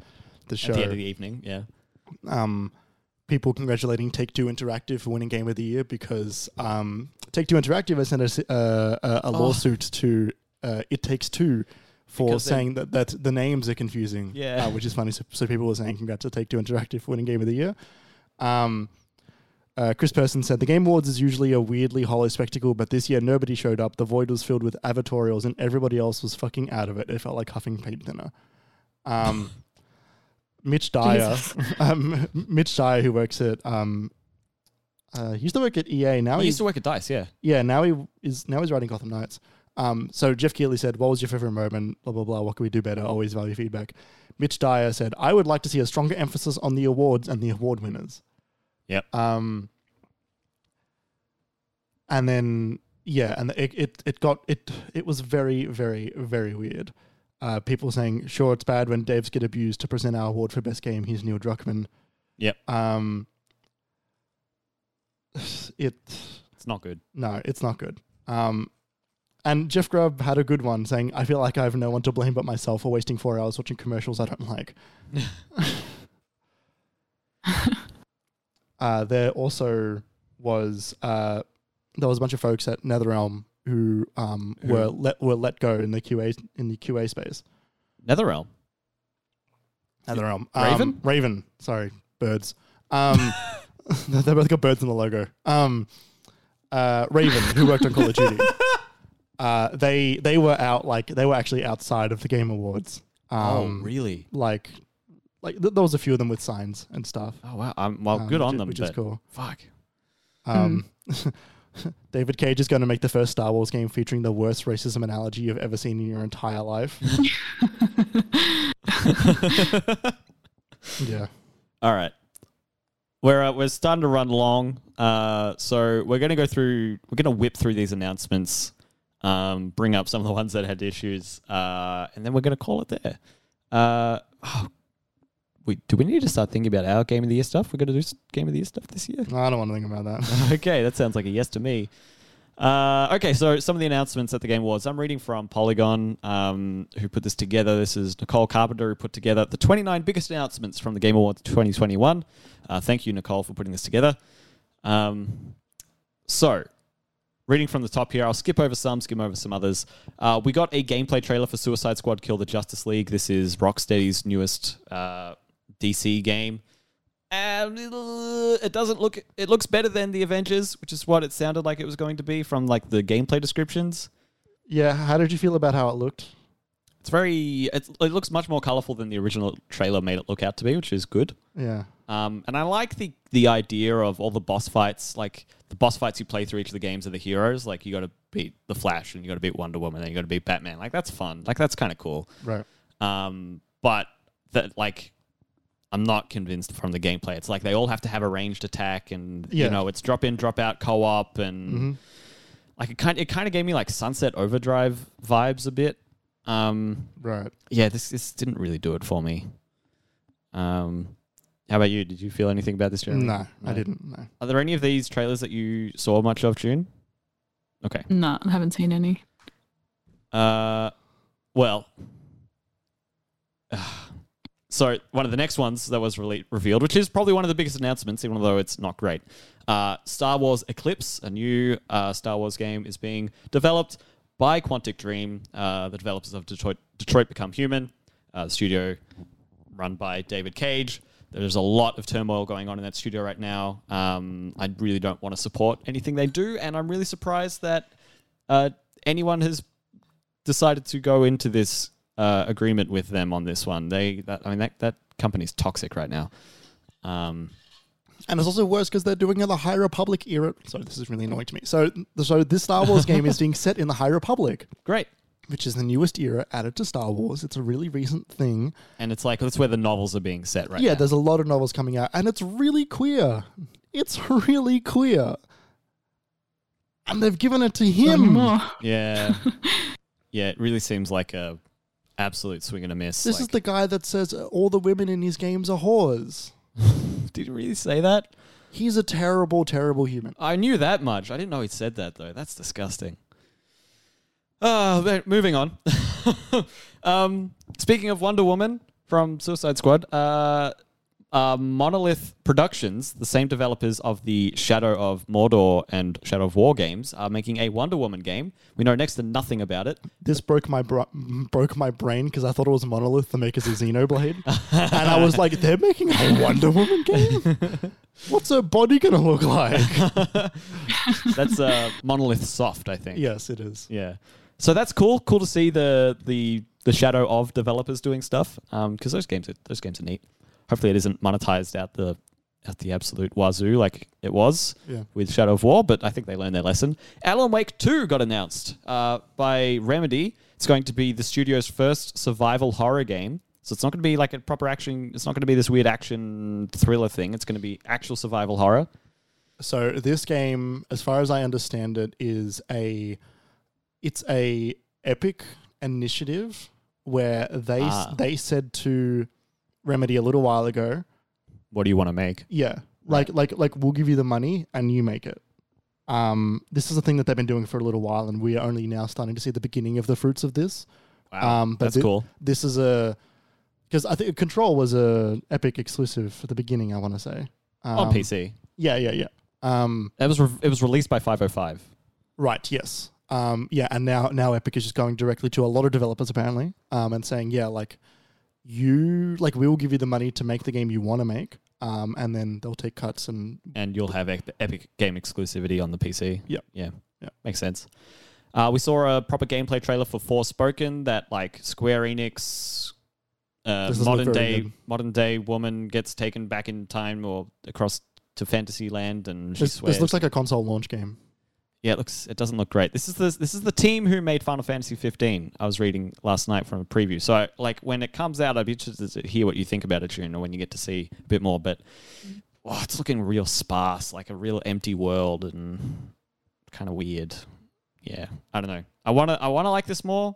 S2: the show.
S1: at the end of the evening, yeah.
S2: um, people congratulating Take Two Interactive for winning Game of the Year because um, Take Two Interactive has sent us uh, a,
S1: Oh.
S2: a lawsuit to uh, It Takes Two for
S1: Because they-
S2: saying that, that the names are confusing,
S1: Yeah.
S2: uh, which is funny. So, so people were saying congrats to Take Two Interactive for winning Game of the Year. Um, uh, Chris Person said the Game Awards is usually a weirdly hollow spectacle, but this year nobody showed up. The void was filled with avatorials, and everybody else was fucking out of it. It felt like huffing paint thinner. Um, Mitch Dyer,
S3: Jesus.
S2: um, Mitch Dyer, who works at um, uh, he used to work at EA. Now
S1: I used
S2: he's
S1: to work at Dice, yeah.
S2: yeah. Now he is now he's writing Gotham Knights. Um, so Jeff Keighley said, "What was your favorite moment? Blah blah blah. What can we do better? Always value feedback." Mitch Dyer said, "I would like to see a stronger emphasis on the awards and the award winners."
S1: Yep.
S2: Um, and then yeah, and it, it it got it it was very very very weird. Uh, people saying, "Sure, it's bad when devs get abused." To present our award for best game, he's Neil Druckmann.
S1: Yep.
S2: Um, it
S1: It's not good.
S2: no, it's not good. Um, and Jeff Grubb had a good one saying, "I feel like I have no one to blame but myself for wasting four hours watching commercials I don't like." uh, there also was uh, there was a bunch of folks at NetherRealm who um,
S1: Who?
S2: were let were let go in the QA in the QA space.
S1: NetherRealm.
S2: NetherRealm, um,
S1: Raven?
S2: Raven, sorry, birds. Um, they both got birds in the logo. Um, uh, Raven, who worked on Call of Duty, uh, they they were out like they were actually outside of the Game Awards. Um,
S1: Oh, really?
S2: Like, like th- there was a few of them with signs and stuff.
S1: Oh, wow. Um, well,
S2: um,
S1: good
S2: which
S1: on
S2: is-
S1: them.
S2: which is
S1: but Hmm.
S2: cool.
S1: Fuck.
S2: Um, David Cage is going to make the first Star Wars game featuring the worst racism analogy you've ever seen in your entire life. yeah.
S1: All right. We're, uh, we're starting to run long. Uh, so we're going to go through, we're going to whip through these announcements, um, bring up some of the ones that had issues, uh, and then we're going to call it there. Uh, oh, we do we need to start thinking about our game of the year stuff? We're going to do s- game of the year stuff this year.
S2: No, I don't want to think about that.
S1: okay, that sounds like a yes to me. Uh, okay, so some of the announcements at the Game Awards. I'm reading from Polygon, um, who put this together. This is Nicole Carpenter, who put together the 29 biggest announcements from the Game Awards 2021. Uh, thank you, Nicole, for putting this together. Um, so, reading from the top here, I'll skip over some, skim over some others. Uh, we got a gameplay trailer for Suicide Squad Kill the Justice League. This is Rocksteady's newest uh, DC game. Um, it doesn't look. It looks better than the Avengers, which is what it sounded like it was going to be from like the gameplay descriptions.
S2: yeah, how did you feel about how it looked?
S1: It's very. It's, it looks much more colorful than the original trailer made it look out to be, which is good.
S2: Yeah.
S1: Um, and I like the the idea of all the boss fights, like the boss fights you play through each of the games are the heroes. Like you got to beat the Flash, and you got to beat Wonder Woman, and you got to beat Batman. Like that's fun. Like that's kind of cool.
S2: Right.
S1: Um, but that like I'm not convinced from the gameplay. It's like they all have to have a ranged attack, and
S2: Yeah. Mm-hmm.
S1: you know it's drop in, drop out, co op,
S2: Mm.
S1: and like it kind it kind of gave me like Sunset Overdrive vibes a bit. Um,
S2: Right.
S1: yeah, this this didn't really do it for me. Um, how about you? Did you feel anything about this, Jeremy?
S2: No, I
S1: No.
S2: didn't. No.
S1: Are there any of these trailers that you saw much of, June? Okay.
S3: No, I haven't seen any.
S1: Uh, well, so one of the next ones that was rele revealed, which is probably one of the biggest announcements, even though it's not great. Uh, Star Wars Eclipse, a new uh, Star Wars game, is being developed by Quantic Dream, uh, the developers of Detroit, Detroit Become Human, uh, the studio run by David Cage. There's a lot of turmoil going on in that studio right now. Um, I really don't want to support anything they do, and I'm really surprised that uh, anyone has decided to go into this uh, agreement with them on this one. They, that, I mean, that that company's toxic right now. Um,
S2: And it's also worse because they're doing it in the High Republic era. Sorry, this is really annoying to me. So, so this Star Wars game is being set in the High Republic,
S1: great,
S2: which is the newest era added to Star Wars. It's a really recent thing.
S1: and it's like that's where the novels are being set right
S2: yeah,
S1: now.
S2: there's a lot of novels coming out, and it's really queer. It's really queer. And they've given it to
S1: Hmm.
S3: Not
S2: him.
S3: anymore.
S1: Yeah, yeah, it really seems like a absolute swing and a miss.
S2: This is the guy that says uh, all the women in his games are whores.
S1: the. Did you really say that?
S2: He's a terrible, terrible human.
S1: I knew that much. I didn't know he said that though. That's disgusting. Uh, but moving on. um, speaking of Wonder Woman from Suicide Squad, uh, uh, Monolith Productions, the same developers of the Shadow of Mordor and Shadow of War games, are making a Wonder Woman game. We know next to nothing about it.
S2: This broke my bro- m- broke my brain because I thought it was Monolith, the makers of Xenoblade, and I was like, they're making a Wonder Woman game. What's her body gonna look like?
S1: That's uh, Monolith Soft, I think.
S2: yes, it is.
S1: Yeah. So that's cool. Cool to see the the the shadow of developers doing stuff because those games are, those games are neat. Hopefully, it isn't monetized out the out the absolute wazoo like it was
S2: Yeah.
S1: with Shadow of War, but I think they learned their lesson. Alan Wake 2 got announced uh, by Remedy. It's going to be the studio's first survival horror game. So it's not going to be like a proper action. It's not going to be this weird action thriller thing. It's going to be actual survival horror.
S2: So this game, as far as I understand it, is a it's a epic initiative where they s-
S1: Ah.
S2: they said to Remedy a little while ago,
S1: What do you want to make?
S2: yeah, like like like we'll give you the money and you make it. Um, this is a thing that they've been doing for a little while, and we are only now starting to see the beginning of the fruits of this.
S1: Wow,
S2: Um, but
S1: that's
S2: thi-
S1: cool.
S2: This is a because I think Control was a Epic exclusive at the beginning. I want to say um,
S1: On PC,
S2: Yeah, yeah, yeah. Um,
S1: that was re- it was released by 505.
S2: Right. Yes. Um, yeah. And now, now Epic is just going directly to a lot of developers apparently, um, and saying, yeah, like you, like we will give you the money to make the game you want to make, um, and then they'll take cuts and
S1: and you'll have ep- epic game exclusivity on the PC.
S2: Yep.
S1: Yeah.
S2: Yep.
S1: Makes sense. Uh, we saw a proper gameplay trailer for Forspoken that like Square Enix uh,
S2: This doesn't look
S1: modern
S2: very
S1: day
S2: good.
S1: modern day woman gets taken back in time or across to fantasy land and she
S2: this,
S1: swears.
S2: this looks like a console launch game.
S1: yeah, it looks it doesn't look great. This is the this is the team who made Final Fantasy 15. I was reading last night from a preview. So like when it comes out, I'd be interested to hear what you think about it, June, or when you get to see a bit more. But oh, it's looking real sparse, like a real empty world and kind of weird. Yeah, I don't know. I wanna I wanna like this more,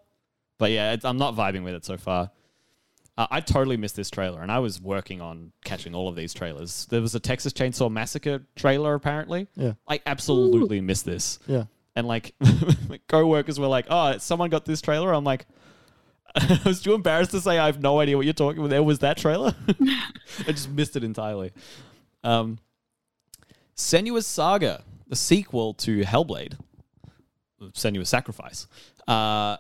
S1: but yeah, it's, I'm not vibing with it so far. Uh, I totally missed this trailer, and I was working on catching all of these trailers. There was a Texas Chainsaw Massacre trailer, apparently.
S2: Yeah.
S1: I absolutely missed this.
S2: Yeah.
S1: And like, my co-workers were like, "Oh, someone got this trailer." I'm like, I was too embarrassed to say I have no idea what you're talking about. There was that trailer. I just missed it entirely. Um, Senua's Saga, the sequel to Hellblade, Senua's Sacrifice. Uh,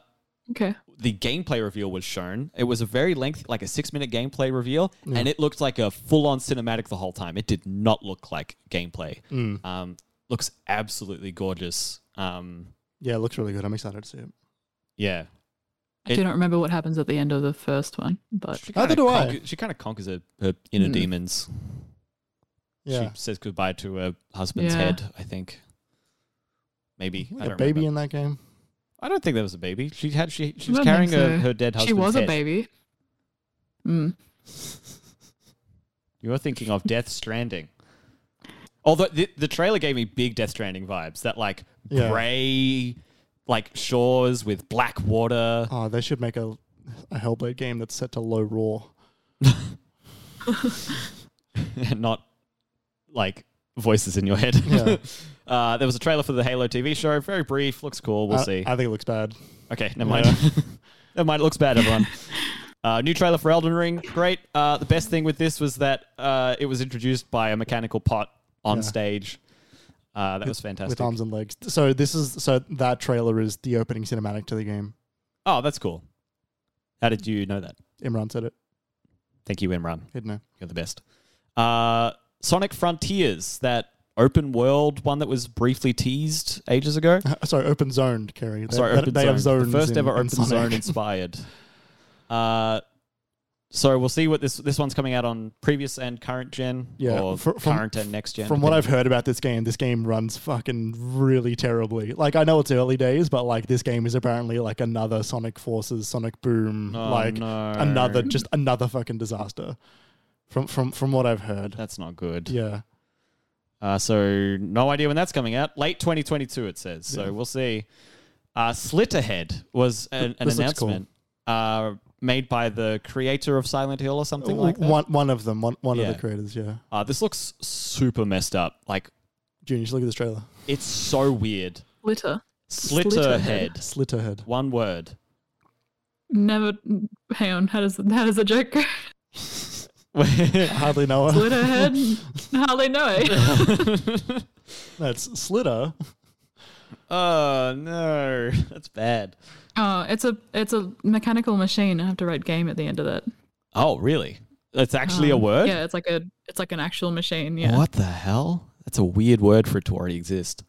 S3: Okay.
S1: the gameplay reveal was shown. It was a very lengthy, like a six minute gameplay reveal, and it looked like a full on cinematic the whole time. It did not look like gameplay. Um, looks absolutely gorgeous. Um,
S2: Yeah, it looks really good. I'm excited to see it.
S1: yeah.
S3: I
S1: It-
S3: do not remember what happens at the end of the first one, but
S1: She
S2: Neither
S1: kinda
S2: do I.
S1: She kind of conquers her, her inner
S3: Mm.
S1: demons.
S2: Yeah.
S1: She says goodbye to her husband's
S3: Yeah.
S1: head, I think. Maybe. I
S2: like a
S1: don't
S2: baby
S1: remember.
S2: in that game.
S1: I don't think there was a baby. She had she she
S3: I
S1: was
S3: don't
S1: carrying
S3: think
S1: her,
S3: so.
S1: her dead husband's
S3: she was a
S1: head.
S3: baby. Mm.
S1: You're thinking of Death Stranding. Although the, the trailer gave me big Death Stranding vibes, that like
S2: Yeah.
S1: grey, like shores with black water.
S2: Oh, they should make a, a Hellblade game that's set to low raw.
S1: and not like voices in your head.
S2: Yeah.
S1: uh, there was a trailer for the Halo TV show. Very brief. Looks cool. We'll
S2: I,
S1: see.
S2: I think it looks bad.
S1: okay, never mind. never mind. It looks bad, everyone. Uh, new trailer for Elden Ring. Great. Uh, the best thing with this was that uh, it was introduced by a mechanical pot on
S2: Yeah.
S1: stage. Uh, that was fantastic.
S2: with arms and legs. So this is so that trailer is the opening cinematic to the game.
S1: Oh, that's cool. How did you know that?
S2: Imran said it.
S1: Thank you, Imran.
S2: He'd know.
S1: You're the best. Uh, Sonic Frontiers, that open world one that was briefly teased ages ago.
S2: Sorry, open zoned, Kerry. They,
S1: Sorry,
S2: they,
S1: open
S2: they
S1: zone.
S2: have zones.
S1: The first
S2: in-
S1: ever
S2: in
S1: open
S2: Sonic.
S1: zone inspired. Uh, so we'll see what this this one's coming out on previous and current gen,
S2: Yeah,
S1: or
S2: fr- from-
S1: current and next gen.
S2: From what I've heard about this game, this game runs fucking really terribly. Like I know it's early days, but like this game is apparently like another Sonic Forces, Sonic Boom,
S1: Oh,
S2: like
S1: no.
S2: another just another fucking disaster. From from from what I've heard.
S1: That's not good.
S2: Yeah.
S1: Uh, so no idea when that's coming out. Late 2022, it says. So
S2: Yeah.
S1: we'll see. Uh, Slitterhead was an, an
S2: this looks cool.
S1: announcement uh, made by the creator of Silent Hill or something like that.
S2: one one of them, one one
S1: Yeah.
S2: of the creators, yeah.
S1: Uh, this looks super messed up. Like
S2: Junior, just look at this trailer.
S1: it's so weird.
S3: Litter.
S1: Slitterhead,
S2: Slitterhead.
S1: one word.
S3: Never. Hang on. How does how does the joke go?
S1: Oh,
S2: I hardly know her.
S3: Litter head. Hardly know it.
S2: That's Slitter.
S1: oh no, that's bad.
S3: Oh, it's a it's a mechanical machine. I have to write game at the end of that.
S1: Oh really? That's actually a
S3: Um,
S1: word.
S3: Yeah, it's like a it's like an actual machine. Yeah.
S1: What the hell? That's a weird word for it to already exist.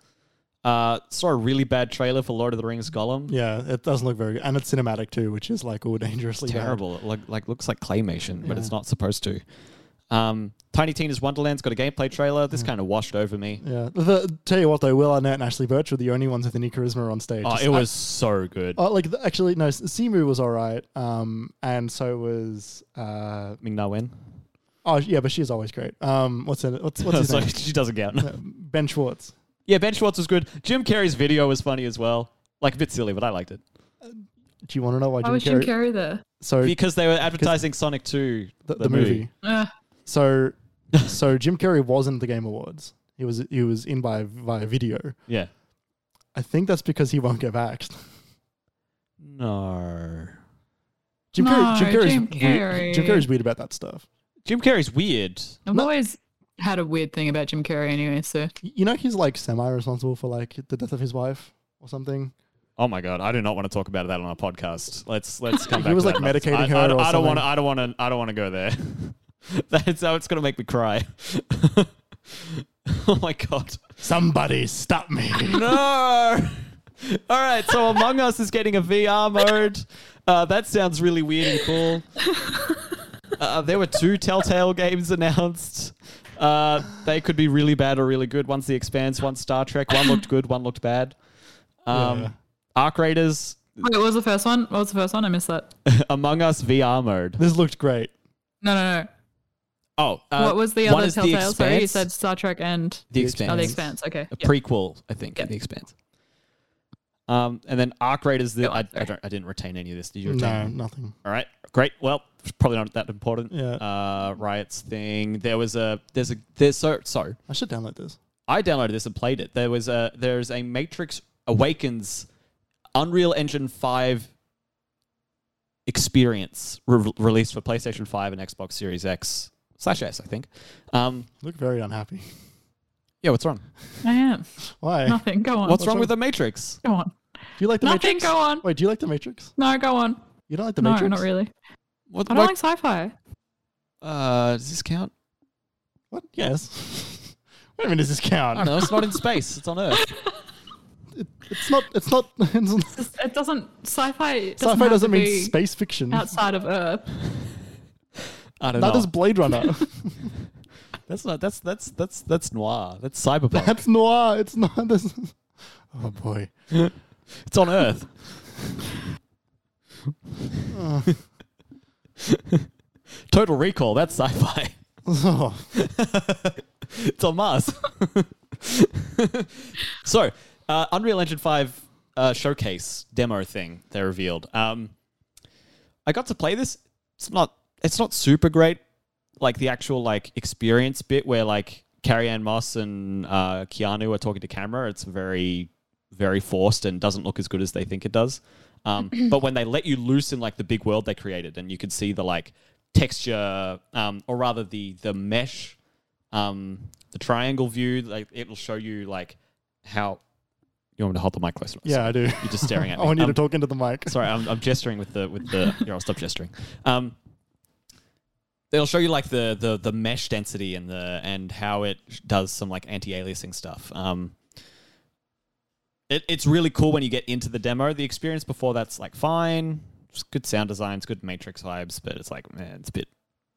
S1: Uh, saw a really bad trailer for Lord of the Rings Gollum.
S2: Yeah, it doesn't look very good. And it's cinematic too, which is like all dangerously bad.
S1: terrible. It look, like looks like claymation, but it's not supposed to. Um, Tiny Tina's Wonderland's got a gameplay trailer. This kind of washed over me.
S2: Yeah. The, tell you what though, Will Arnett and Ashley Birch were the only ones with any charisma on stage.
S1: Oh, it was so good.
S2: Oh, like the- actually no, S- Simu was all right, um, and so was uh,
S1: Ming Na Wen.
S2: oh yeah, but she's always great. Um, what's it? What's what's his
S1: Sorry,
S2: name? Uh,
S1: she doesn't count.
S2: Ben Schwartz.
S1: yeah, Ben Schwartz was good. Jim Carrey's video was funny as well. Like a bit silly, but I liked it
S2: Do you want to know why,
S3: Why
S2: Jim,
S3: was Jim
S2: Carrey-
S3: Carrey there?
S2: So the,
S1: because they were advertising Sonic Two,
S2: the movie.
S3: Ugh.
S2: So so Jim Carrey wasn't the Game Awards. He was he was in by via video.
S1: Yeah.
S2: I think that's because he won't get vaxxed.
S1: No.
S2: Jim Carrey. Jim
S3: No,
S2: Carrey's,
S3: Jim
S2: weird- Jim
S3: Carrey.
S2: Carrey's weird about that stuff.
S1: Jim Carrey's weird.
S3: I've
S2: No.
S3: always had a weird thing about Jim Carrey anyway, so
S2: You know, he's like semi-responsible for like the death of his wife or something.
S1: Oh my god, I do not want to talk about that on our podcast. Let's let's come
S2: He
S1: back.
S2: was,
S1: to
S2: like,
S1: that another-
S2: medicating
S1: I, I,
S2: her or
S1: I don't want to.
S2: something.
S1: I don't want to. I don't want to go there. That's how it's gonna make me cry. oh my god,
S2: Somebody stop me!
S1: no! All right, so Among Us is getting a VR mode. Uh, that sounds really weird and cool. Uh, there were two Telltale games announced. Uh, they could be really bad or really good. One's The Expanse, one's Star Trek. One looked good, one looked bad. Um,
S2: Yeah.
S1: Arc Raiders
S3: Wait, what was the first one? What was the first one? I missed that.
S1: Among Us VR mode.
S2: this looked great.
S3: No, no, no.
S1: Oh, uh,
S3: what was the
S1: one
S3: other
S1: is
S3: Telltale? Sorry, you
S1: Expanse.
S3: said Star Trek and
S1: the
S2: Expanse.
S1: Expanse.
S3: oh, the Expanse. Okay.
S1: A
S3: Yeah.
S1: prequel, I think.
S3: Yep.
S1: The Expanse. Um, and then Arc Raiders. The,
S3: Go
S1: I,
S3: on,
S1: I
S3: sorry.
S1: don't. I didn't retain any of this. Did you retain?
S2: No,
S1: it?
S2: nothing.
S1: All right, Great. Well, it's probably not that important.
S2: Yeah.
S1: Uh, riots thing. There was a there's a there's so so
S2: I should download this.
S1: I downloaded this and played it. There was a there's a Matrix Awakens Unreal Engine 5 experience re- released for PlayStation 5 and Xbox Series X slash S, I think. Um,
S2: Look very unhappy.
S1: yeah, what's wrong?
S3: I am.
S2: Why?
S3: Nothing. Go on.
S1: What's, wrong
S2: wrong?
S1: with the Matrix?
S3: Go on.
S2: Do you like the
S3: Nothing.
S2: Matrix?
S3: Go on.
S2: Wait, do you like the Matrix?
S3: No, go on.
S2: You don't like the
S3: no,
S2: Matrix?
S3: not really.
S1: What,
S3: I don't
S1: what-
S3: like sci-fi.
S1: uh, does this count?
S2: What? Yes. Wait a minute, does this count?
S1: I don't know. It's not in space. It's on Earth.
S2: It, it's not. It's not. It's not
S3: It doesn't. Sci-fi. Doesn't
S2: sci-fi
S3: have
S2: doesn't
S3: to
S2: mean
S3: be
S2: space fiction.
S3: outside of Earth.
S1: I don't
S2: That
S1: know.
S2: is Blade Runner.
S1: that's not. That's that's that's that's noir. That's cyberpunk.
S2: That's noir. It's not. This. Oh boy.
S1: it's on Earth.
S2: Uh,
S1: Total Recall. That's sci-fi.
S2: oh.
S1: it's on Mars. so, uh, Unreal Engine 5 uh, showcase demo thing they revealed. Um, I got to play this. It's not it's not super great. Like the actual like experience bit where like Carrie Ann Moss and uh, Keanu are talking to camera, it's very very forced and doesn't look as good as they think it does. Um, but when they let you loose in like the big world they created, and you could see the like texture, um, or rather the the mesh um, the triangle view, like it will show you like how. You want me to hold the mic closer?
S2: Yeah, I do. Oh,
S1: you're just staring at
S2: I
S1: me.
S2: want you
S1: Um,
S2: to talk into the mic.
S1: Sorry, I'm, I'm gesturing with the with the. Here, I'll stop gesturing. Um, they'll show you like the the the mesh density and the and how it does some like anti-aliasing stuff. Um, it, it's really cool when you get into the demo. The experience before that's like fine. It's good sound design. It's good Matrix vibes, but it's like man, it's a bit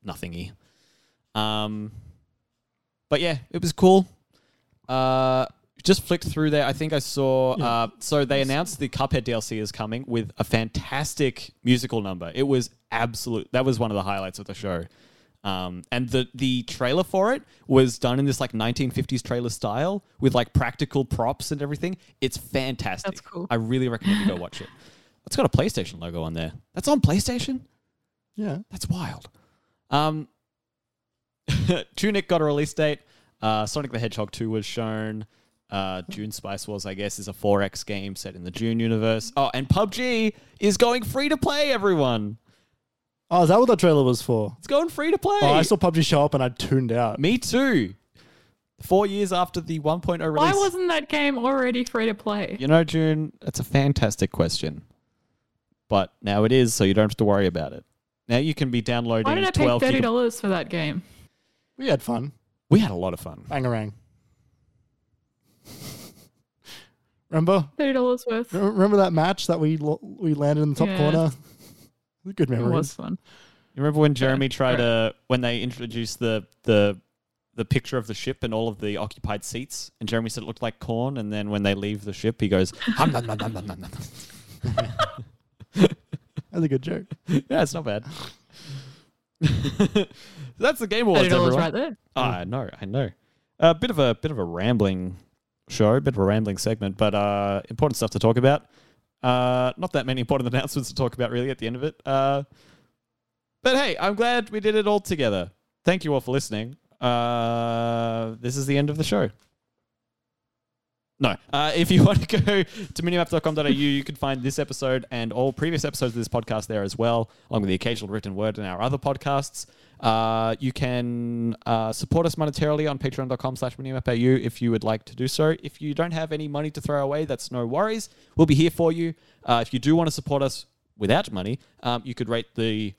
S1: nothingy. Um, but yeah, it was cool. Uh, just flicked through there. I think I saw. Uh, so they announced the Cuphead DLC is coming with a fantastic musical number. It was absolute. That was one of the highlights of the show. Um, and the the trailer for it was done in this like 1950s trailer style with like practical props and everything. It's fantastic.
S3: That's cool.
S1: I really recommend you go watch it. It's got a PlayStation logo on there. That's on PlayStation.
S2: Yeah.
S1: That's wild. Um, Tunic got a release date. Uh, Sonic the Hedgehog 2 was shown. Uh, Dune Spice Wars, I guess, is a 4X game set in the Dune universe. Oh, and PUBG is going free to play, everyone.
S2: Oh, is that what the trailer was for?
S1: It's going free to play.
S2: Oh, I saw PUBG show up and I tuned out.
S1: Me too. Four years after the 1.0 release.
S3: Why wasn't that game already free to play?
S1: You know, June, that's a fantastic question. But now it is, so you don't have to worry about it. Now you can be downloading
S3: Why did I pay
S1: 12
S3: thirty
S1: giga-
S3: dollars for that game?
S2: We had fun.
S1: We had a lot of fun.
S2: Bangarang. remember?
S3: Thirty dollars worth.
S2: Re- Remember that match that we lo- we landed in the top
S3: Yeah.
S2: corner? Good
S3: It was
S2: memories.
S3: fun.
S1: You remember when Jeremy tried
S3: right.
S1: to when they introduced the the the picture of the ship and all of the occupied seats, and Jeremy said it looked like corn, and then when they leave the ship, he goes, "Hum, nom, nom, nom, nom, nom, nom."
S2: That's a good joke.
S1: "Yeah, it's not bad." That's the game awards,
S3: Thirty dollars
S1: everyone.
S3: right there.
S1: Oh, I know, I know. A bit of a bit of a rambling show, bit of a rambling segment, but uh, important stuff to talk about. Uh, not that many important announcements to talk about really at the end of it. Uh, but hey, I'm glad we did it all together. Thank you all for listening. Uh, this is the end of the show. No. Uh, if you want to go to minimap.com.au, you can find this episode and all previous episodes of this podcast there as well, along with the occasional written word and our other podcasts. Uh, you can uh, support us monetarily on patreon.com slash minimap.au if you would like to do so. If you don't have any money to throw away, that's no worries. We'll be here for you. Uh, if you do want to support us without money, um, you could rate the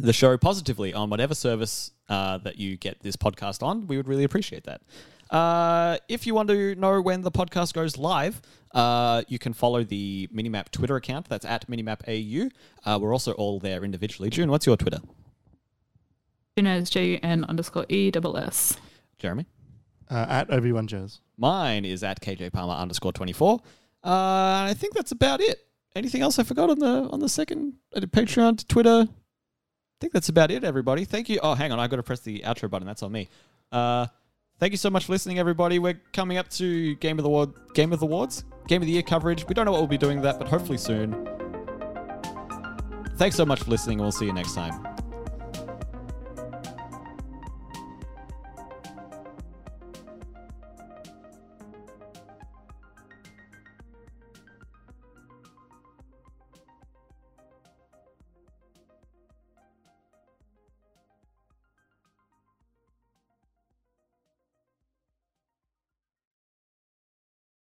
S1: the show positively on whatever service uh, that you get this podcast on. We would really appreciate that. Uh, if you want to know when the podcast goes live, uh, you can follow the Minimap Twitter account. That's at MinimapAU. Uh, we're also all there individually. June, what's your Twitter?
S3: Junez G N underscore E double S.
S1: Jeremy?
S2: Uh, at Obi Wan Jazz.
S1: Mine is at KJ Palmer underscore 24. Uh, I think that's about it. Anything else I forgot on the on the second I did Patreon to Twitter? I think that's about it, everybody. Thank you. Oh, hang on, I've got to press the outro button. That's on me. Uh, thank you so much for listening, everybody. We're coming up to Game of the Award, Game of the Awards, Game of the Year coverage. We don't know what we'll be doing with that, but hopefully soon. Thanks so much for listening, and we'll see you next time.